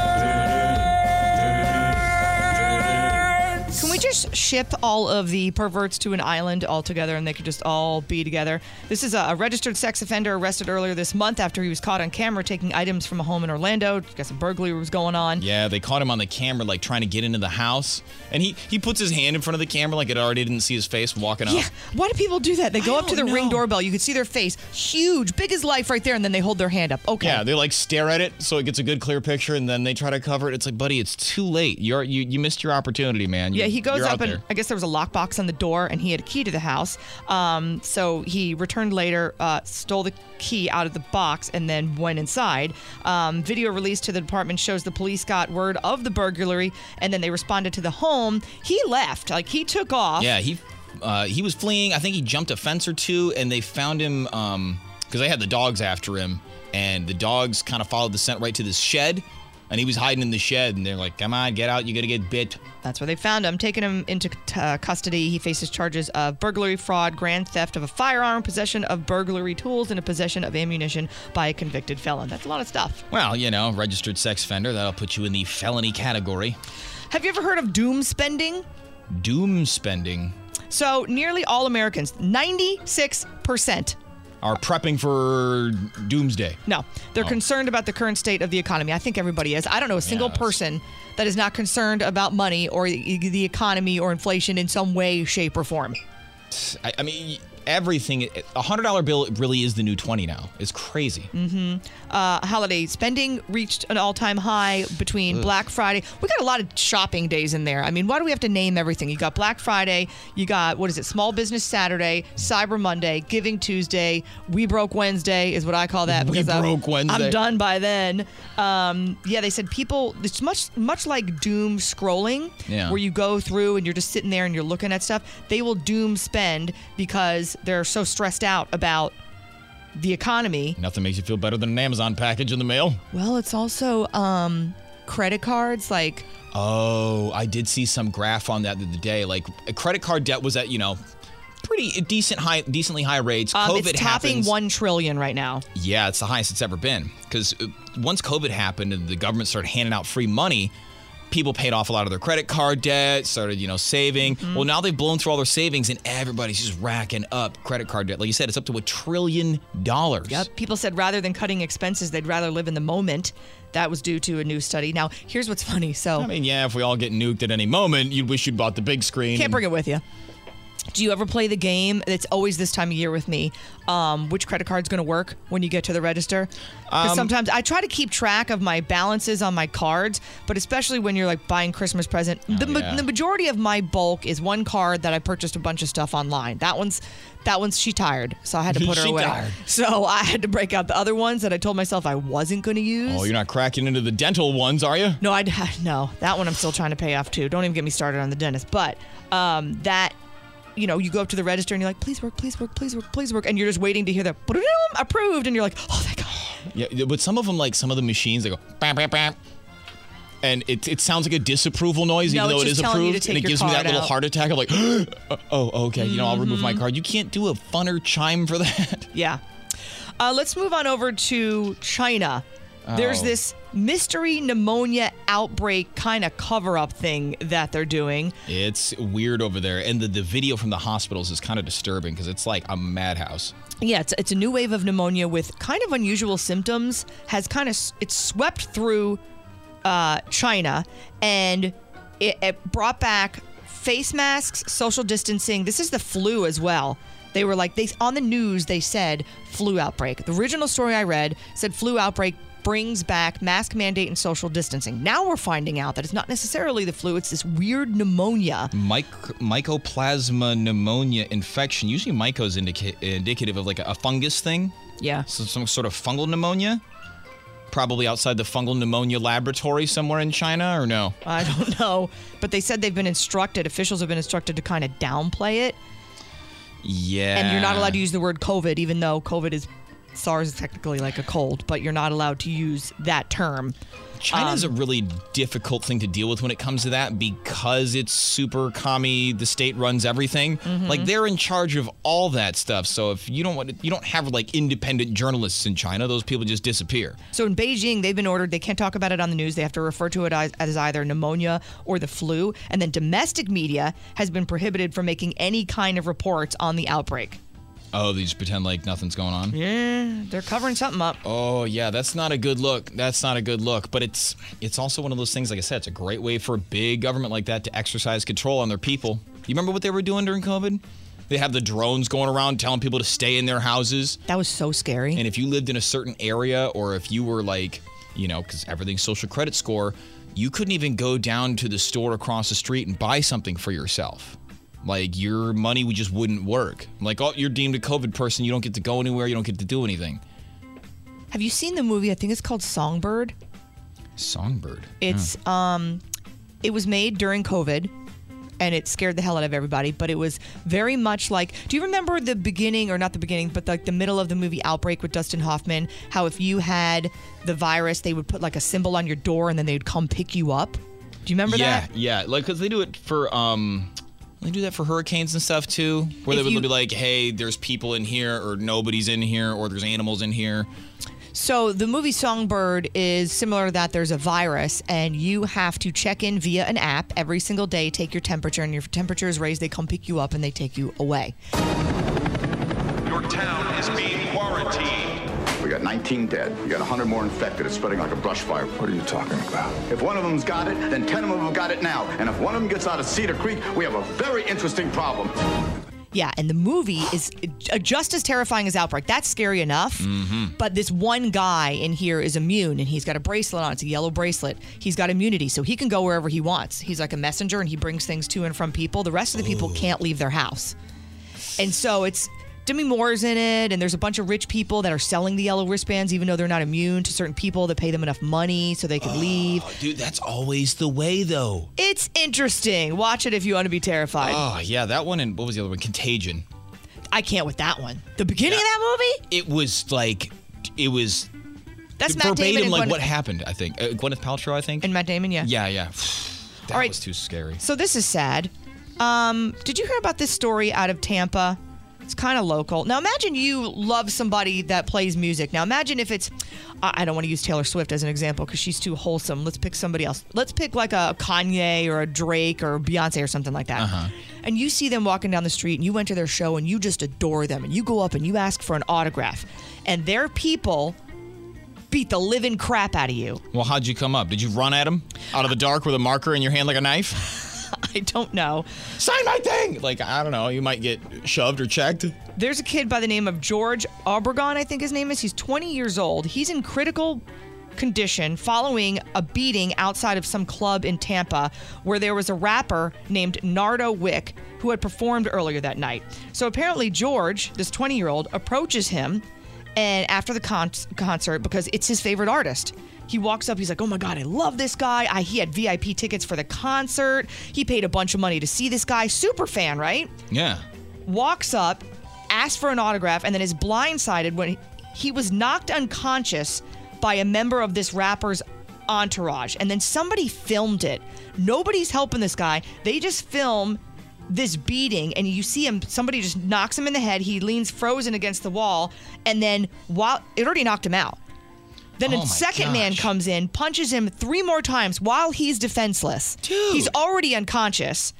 C: Can we just ship all of the perverts to an island all together and they could just all be together? This is a, a registered sex offender arrested earlier this month after he was caught on camera taking items from a home in Orlando. Got some burglary was going on.
E: Yeah, they caught him on the camera, like trying to get into the house, and he he puts his hand in front of the camera, like it already didn't see his face walking up.
C: Yeah. Why do people do that? They go up to the ring doorbell. You can see their face, huge, big as life right there, and then they hold their hand up. Okay.
E: Yeah, they like stare at it so it gets a good clear picture, and then they try to cover it. It's like, buddy, it's too late. You're you, you missed your opportunity, man. You-
C: Yeah, he goes
E: Mm, you're
C: up
E: out
C: and
E: there.
C: I guess there was a lockbox on the door, and he had a key to the house. Um, so he returned later, uh, stole the key out of the box, and then went inside. Um, video released to the department shows the police got word of the burglary, and then they responded to the home. He left, like he took off.
E: Yeah, he uh, he was fleeing. I think he jumped a fence or two, and they found him because they had the dogs after him, and the dogs kind of followed the scent right to this shed, and he was hiding in the shed, and they're like, "Come on, get out! You're gonna get bit."
C: That's where they found him, taking him into uh, custody. He faces charges of burglary, fraud, grand theft of a firearm, possession of burglary tools, and a possession of ammunition by a convicted felon. That's a lot of stuff.
E: Well, you know, registered sex offender, that'll put you in the felony category.
C: Have you ever heard of doom spending?
E: Doom spending
C: So nearly all Americans, 96%.
E: are prepping for doomsday.
C: No, they're
E: Oh.
C: concerned about the current state of the economy. I think everybody is. I don't know a single person that is not concerned about money or the the economy or inflation in some way, shape, or form.
E: I, I mean, everything, a $100 bill really is the new 20 now. It's crazy.
C: hmm Uh, holiday spending reached an all-time high between
E: Ugh.
C: Black Friday. We got a lot of shopping days in there. I mean, why do we have to name everything? You got Black Friday. You got what is it? Small Business Saturday, Cyber Monday, Giving Tuesday, We Broke Wednesday is what I call that.
E: We
C: because I'm-
E: Broke Wednesday.
C: I'm done by then. Um, yeah, they said people. It's much much like doom scrolling,
E: Yeah.
C: where you go through and you're just sitting there and you're looking at stuff. They will doom spend because they're so stressed out about the economy.
E: Nothing makes you feel better than an Amazon package in the mail.
C: Well, it's also um, credit cards. Like,
E: Oh, I did see some graph on that the other day. Like a credit card debt was at you know pretty decent high, decently high rates.
C: um,
E: COVID
C: it's topping
E: happens.
C: one trillion right now.
E: Yeah, it's the highest it's ever been. Because once COVID happened and the government started handing out free money, people paid off a lot of their credit card debt, started, you know, saving.
C: Mm-hmm.
Q: Mhm.
E: Well, now they've blown through all their savings and everybody's just racking up credit card debt. Like you said, it's up to a trillion dollars.
C: Yep. People said rather than cutting expenses, they'd rather live in the moment. That was due to a new study. Now, here's what's funny. So,
E: I mean, yeah, if we all get nuked at any moment, you'd wish you'd bought the big screen.
C: Can't bring it with you. Do you ever play the game? It's always this time of year with me. Um, which credit card's going to work when you get to the register? 'Cause
E: Um,
C: sometimes I try to keep track of my balances on my cards, but especially when you're like buying Christmas present, the, ma-
E: Oh, yeah.
C: the majority of my bulk is one card that I purchased a bunch of stuff online. That one's that one's she tired, so I had to put her
E: She
C: away.
E: tired.
C: So I had to break out the other ones that I told myself I wasn't going to use.
E: Oh, you're not cracking into the dental ones, are you?
C: No, I no that one I'm still trying to pay off too. Don't even get me started on the dentist. But um, that you know, you go up to the register and you're like, please work, please work, please work, please work, and you're just waiting to hear the "Ba-da-dum," approved, and you're like, oh, thank God.
E: Yeah, but some of them, like some of the machines, they go bam, bam, bam, and it, it sounds like a disapproval noise,
C: No,
E: even though
C: it's
E: it
C: just
E: is
C: telling
E: approved,
C: you to take
E: and it
C: your
E: gives me that
C: card
E: little
C: out. Mm-hmm.
E: heart attack of like, oh, oh, okay, you know, I'll remove my card. You can't do a funner chime for that.
C: Yeah. Uh, let's move on over to China. There's
E: Oh.
C: this mystery pneumonia outbreak kind of cover up thing that they're doing.
E: It's weird over there, and the, the video from the hospitals is kind of disturbing because it's like a madhouse.
C: Yeah, it's, it's a new wave of pneumonia with kind of unusual symptoms. Has kind of s- it's swept through uh, China, and it, it brought back face masks, social distancing. This is the flu as well. They were like they on the news. They said flu outbreak. The original story I read said flu outbreak brings back mask mandate and social distancing. Now we're finding out that it's not necessarily the flu. It's this weird pneumonia.
E: Myc- mycoplasma pneumonia infection. Usually, myco is indica- indicative of like a, a fungus thing.
C: Yeah.
E: So some sort of fungal pneumonia. Probably outside the fungal pneumonia laboratory somewhere in China, or no?
C: I don't know. But they said they've been instructed, officials have been instructed to kind of downplay it.
E: Yeah.
C: And you're not allowed to use the word COVID, even though COVID is SARS is technically like a cold, but you're not allowed to use that term.
E: China is
C: Um,
E: a really difficult thing to deal with when it comes to that because it's super commie. The state runs everything.
C: Mhm.
E: Like they're in charge of all that stuff. So if you don't want, to, you don't have like independent journalists in China. Those people just disappear.
C: so in Beijing, they've been ordered, they can't talk about it on the news. They have to refer to it as, as either pneumonia or the flu. And then domestic media has been prohibited from making any kind of reports on the outbreak.
E: Oh, they just pretend like nothing's going on.
C: Yeah, they're covering something up.
E: Oh yeah, that's not a good look. That's not a good look. But it's it's also one of those things. Like I said, it's a great way for a big government like that to exercise control on their people. You remember what they were doing during COVID? They have the drones going around telling people to stay in their houses.
C: That was so scary.
E: And if you lived in a certain area, or if you were like, you know, because everything's social credit score, you couldn't even go down to the store across the street and buy something for yourself. Like your money would just wouldn't work. Like, oh, you're deemed a COVID person. You don't get to go anywhere. You don't get to do anything.
C: Have you seen the movie? I think it's called Songbird.
E: Songbird.
C: It's um, it was made during COVID, and it scared the hell out of everybody. But it was very much like, do you remember the beginning, or not the beginning, but like the middle of the movie Outbreak with Dustin Hoffman? How if you had the virus, they would put like a symbol on your door, and then they'd come pick you up. Do you remember
E: yeah,
C: that?
E: Yeah, Like, because they do it for, um, they do that for hurricanes and stuff too, where
C: If
E: they would
C: you-
E: be like, hey, there's people in here, or nobody's in here, or there's animals in here.
C: So the movie Songbird is similar to that. There's a virus, and you have to check in via an app every single day, take your temperature, and if your temperature is raised, they come pick you up and they take you away.
S: Your town is being quarantined. We got 19 dead. We got 100 more infected. It's spreading like a brush fire. What are you talking about? If one of them's got it, then 10 of them have got it now. And if one of them gets out of Cedar Creek, we have a very interesting problem.
C: Yeah, and the movie is uh, just as terrifying as Outbreak. That's scary enough.
E: Mm-hmm.
S: Mhm.
C: But this one guy in here is immune, and he's got a bracelet on. It's a yellow bracelet. He's got immunity, so he can go wherever he wants. He's like a messenger, and he brings things to and from people. The rest of the people can't leave their house. And so it's Demi Moore's in it, and there's a bunch of rich people that are selling the yellow wristbands, even though they're not immune to certain people that pay them enough money so they could leave.
E: Oh, Dude, that's always the way, though.
C: It's interesting. Watch it if you want to be terrified.
E: Ah, Oh yeah, that one and what was the other one? Contagion.
C: I can't with that one. The beginning of that movie?
E: It was like it was.
C: That's Matt
E: verbatim
C: Damon and
E: like
C: Gwyneth-
E: what happened. I think uh, Gwyneth Paltrow. I think.
C: And Matt Damon, yeah.
E: Yeah, yeah. that
C: All right.
E: was too scary.
C: So this is sad. Um, did you hear about this story out of Tampa? It's kind of local. Now imagine you love somebody that plays music. Now imagine if it's I I don't want to use Taylor Swift as an example because she's too wholesome. Let's pick somebody else. Let's pick like a Kanye or a Drake or Beyonce or something like that. And you see them walking down the street and you went to their show and you just adore them and you go up and you ask for an autograph and their people beat the living crap out of you.
E: Well, how'd you come up? Did you run at him out of the dark with a marker in your hand like a knife?
C: I don't know.
E: Sign my thing. Like I don't know. You might get shoved or checked.
C: There's a kid by the name of George Obregon, I think his name is. He's 20 years old. He's in critical condition following a beating outside of some club in Tampa where there was a rapper named Nardo Wick who had performed earlier that night. So apparently, George, this 20 year old, approaches him and after the con- concert because it's his favorite artist. He walks up, he's like, Oh my God, I love this guy. I, he had VIP tickets for the concert. He paid a bunch of money to see this guy. Super fan, right?
E: Yeah.
C: walks up, asks for an autograph, and then is blindsided when he was knocked unconscious by a member of this rapper's entourage. And then somebody filmed it. Nobody's helping this guy. They just film this beating, and you see him, somebody just knocks him in the head. He leans frozen against the wall, and then while it already knocked him out. Then
E: Oh my
C: a second man comes in, punches him three more times while he's defenseless. He's already unconscious.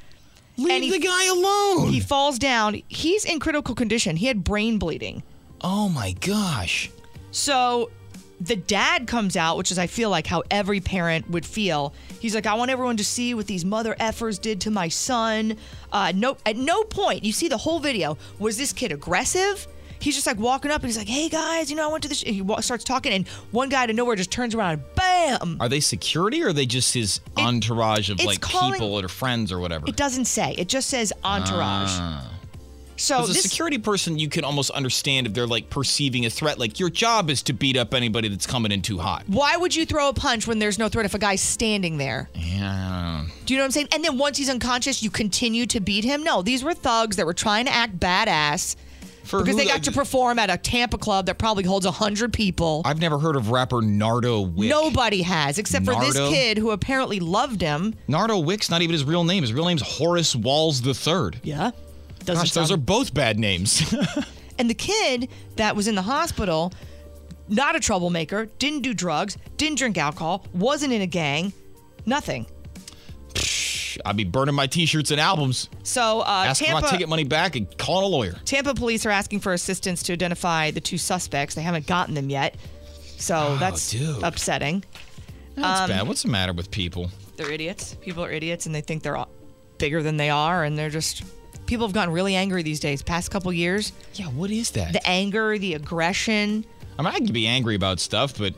C: Leave the guy alone. He falls down. He's in critical condition. He had brain bleeding.
E: Oh my gosh.
C: So the dad comes out, which is, I feel like, how every parent would feel. He's like, I want everyone to see what these mother effers did to my son. Uh, no, at no point, you see the whole video, was this kid aggressive? He's just like walking up and he's like, hey guys, you know, I went to this. and He wa- starts talking, and one guy out of nowhere just turns around and bam,
E: Are they security or are they just his entourage of
C: it's
E: like
C: calling-
E: people or friends or whatever?
C: It doesn't say. It just says entourage.
E: Ah.
C: So
E: As a
C: this-
E: security person, you can almost understand if they're like perceiving a threat. Like your job is to beat up anybody that's coming in too hot.
C: Why would you throw a punch when there's no threat if a guy's standing there?
E: Yeah.
C: Do you know what I'm saying? And then once he's unconscious, you continue to beat him? No, these were thugs that were trying to act badass because
E: who-
C: they got to perform at a Tampa club that probably holds 100 people.
E: I've never heard of rapper Nardo Wick.
C: Nobody has, except for this
E: Nardo?
C: kid who apparently loved him.
E: Nardo Wick's not even his real name. His real name's Horace Walls III.
C: Yeah. Doesn't
E: Gosh, those are
C: sound-
E: both bad names.
C: And the kid that was in the hospital, not a troublemaker, didn't do drugs, didn't drink alcohol, wasn't in a gang, nothing.
E: I'd be burning my t-shirts and albums.
C: So uh,
E: Ask for
C: Tampa,
E: my ticket money back and calling a lawyer.
C: Tampa police are asking for assistance to identify the two suspects. They haven't gotten them yet. So that's
E: Oh, dude.
C: upsetting.
E: That's
C: Um,
E: bad. What's the matter with people?
C: They're idiots. People are idiots and they think they're all bigger than they are and they're just people have gotten really angry these days past couple years.
E: Yeah, what is that?
C: The anger, the aggression.
E: I mean, I can be angry about stuff, but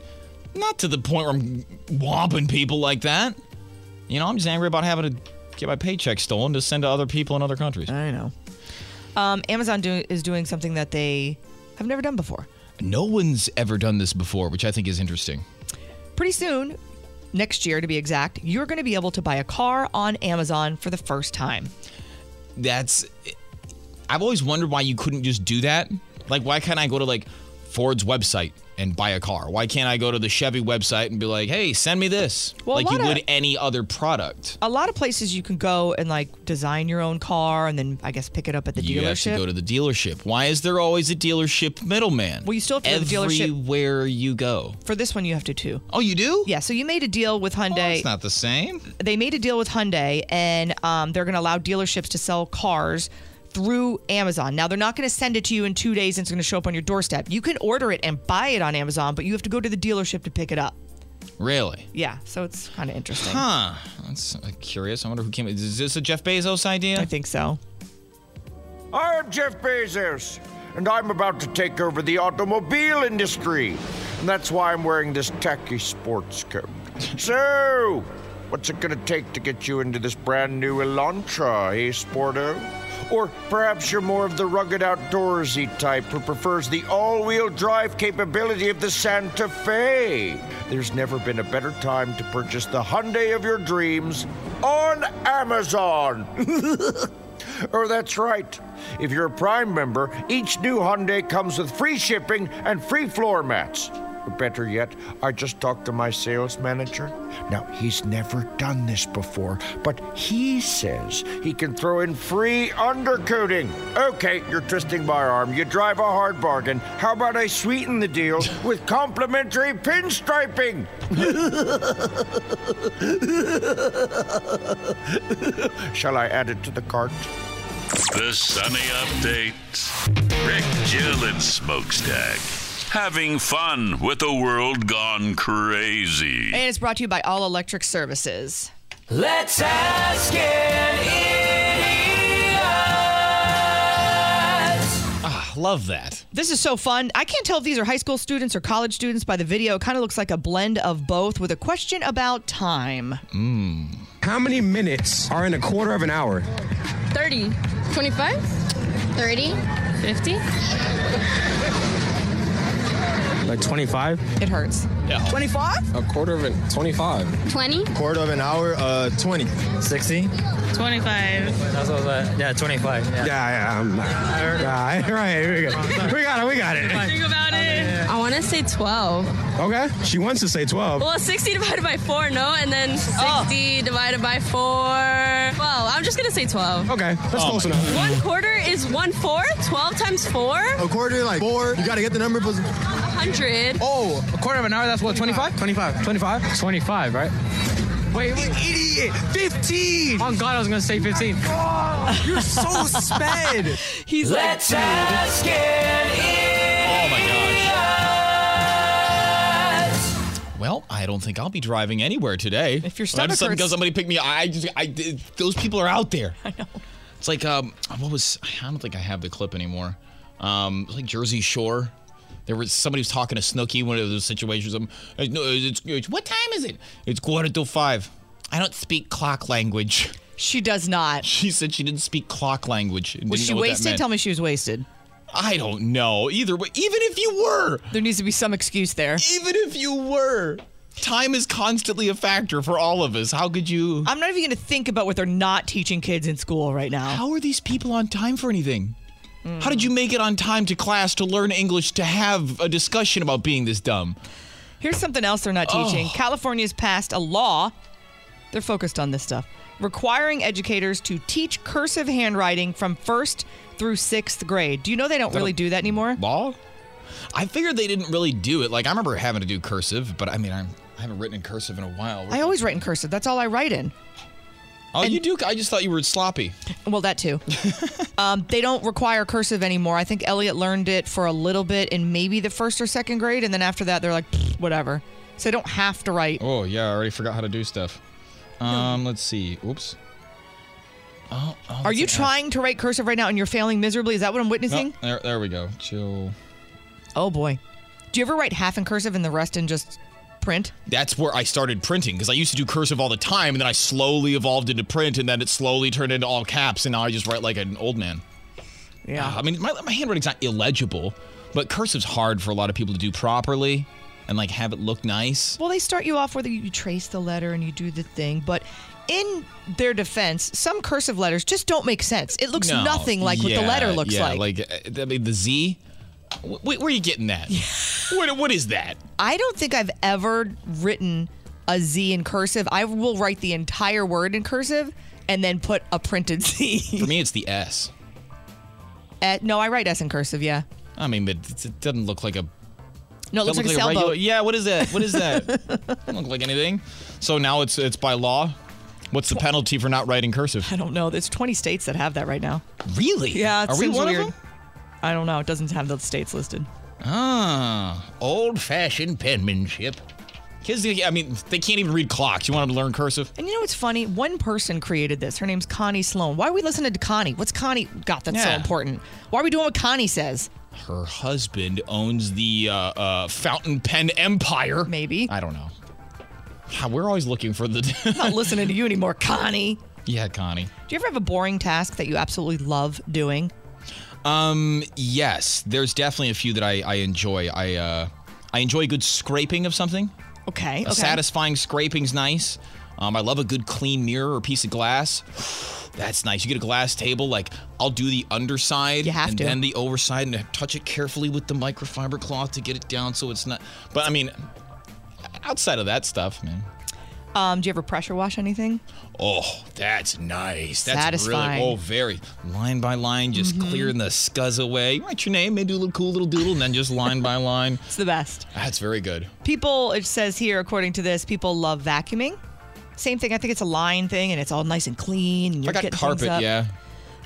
E: not to the point where I'm whomping people like that. You know, I'm just angry about having to get my paycheck stolen to send to other people in other countries.
C: I know. Um, Amazon do, is doing something that they have never done before.
E: No one's ever done this before, which I think is interesting.
C: Pretty soon, next year to be exact, you're going to be able to buy a car on Amazon for the first time.
E: That's. I've always wondered why you couldn't just do that. Like, why can't I go to like Ford's website and buy a car? Why can't I go to the Chevy website and be like, hey, send me this?
C: Well, a
E: like you
C: lot of-
E: would any other product.
C: a lot of places you can go and like design your own car and then I guess pick it up at the
E: You
C: dealership.
E: have to go to the dealership. Why is there always a dealership middleman?
C: Well, you still have to go to the dealership-
E: Everywhere you go.
C: For this one, you have to too.
E: Oh, you do?
C: Yeah. So you made a deal with Hyundai.
E: It's not the same.
C: they made a deal with Hyundai, and um, they're going to allow dealerships to sell cars through Amazon. Now they're not going to send it to you in two days and it's going to show up on your doorstep. You can order it and buy it on Amazon, but you have to go to the dealership to pick it up.
E: Really?
C: Yeah. So it's kind of interesting.
E: Huh. That's uh, curious. I wonder who came. Is this a Jeff Bezos idea? I
C: think so.
F: I'm Jeff Bezos, and I'm about to take over the automobile industry. And that's why I'm wearing this tacky sports coat. So, what's it going to take to get you into this brand new Elantra, eh, Sporto? Or perhaps you're more of the rugged outdoorsy type who prefers the all wheel drive capability of the Santa Fe. There's never been a better time to purchase the Hyundai of your dreams on Amazon. Oh, that's right. If you're a Prime member, each new Hyundai comes with free shipping and free floor mats. Or better yet, I just talked to my sales manager. Now, he's never done this before, but he says he can throw in free undercoating. Okay, you're twisting my arm. You drive a hard bargain. How about I sweeten the deal with complimentary pinstriping? Shall I add it to the cart?
B: The Sunny Update. Rick, Jill, and Smokestack. Having fun with a world gone crazy.
C: And it's brought to you by All Electric Services.
D: Let's ask an idiot.
E: Ah, love that.
C: This is so fun. I can't tell if these are high school students or college students by the video. It kind of looks like a blend of both with a question about time.
F: "Hmm."
V: Mmm. How many minutes are in a quarter of an hour?
R: 30. 25? 30? 50?
V: Like 25?
C: It hurts.
E: Yeah.
V: 25? A quarter of an 25.
R: 20?
V: Quarter of an hour, uh, 20. 60?
R: 25.
V: That's what I was at. Yeah, 25. Yeah, yeah, yeah. I'm, yeah right, we got, we got it, we got it.
R: Think about it. I want to say 12.
V: Okay, she wants to say 12.
R: Well, 60 divided by 4, no? And then 60 divided by 4. Well, I'm just going to say 12.
V: Okay, that's close enough.
R: One quarter is one fourth. 12 times 4?
V: A quarter, like four. You gotta get the number. Plus...
R: 100.
V: Oh, a quarter of an hour, that's what, 25? 25. 25? 25, right? Wait, wait. Idiot! 15! On Oh, God, I was gonna say 15. You're so sped!
C: He's
D: Let's
C: like,
D: ask an idiot. Oh my gosh.
E: Well, I don't think I'll be driving anywhere today. If
C: your
E: all of a
C: stomach
E: sudden
C: hurts-
E: somebody pick me up, I just, I, did- those people are out there. I know. It's like, um, what was? I don't think I have the clip anymore. Um, it was like Jersey Shore. There was somebody was talking to Snooki, one of those situations. Um, uh, no, it's, it's what time is it? It's quarter to five. I don't speak clock language.
C: She does not.
E: She said she didn't speak clock language. and
C: was
E: didn't
C: she
E: know what that
C: wasted?
E: meant.
C: Tell me she was wasted.
E: I don't know. Either way, even if you were,
C: there needs to be some excuse there.
E: Even if you were, time is constantly a factor for all of us. How could you?
C: I'm not even going to think about what they're not teaching kids in school right now.
E: How are these people on time for anything? How did you make it on time to class to learn English to have a discussion about being this dumb?
C: Here's something else they're not
E: Oh.
C: teaching. California's passed a law. They're focused on this stuff. Requiring educators to teach cursive handwriting from first through sixth grade. Do you know they don't
E: that a
C: really do that anymore?
E: Law? I figured they didn't really do it. Like I remember having to do cursive, but I mean I'm, I haven't written in cursive in a while.
C: I always write in cursive. That's all I write in.
E: oh, you do? I just thought you were sloppy.
C: Well, that too. um, they don't require cursive anymore. I think Elliot learned it for a little bit in maybe the first or second grade, and then after that, they're like, "Pfft, whatever. So they don't have to write.
E: Oh yeah, I already forgot how to do stuff. Um, let's see. Oops. Oh, oh,
C: Are
E: that's
C: you
E: an F.
C: trying to write cursive right now and you're failing miserably? Is that what I'm
E: No,
C: witnessing?
E: there, there we go. Chill.
C: Oh boy. Do you ever write half in cursive and the rest in just print?
E: That's where I started printing because I used to do cursive all the time, and then I slowly evolved into print, and then it slowly turned into all caps, and now I just write like an old man. Uh,
C: Yeah.
E: I mean, my, my handwriting's not illegible, but cursive's hard for a lot of people to do properly and like have it look nice.
C: Well, they start you off whether you trace the letter and you do the thing, but in their defense, some cursive letters just don't make sense. It looks
E: No,
C: nothing like what the
E: yeah,
C: letter looks
E: yeah,
C: like.
E: like uh, I mean, the Z. Wh- wh- where are you getting that? what, what is that?
C: I don't think I've ever written a Z in cursive. I will write the entire word in cursive and then put a printed Z.
E: For me, it's the S.
C: Uh, no, I write S in cursive, yeah.
E: I mean, but it's- it doesn't look like a.
C: No, it looks like
E: doesn't
C: a
E: look
C: sailboat.
E: regular- yeah, what is that? What is that? doesn't look like anything. So now it's it's by law. What's the penalty for not writing cursive?
C: I don't know. There's 20 states that have that right now.
E: Really?
C: Yeah. It
E: Are we
C: seems
E: one of
C: weird.
E: them?
C: I don't know. It doesn't have the states listed.
E: Ah, old-fashioned penmanship. Kids, I mean, they can't even read clocks. You want them to learn cursive?
C: And you know what's funny? One person created this. Her name's Connie Sloan. Why are we listening to Connie? What's Connie got that's so
E: Yeah.
C: important? Why are we doing what Connie says?
E: Her husband owns the uh, uh, fountain pen empire.
C: Maybe.
E: I don't know. God, we're always looking for
C: I'm
E: the.
C: not listening to you anymore, Connie.
E: yeah, Connie.
C: Do you ever have a boring task that you absolutely love doing?
E: Um, yes, there's definitely a few that I, I enjoy. I uh, I enjoy a good scraping of something.
C: Okay.
E: A
C: okay.
E: satisfying scraping's nice. Um, I love a good clean mirror or piece of glass. That's nice. You get a glass table. Like I'll do the underside, you have and
C: to.
E: then the overside, and touch it carefully with the microfiber cloth to get it down so it's not. But I mean, outside of that stuff, man.
C: Um, do you ever pressure wash anything?
E: Oh, that's nice. That's
C: Satisfying. Mm-hmm.
E: really oh very line by line, just clearing the scuzz away. Write your name, maybe do a little cool little doodle, and then just line by line. It's
C: the best.
E: That's very good.
C: People, it says here, according to this, people love vacuuming. Same thing. I think it's a line thing, and it's all nice and clean. And you're
E: I got
C: getting things
E: carpet,
C: up.
E: yeah.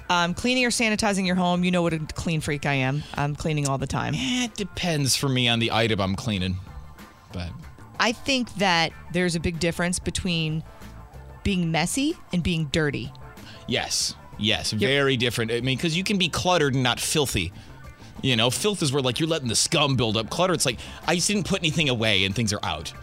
C: Um, cleaning or sanitizing your home. You know what a clean freak I am. I'm cleaning all the time.
E: Eh, It depends for me on the item I'm cleaning, but
C: I think that there's a big difference between being messy and being dirty.
E: yes, yes, very different. I mean, because you can be cluttered and not filthy. You know, filth is where like you're letting the scum build up. Clutter, it's like I just didn't put anything away and things are out.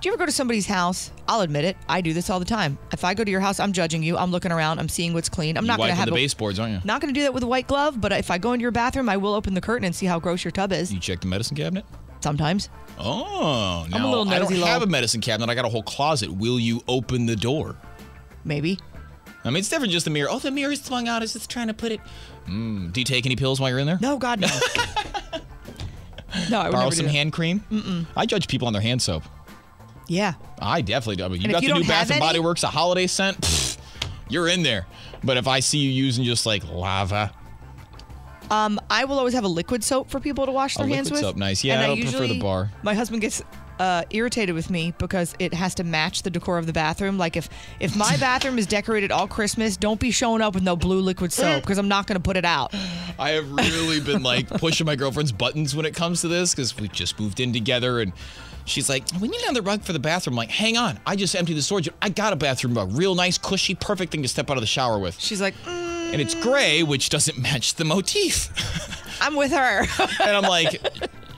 C: Do you ever go to somebody's house? I'll admit it. I do this all the time. If I go to your house, I'm judging you. I'm looking around. I'm seeing what's clean. I'm
E: you
C: not going to
E: wiping
C: have
E: the
C: a-
E: baseboards, aren't you?
C: Not going to do that with a white glove, but if I go into your bathroom, I will open the curtain and see how gross your tub is.
E: You check the medicine cabinet?
C: Sometimes.
E: Oh,
C: I'm a
E: no.
C: little
E: I don't
C: nosy
E: have a
C: lol.
E: medicine cabinet. I got a whole closet. Will you open the door?
C: Maybe.
E: I mean, it's different just the mirror. Oh, the mirror's swung out. I was just trying to put it. Mm, do you take any pills while you're in there?
C: No, God, no. No, I would
E: Borrow
C: never do
E: some
C: that.
E: hand cream?
C: Mm-mm.
E: I judge people on their hand soap.
C: Yeah.
E: I definitely do. I mean, you
C: And if
E: got
C: you
E: the new
C: don't
E: Bath
C: have
E: and
C: any-
E: Body Works, a holiday scent. Pfft, you're in there. But if I see you using just like lava,
C: Um, I will always have a liquid soap for people to wash
E: A
C: their hands
E: liquid
C: with.
E: soap, nice. Yeah, I don't prefer the bar.
C: My husband gets uh, irritated with me because it has to match the decor of the bathroom. Like if if my bathroom is decorated all Christmas, don't be showing up with no blue liquid soap because I'm not going to put it out.
E: I have really been like pushing my girlfriend's buttons when it comes to this because we just moved in together and she's like, we need another rug for the bathroom. I'm like, hang on. I just emptied the storage. I got a bathroom rug. Real nice, cushy, perfect thing to step out of the shower with.
C: She's like, "Mm."
E: and it's gray, which doesn't match the motif.
C: I'm with her.
E: and I'm like,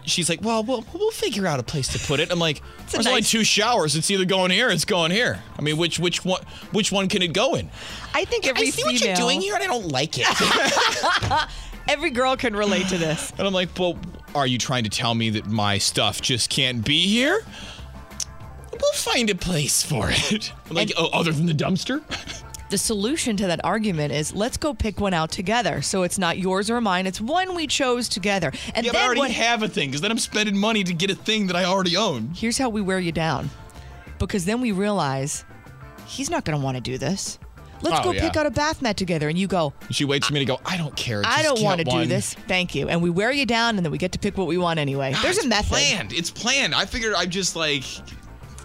E: she's like, well, we'll, we'll figure out a place to put it. I'm like,
C: a
E: there's only
C: nice-
E: two showers. It's either going here or it's going here. I mean, which which one which one can it go in?
C: I think every
E: I see what you're
C: female-
E: doing here and I don't like it.
C: Every girl can relate to this.
E: And I'm like, well, are you trying to tell me that my stuff just can't be here? We'll find a place for it. I'm like, oh, other than the dumpster?
C: The solution to that argument is let's go pick one out together. So it's not yours or mine. It's one we chose together. And
E: yeah, but
C: then
E: I already
C: what-
E: have a thing because then I'm spending money to get a thing that I already own.
C: Here's how we wear you down. Because then we realize he's not going to want to do this. Let's
E: Oh,
C: go
E: yeah.
C: pick out a bath mat together. And you go,
E: She waits for me to go, I don't care.
C: I
E: just
C: don't
E: get
C: want to do
E: one."
C: this. Thank you. And we wear you down, and then we get to pick what we want anyway. There's a method.
E: planned. It's planned. I figured I'd just like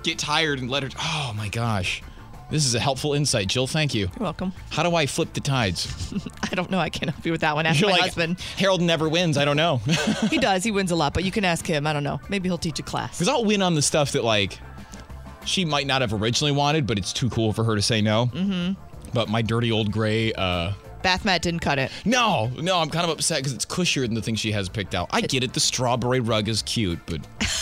E: get tired and let her. Oh my gosh. This is a helpful insight, Jill. Thank you. You're
C: welcome.
E: How do I flip the tides?
C: I don't know. I can't help you with that one. Ask
E: You're
C: my
E: like,
C: husband.
E: Harold never wins. I don't know.
C: he does. He wins a lot, but you can ask him. I don't know. Maybe he'll teach a class.
E: Because I'll win on the stuff that like she might not have originally wanted, but it's too cool for her to say no.
C: Mm-hmm.
E: But my dirty old gray. uh
C: Bath mat didn't cut it.
E: No, no, I'm kind of upset because it's cushier than the thing she has picked out. I get it. The strawberry rug is cute, but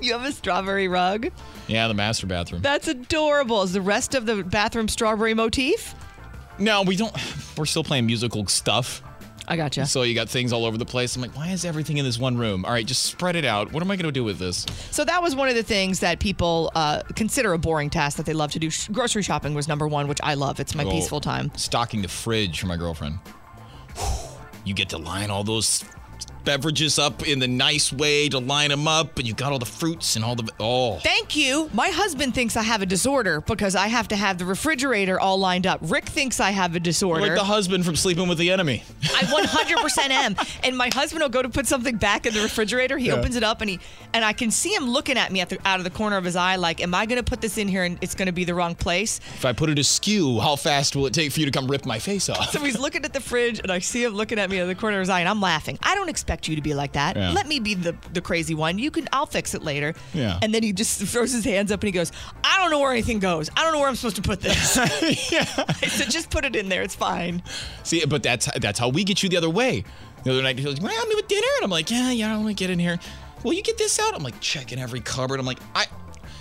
C: You have a strawberry rug.
E: yeah, the master bathroom.
C: That's adorable. Is the rest of the bathroom strawberry motif?
E: No, we don't. We're still playing musical stuff.
C: I gotcha.
E: So you got things all over the place. I'm like, why is everything in this one room? All right, just spread it out. What am I going to do with this?
C: So that was one of the things that people uh, consider a boring task that they love to do. Sh- grocery shopping was number one, which I love. It's my
E: Oh,
C: peaceful time.
E: Stocking the fridge for my girlfriend. You get to line all those beverages up in the nice way to line them up, and you got all the fruits and all the oh.
C: Thank you. My husband thinks I have a disorder because I have to have the refrigerator all lined up. Rick thinks I have a
E: You're
C: disorder.
E: Like the husband from Sleeping with the Enemy.
C: I 100% am. And my husband will go to put something back in the refrigerator. He
E: Yeah.
C: opens it up and he and I can see him looking at me at the, out of the corner of his eye like, am I going to put this in here and it's going to be the wrong place?
E: If I put it askew, how fast will it take for you to come rip my face off?
C: So he's looking at the fridge, and I see him looking at me out of the corner of his eye, and I'm laughing. I don't expect you to be like that.
E: Yeah.
C: Let me be the, the crazy one. You can, I'll fix it later.
E: Yeah.
C: And then he just throws his hands up and he goes, I don't know where anything goes. I don't know where I'm supposed to put this.
E: yeah.
C: So just put it in there. It's fine.
E: See, but that's that's how we get you the other way. The other night, he was like, "Well, me with dinner," and I'm like, "Yeah, yeah, I'm gonna get in here." Will you get this out? I'm like checking every cupboard. I'm like, I,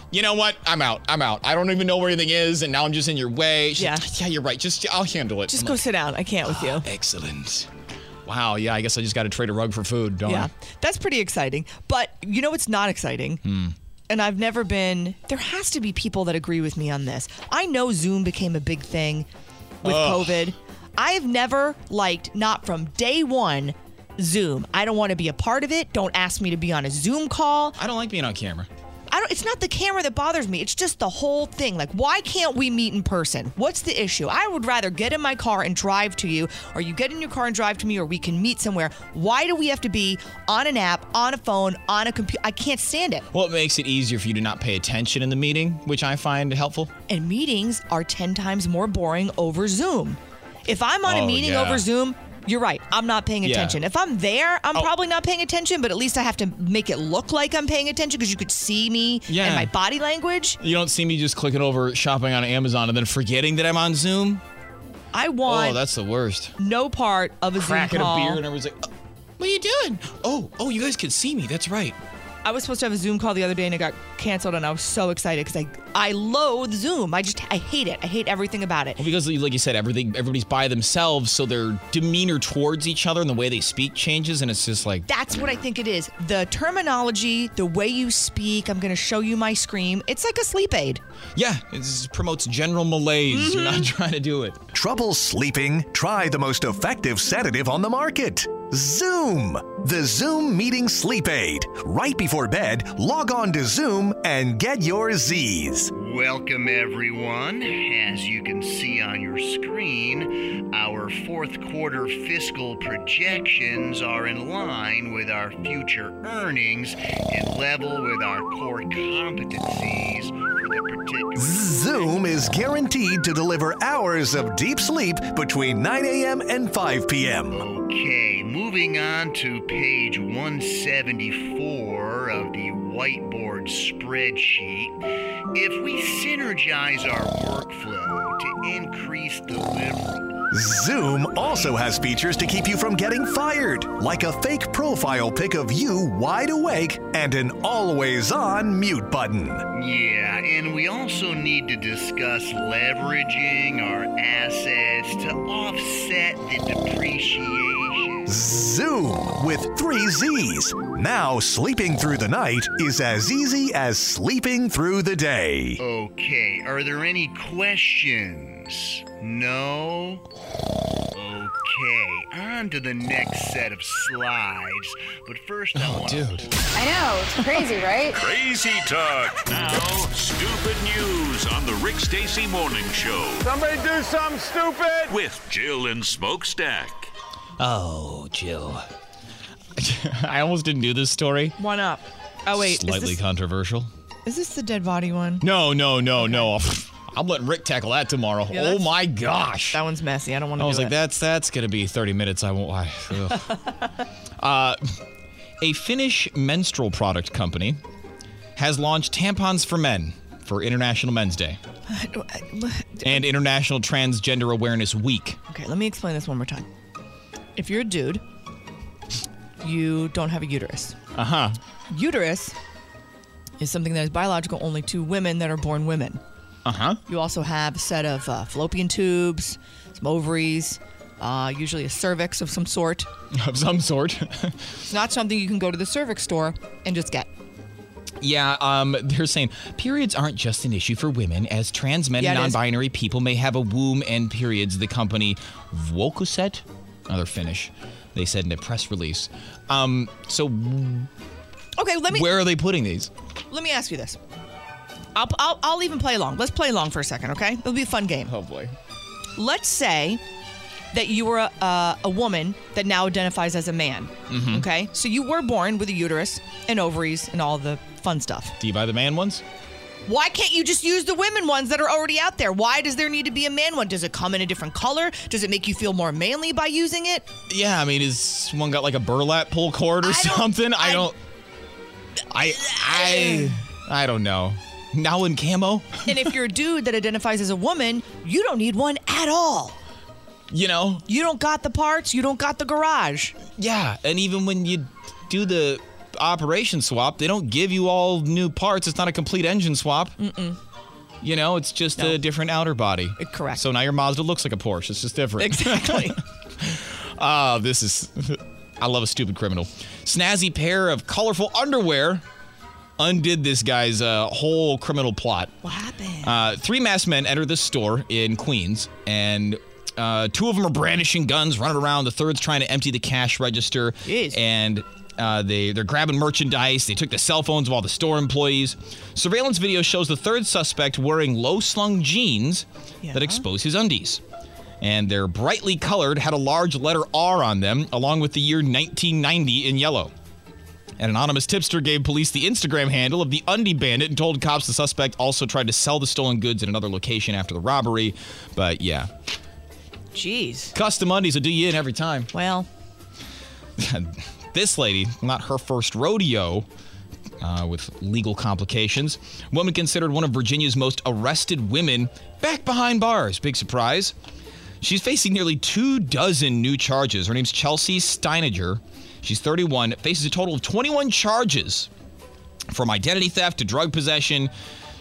E: you know what? I'm out. I'm out. I don't even know where anything is, and now I'm just in your way. She's like, yeah, you're right. Just I'll handle it.
C: Just
E: I'm
C: go
E: like, Ah,
C: sit down. I can't with you.
E: Excellent. Wow. Yeah, I guess I just got to trade a rug for food. Don't
C: Yeah.
E: I?
C: That's pretty exciting. But you know what's not exciting?
E: Hmm.
C: and I've never been. There has to be people that agree with me on this. I know Zoom became a big thing, with
H: Ugh.
C: COVID. I have never liked, not from day one, Zoom. I don't want to be a part of it. Don't ask me to be on a Zoom call.
E: I don't like being on camera.
C: I don't. It's not the camera that bothers me. It's just the whole thing. Like, why can't we meet in person? What's the issue? I would rather get in my car and drive to you, or you get in your car and drive to me, or we can meet somewhere. Why do we have to be on an app, on a phone, on a computer? I can't stand it.
E: Well, it makes it easier for you to not pay attention in the meeting, which I find helpful.
C: And meetings are ten times more boring over Zoom. If I'm on
E: Oh,
C: a meeting
E: yeah.
C: over Zoom. You're right. I'm not paying
E: Yeah.
C: attention. If I'm there, I'm
E: Oh.
C: probably not paying attention, but at least I have to make it look like I'm paying attention because you could see me
E: Yeah.
C: and my body language.
E: You don't see me just clicking over shopping on Amazon and then forgetting that I'm on Zoom.
C: I want
E: Oh, that's the worst.
C: no part of a
E: Cracking
C: Zoom
E: a
C: call.
E: beer and everyone's like, "Oh, what are you doing? Oh, oh, you guys can see me. That's right.
C: I was supposed to have a Zoom call the other day and it got canceled, and I was so excited because I I loathe Zoom. I just I hate it. I hate everything about it.
E: Well, because like you said, everything everybody's by themselves, so their demeanor towards each other and the way they speak changes, and it's just like
C: That's what I think it is. The terminology, the way you speak. I'm going to show you my scream. It's like a sleep aid.
E: Yeah, it just promotes general malaise. You're
H: Mm-hmm.
E: not trying to do it.
Q: Trouble sleeping? Try the most effective sedative on the market Zoom. The Zoom Meeting Sleep Aid. Right before bed, log on to Zoom and get your Z's.
T: Welcome, everyone. As you can see on your screen, our fourth quarter fiscal projections are in line with our future earnings and level with our core competencies for the particular.
Q: Zoom is guaranteed to deliver hours of deep sleep between 9 a.m. and 5 p.m.
T: Okay, moving on to page 174 of the whiteboard spreadsheet. If we synergize our workflow to increase delivery,
Q: Zoom also has features to keep you from getting fired, like a fake profile pic of you wide awake and an always on mute button.
T: yeah, and we also need to discuss leveraging our assets to offset the depreciation.
Q: Zoom with three Z's. Now, sleeping through the night is as easy as sleeping through the day.
T: Okay, are there any questions? No? Okay, on to the next set of slides. But first, I want to.
P: I know. It's crazy, right?
B: Crazy talk. Now, stupid news on the Rick Stacy Morning Show. Somebody do something stupid. With Jill and Smokestack.
E: Oh, Jill. I almost didn't do this story.
C: One up. Oh wait,
E: slightly
C: is this,
E: controversial.
C: is this the dead body one?
E: No, no, no, no. I'm letting Rick tackle that tomorrow.
C: Yeah,
E: oh
C: that's-
E: my gosh.
C: that one's messy. I don't want
E: I
C: to.
E: was
C: do
E: like,
C: it.
E: that's that's gonna be 30 minutes. I won't lie. Ugh. uh, a Finnish menstrual product company has launched tampons for men for International Men's Day and International Transgender Awareness Week.
C: Okay, let me explain this one more time. If you're a dude, you don't have a uterus.
E: Uh huh.
C: Uterus is something that is biological only to women that are born women.
E: Uh huh.
C: You also have a set of uh, fallopian tubes, some ovaries, uh, usually a cervix of some sort.
E: Of some sort.
C: it's not something you can go to the cervix store and just get.
E: Yeah, um, they're saying periods aren't just an issue for women, as trans men
C: Yeah,
E: and
C: it is.
E: non-binary people may have a womb and periods. The company Volkoset, another Finnish, they said in a press release. Um, so
C: Okay, let me
E: where are they putting these?
C: let me ask you this. I'll, I'll, I'll even play along. Let's play along for a second, okay? It'll be a fun game.
E: Oh boy.
C: Let's say that you were a, a, a woman that now identifies as a man.
E: Mhm.
C: Okay, so you were born with a uterus and ovaries and all the fun stuff.
E: Do you buy the man ones?
C: Why can't you just use the women ones that are already out there? Why does there need to be a man one? Does it come in a different color? Does it make you feel more manly by using it?
E: Yeah, I mean, is one got like a burlap pull cord or something? I don't. I I I don't know. Now in camo,
C: and if you're a dude that identifies as a woman, you don't need one at all.
E: you know.
C: You don't got the parts, you don't got the garage.
E: Yeah, and even when you do the operation swap, they don't give you all new parts. It's not a complete engine swap.
C: Mm-mm.
E: You know, it's just a different outer body.
C: Correct.
E: So now your Mazda looks like a Porsche. It's just different.
C: Exactly.
E: Ah, this is. I love a stupid criminal. Snazzy pair of colorful underwear undid this guy's uh, whole criminal plot.
C: What happened?
E: Uh, three masked men entered this store in Queens and Uh, two of them are brandishing guns, running around. The third's trying to empty the cash register. And uh, they they're grabbing merchandise. They took the cell phones of all the store employees. Surveillance video shows the third suspect wearing low-slung jeans that expose his undies. And they're brightly colored, had a large letter R on them, along with the year 1990 in yellow. An anonymous tipster gave police the Instagram handle of the Undie Bandit and told cops the suspect also tried to sell the stolen goods at another location after the robbery. But yeah,
C: Jeez.
E: custom undies will do you in every time.
C: Well,
E: this lady, not her first rodeo. Uh, with legal complications. Woman considered one of Virginia's most arrested women back behind bars. Big surprise. She's facing nearly two dozen new charges. Her name's Chelsea Steininger. She's 31, faces a total of 21 charges from identity theft to drug possession.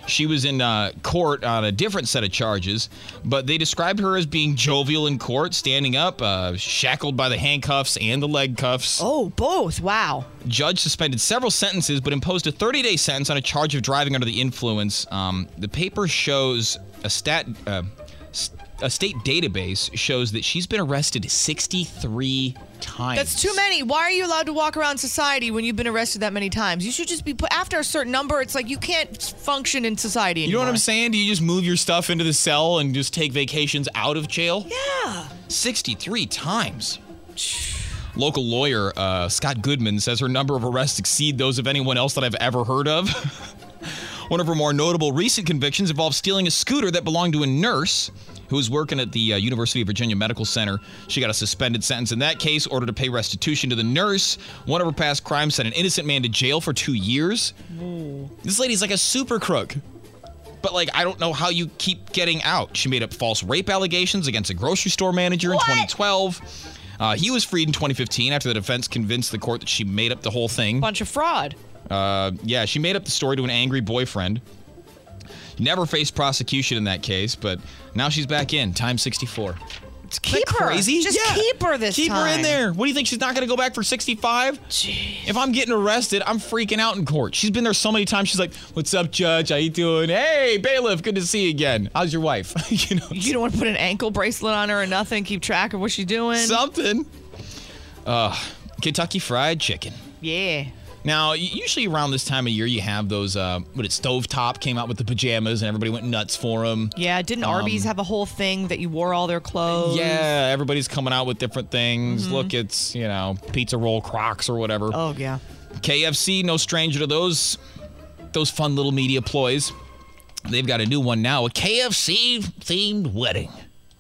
E: She was in uh, court on a different set of charges, but they described her as being jovial in court, standing up, uh, shackled by the handcuffs and the leg cuffs.
C: Oh, both. Wow.
E: Judge suspended several sentences, but imposed a 30 day sentence on a charge of driving under the influence. Um, the paper shows a stat. Uh, s- a state database shows that she's been arrested 63 times.
C: That's too many. Why are you allowed to walk around society when you've been arrested that many times? You should just be put after a certain number. It's like you can't function in society
E: You know
C: anymore.
E: what I'm saying? Do you just move your stuff into the cell and just take vacations out of jail?
C: Yeah.
E: 63 times. Local lawyer uh, Scott Goodman says her number of arrests exceed those of anyone else that I've ever heard of. One of her more notable recent convictions involved stealing a scooter that belonged to a nurse who was working at the uh, University of Virginia Medical Center. She got a suspended sentence in that case, ordered to pay restitution to the nurse. One of her past crimes sent an innocent man to jail for two years. This lady's like a super crook. But like, I don't know how you keep getting out. She made up false rape allegations against a grocery store manager in 2012. Uh, he was freed in 2015 after the defense convinced the court that she made up the whole thing.
C: Bunch of fraud.
E: Uh, yeah, she made up the story to an angry boyfriend. Never faced prosecution in that case, but now she's back in. Time 64.
C: Keep her.
E: crazy?
C: Just
E: Yeah.
C: keep her this
E: Keep
C: time.
E: her in there. What do you think? She's not going to go back for 65? If I'm getting arrested, I'm freaking out in court. She's been there so many times. She's like, "What's up, judge? How you doing? Hey, bailiff, good to see you again. How's your wife? you know,
C: You don't want to put an ankle bracelet on her or nothing. Keep track of what she's doing.
E: Something. uh, Kentucky Fried Chicken.
C: Yeah.
E: Now, y- usually around this time of year, you have those. Uh, what it Stovetop came out with the pajamas, and everybody went nuts for them.
C: Yeah. Didn't Arby's have a whole thing that you wore all their clothes?
E: Um, Yeah, everybody's coming out with different things.
C: Mhm.
E: Look, it's you know pizza roll Crocs or whatever.
C: Oh yeah.
E: KFC, no stranger to those those fun little media ploys. They've got a new one now, a KFC themed wedding.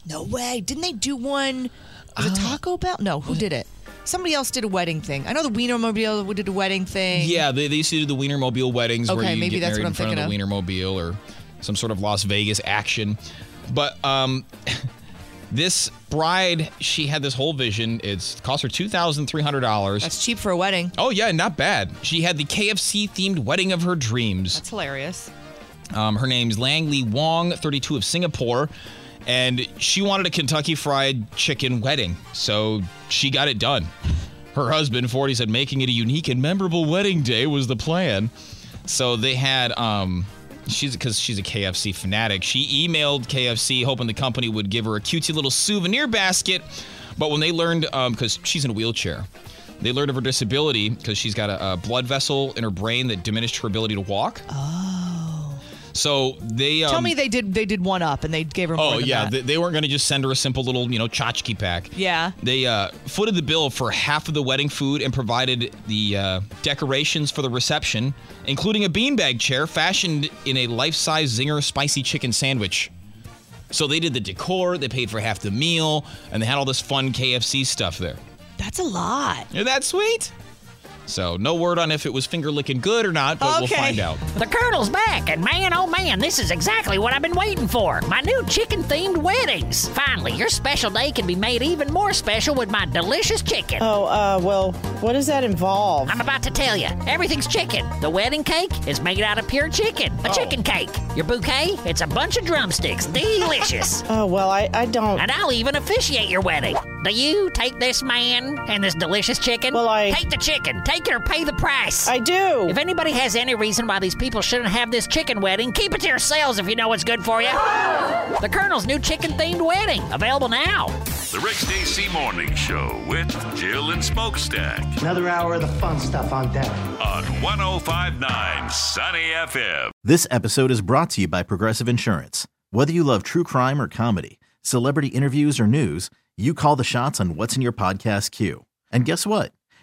C: No way. Didn't they do one?
E: Uh,
C: Was it Taco Bell? No. Who did it? Somebody else did a wedding thing. I know the Wienermobile did a wedding thing.
E: Yeah, they, they used to do the Wienermobile weddings where
C: Okay,
E: you
C: maybe
E: get
C: that's
E: married
C: what
E: in
C: I'm
E: front of the Wienermobile or some sort of Las Vegas action. But um, this bride, she had this whole vision. It's cost her two thousand three hundred dollars.
C: That's cheap for a wedding.
E: Oh yeah, not bad. She had the KFC themed wedding of her dreams.
C: That's hilarious.
E: Um, her name's Langley Wong, 32 of Singapore, and she wanted a Kentucky Fried Chicken wedding, so she got it done. Her husband, 40, said making it a unique and memorable wedding day was the plan. So they had, um, she's because she's a KFC fanatic. She emailed KFC hoping the company would give her a cutesy little souvenir basket, but when they learned, because she's in a wheelchair. They learned of her disability because she's got a, a blood vessel in her brain that diminished her ability to walk. So they
C: Oh.
E: um,
C: Tell me they did. They did one up and they gave her. More
E: Oh
C: than
E: yeah,
C: that.
E: They, they weren't going to just send her a simple little you know tchotchke pack.
C: yeah.
E: They uh, footed the bill for half of the wedding food and provided the uh, decorations for the reception, including a beanbag chair fashioned in a life-size zinger spicy chicken sandwich. So they did the decor, they paid for half the meal, and they had all this fun KFC stuff there.
C: That's a lot.
E: Isn't that sweet? So no word on if it was finger licking good or not, but we'll find out.
K: The Colonel's back, and man, oh man, this is exactly what I've been waiting for. My new chicken themed weddings. Finally, your special day can be made even more special with my delicious chicken.
A: Oh, uh, well, what does that involve?
K: I'm about to tell you, everything's chicken. The wedding cake is made out of pure chicken, a chicken cake. Your bouquet, it's a bunch of drumsticks. Delicious.
A: Oh, well, I, I don't.
K: And I'll even officiate your wedding. Do you take this man and this delicious chicken? Well, I take the chicken. Take it or pay the price. I do. If anybody has any reason why these people shouldn't have this chicken wedding, keep it to yourselves if you know what's good for you. the Colonel's new chicken-themed wedding available now.
B: The Rick Stacy Morning Show with Jill and Smokestack
Y: Another hour of the fun stuff on deck.
B: on 1059 Sunny FM.
W: This episode is brought to you by Progressive Insurance. Whether you love true crime or comedy, celebrity interviews or news, you call the shots on what's in your podcast queue. And guess what?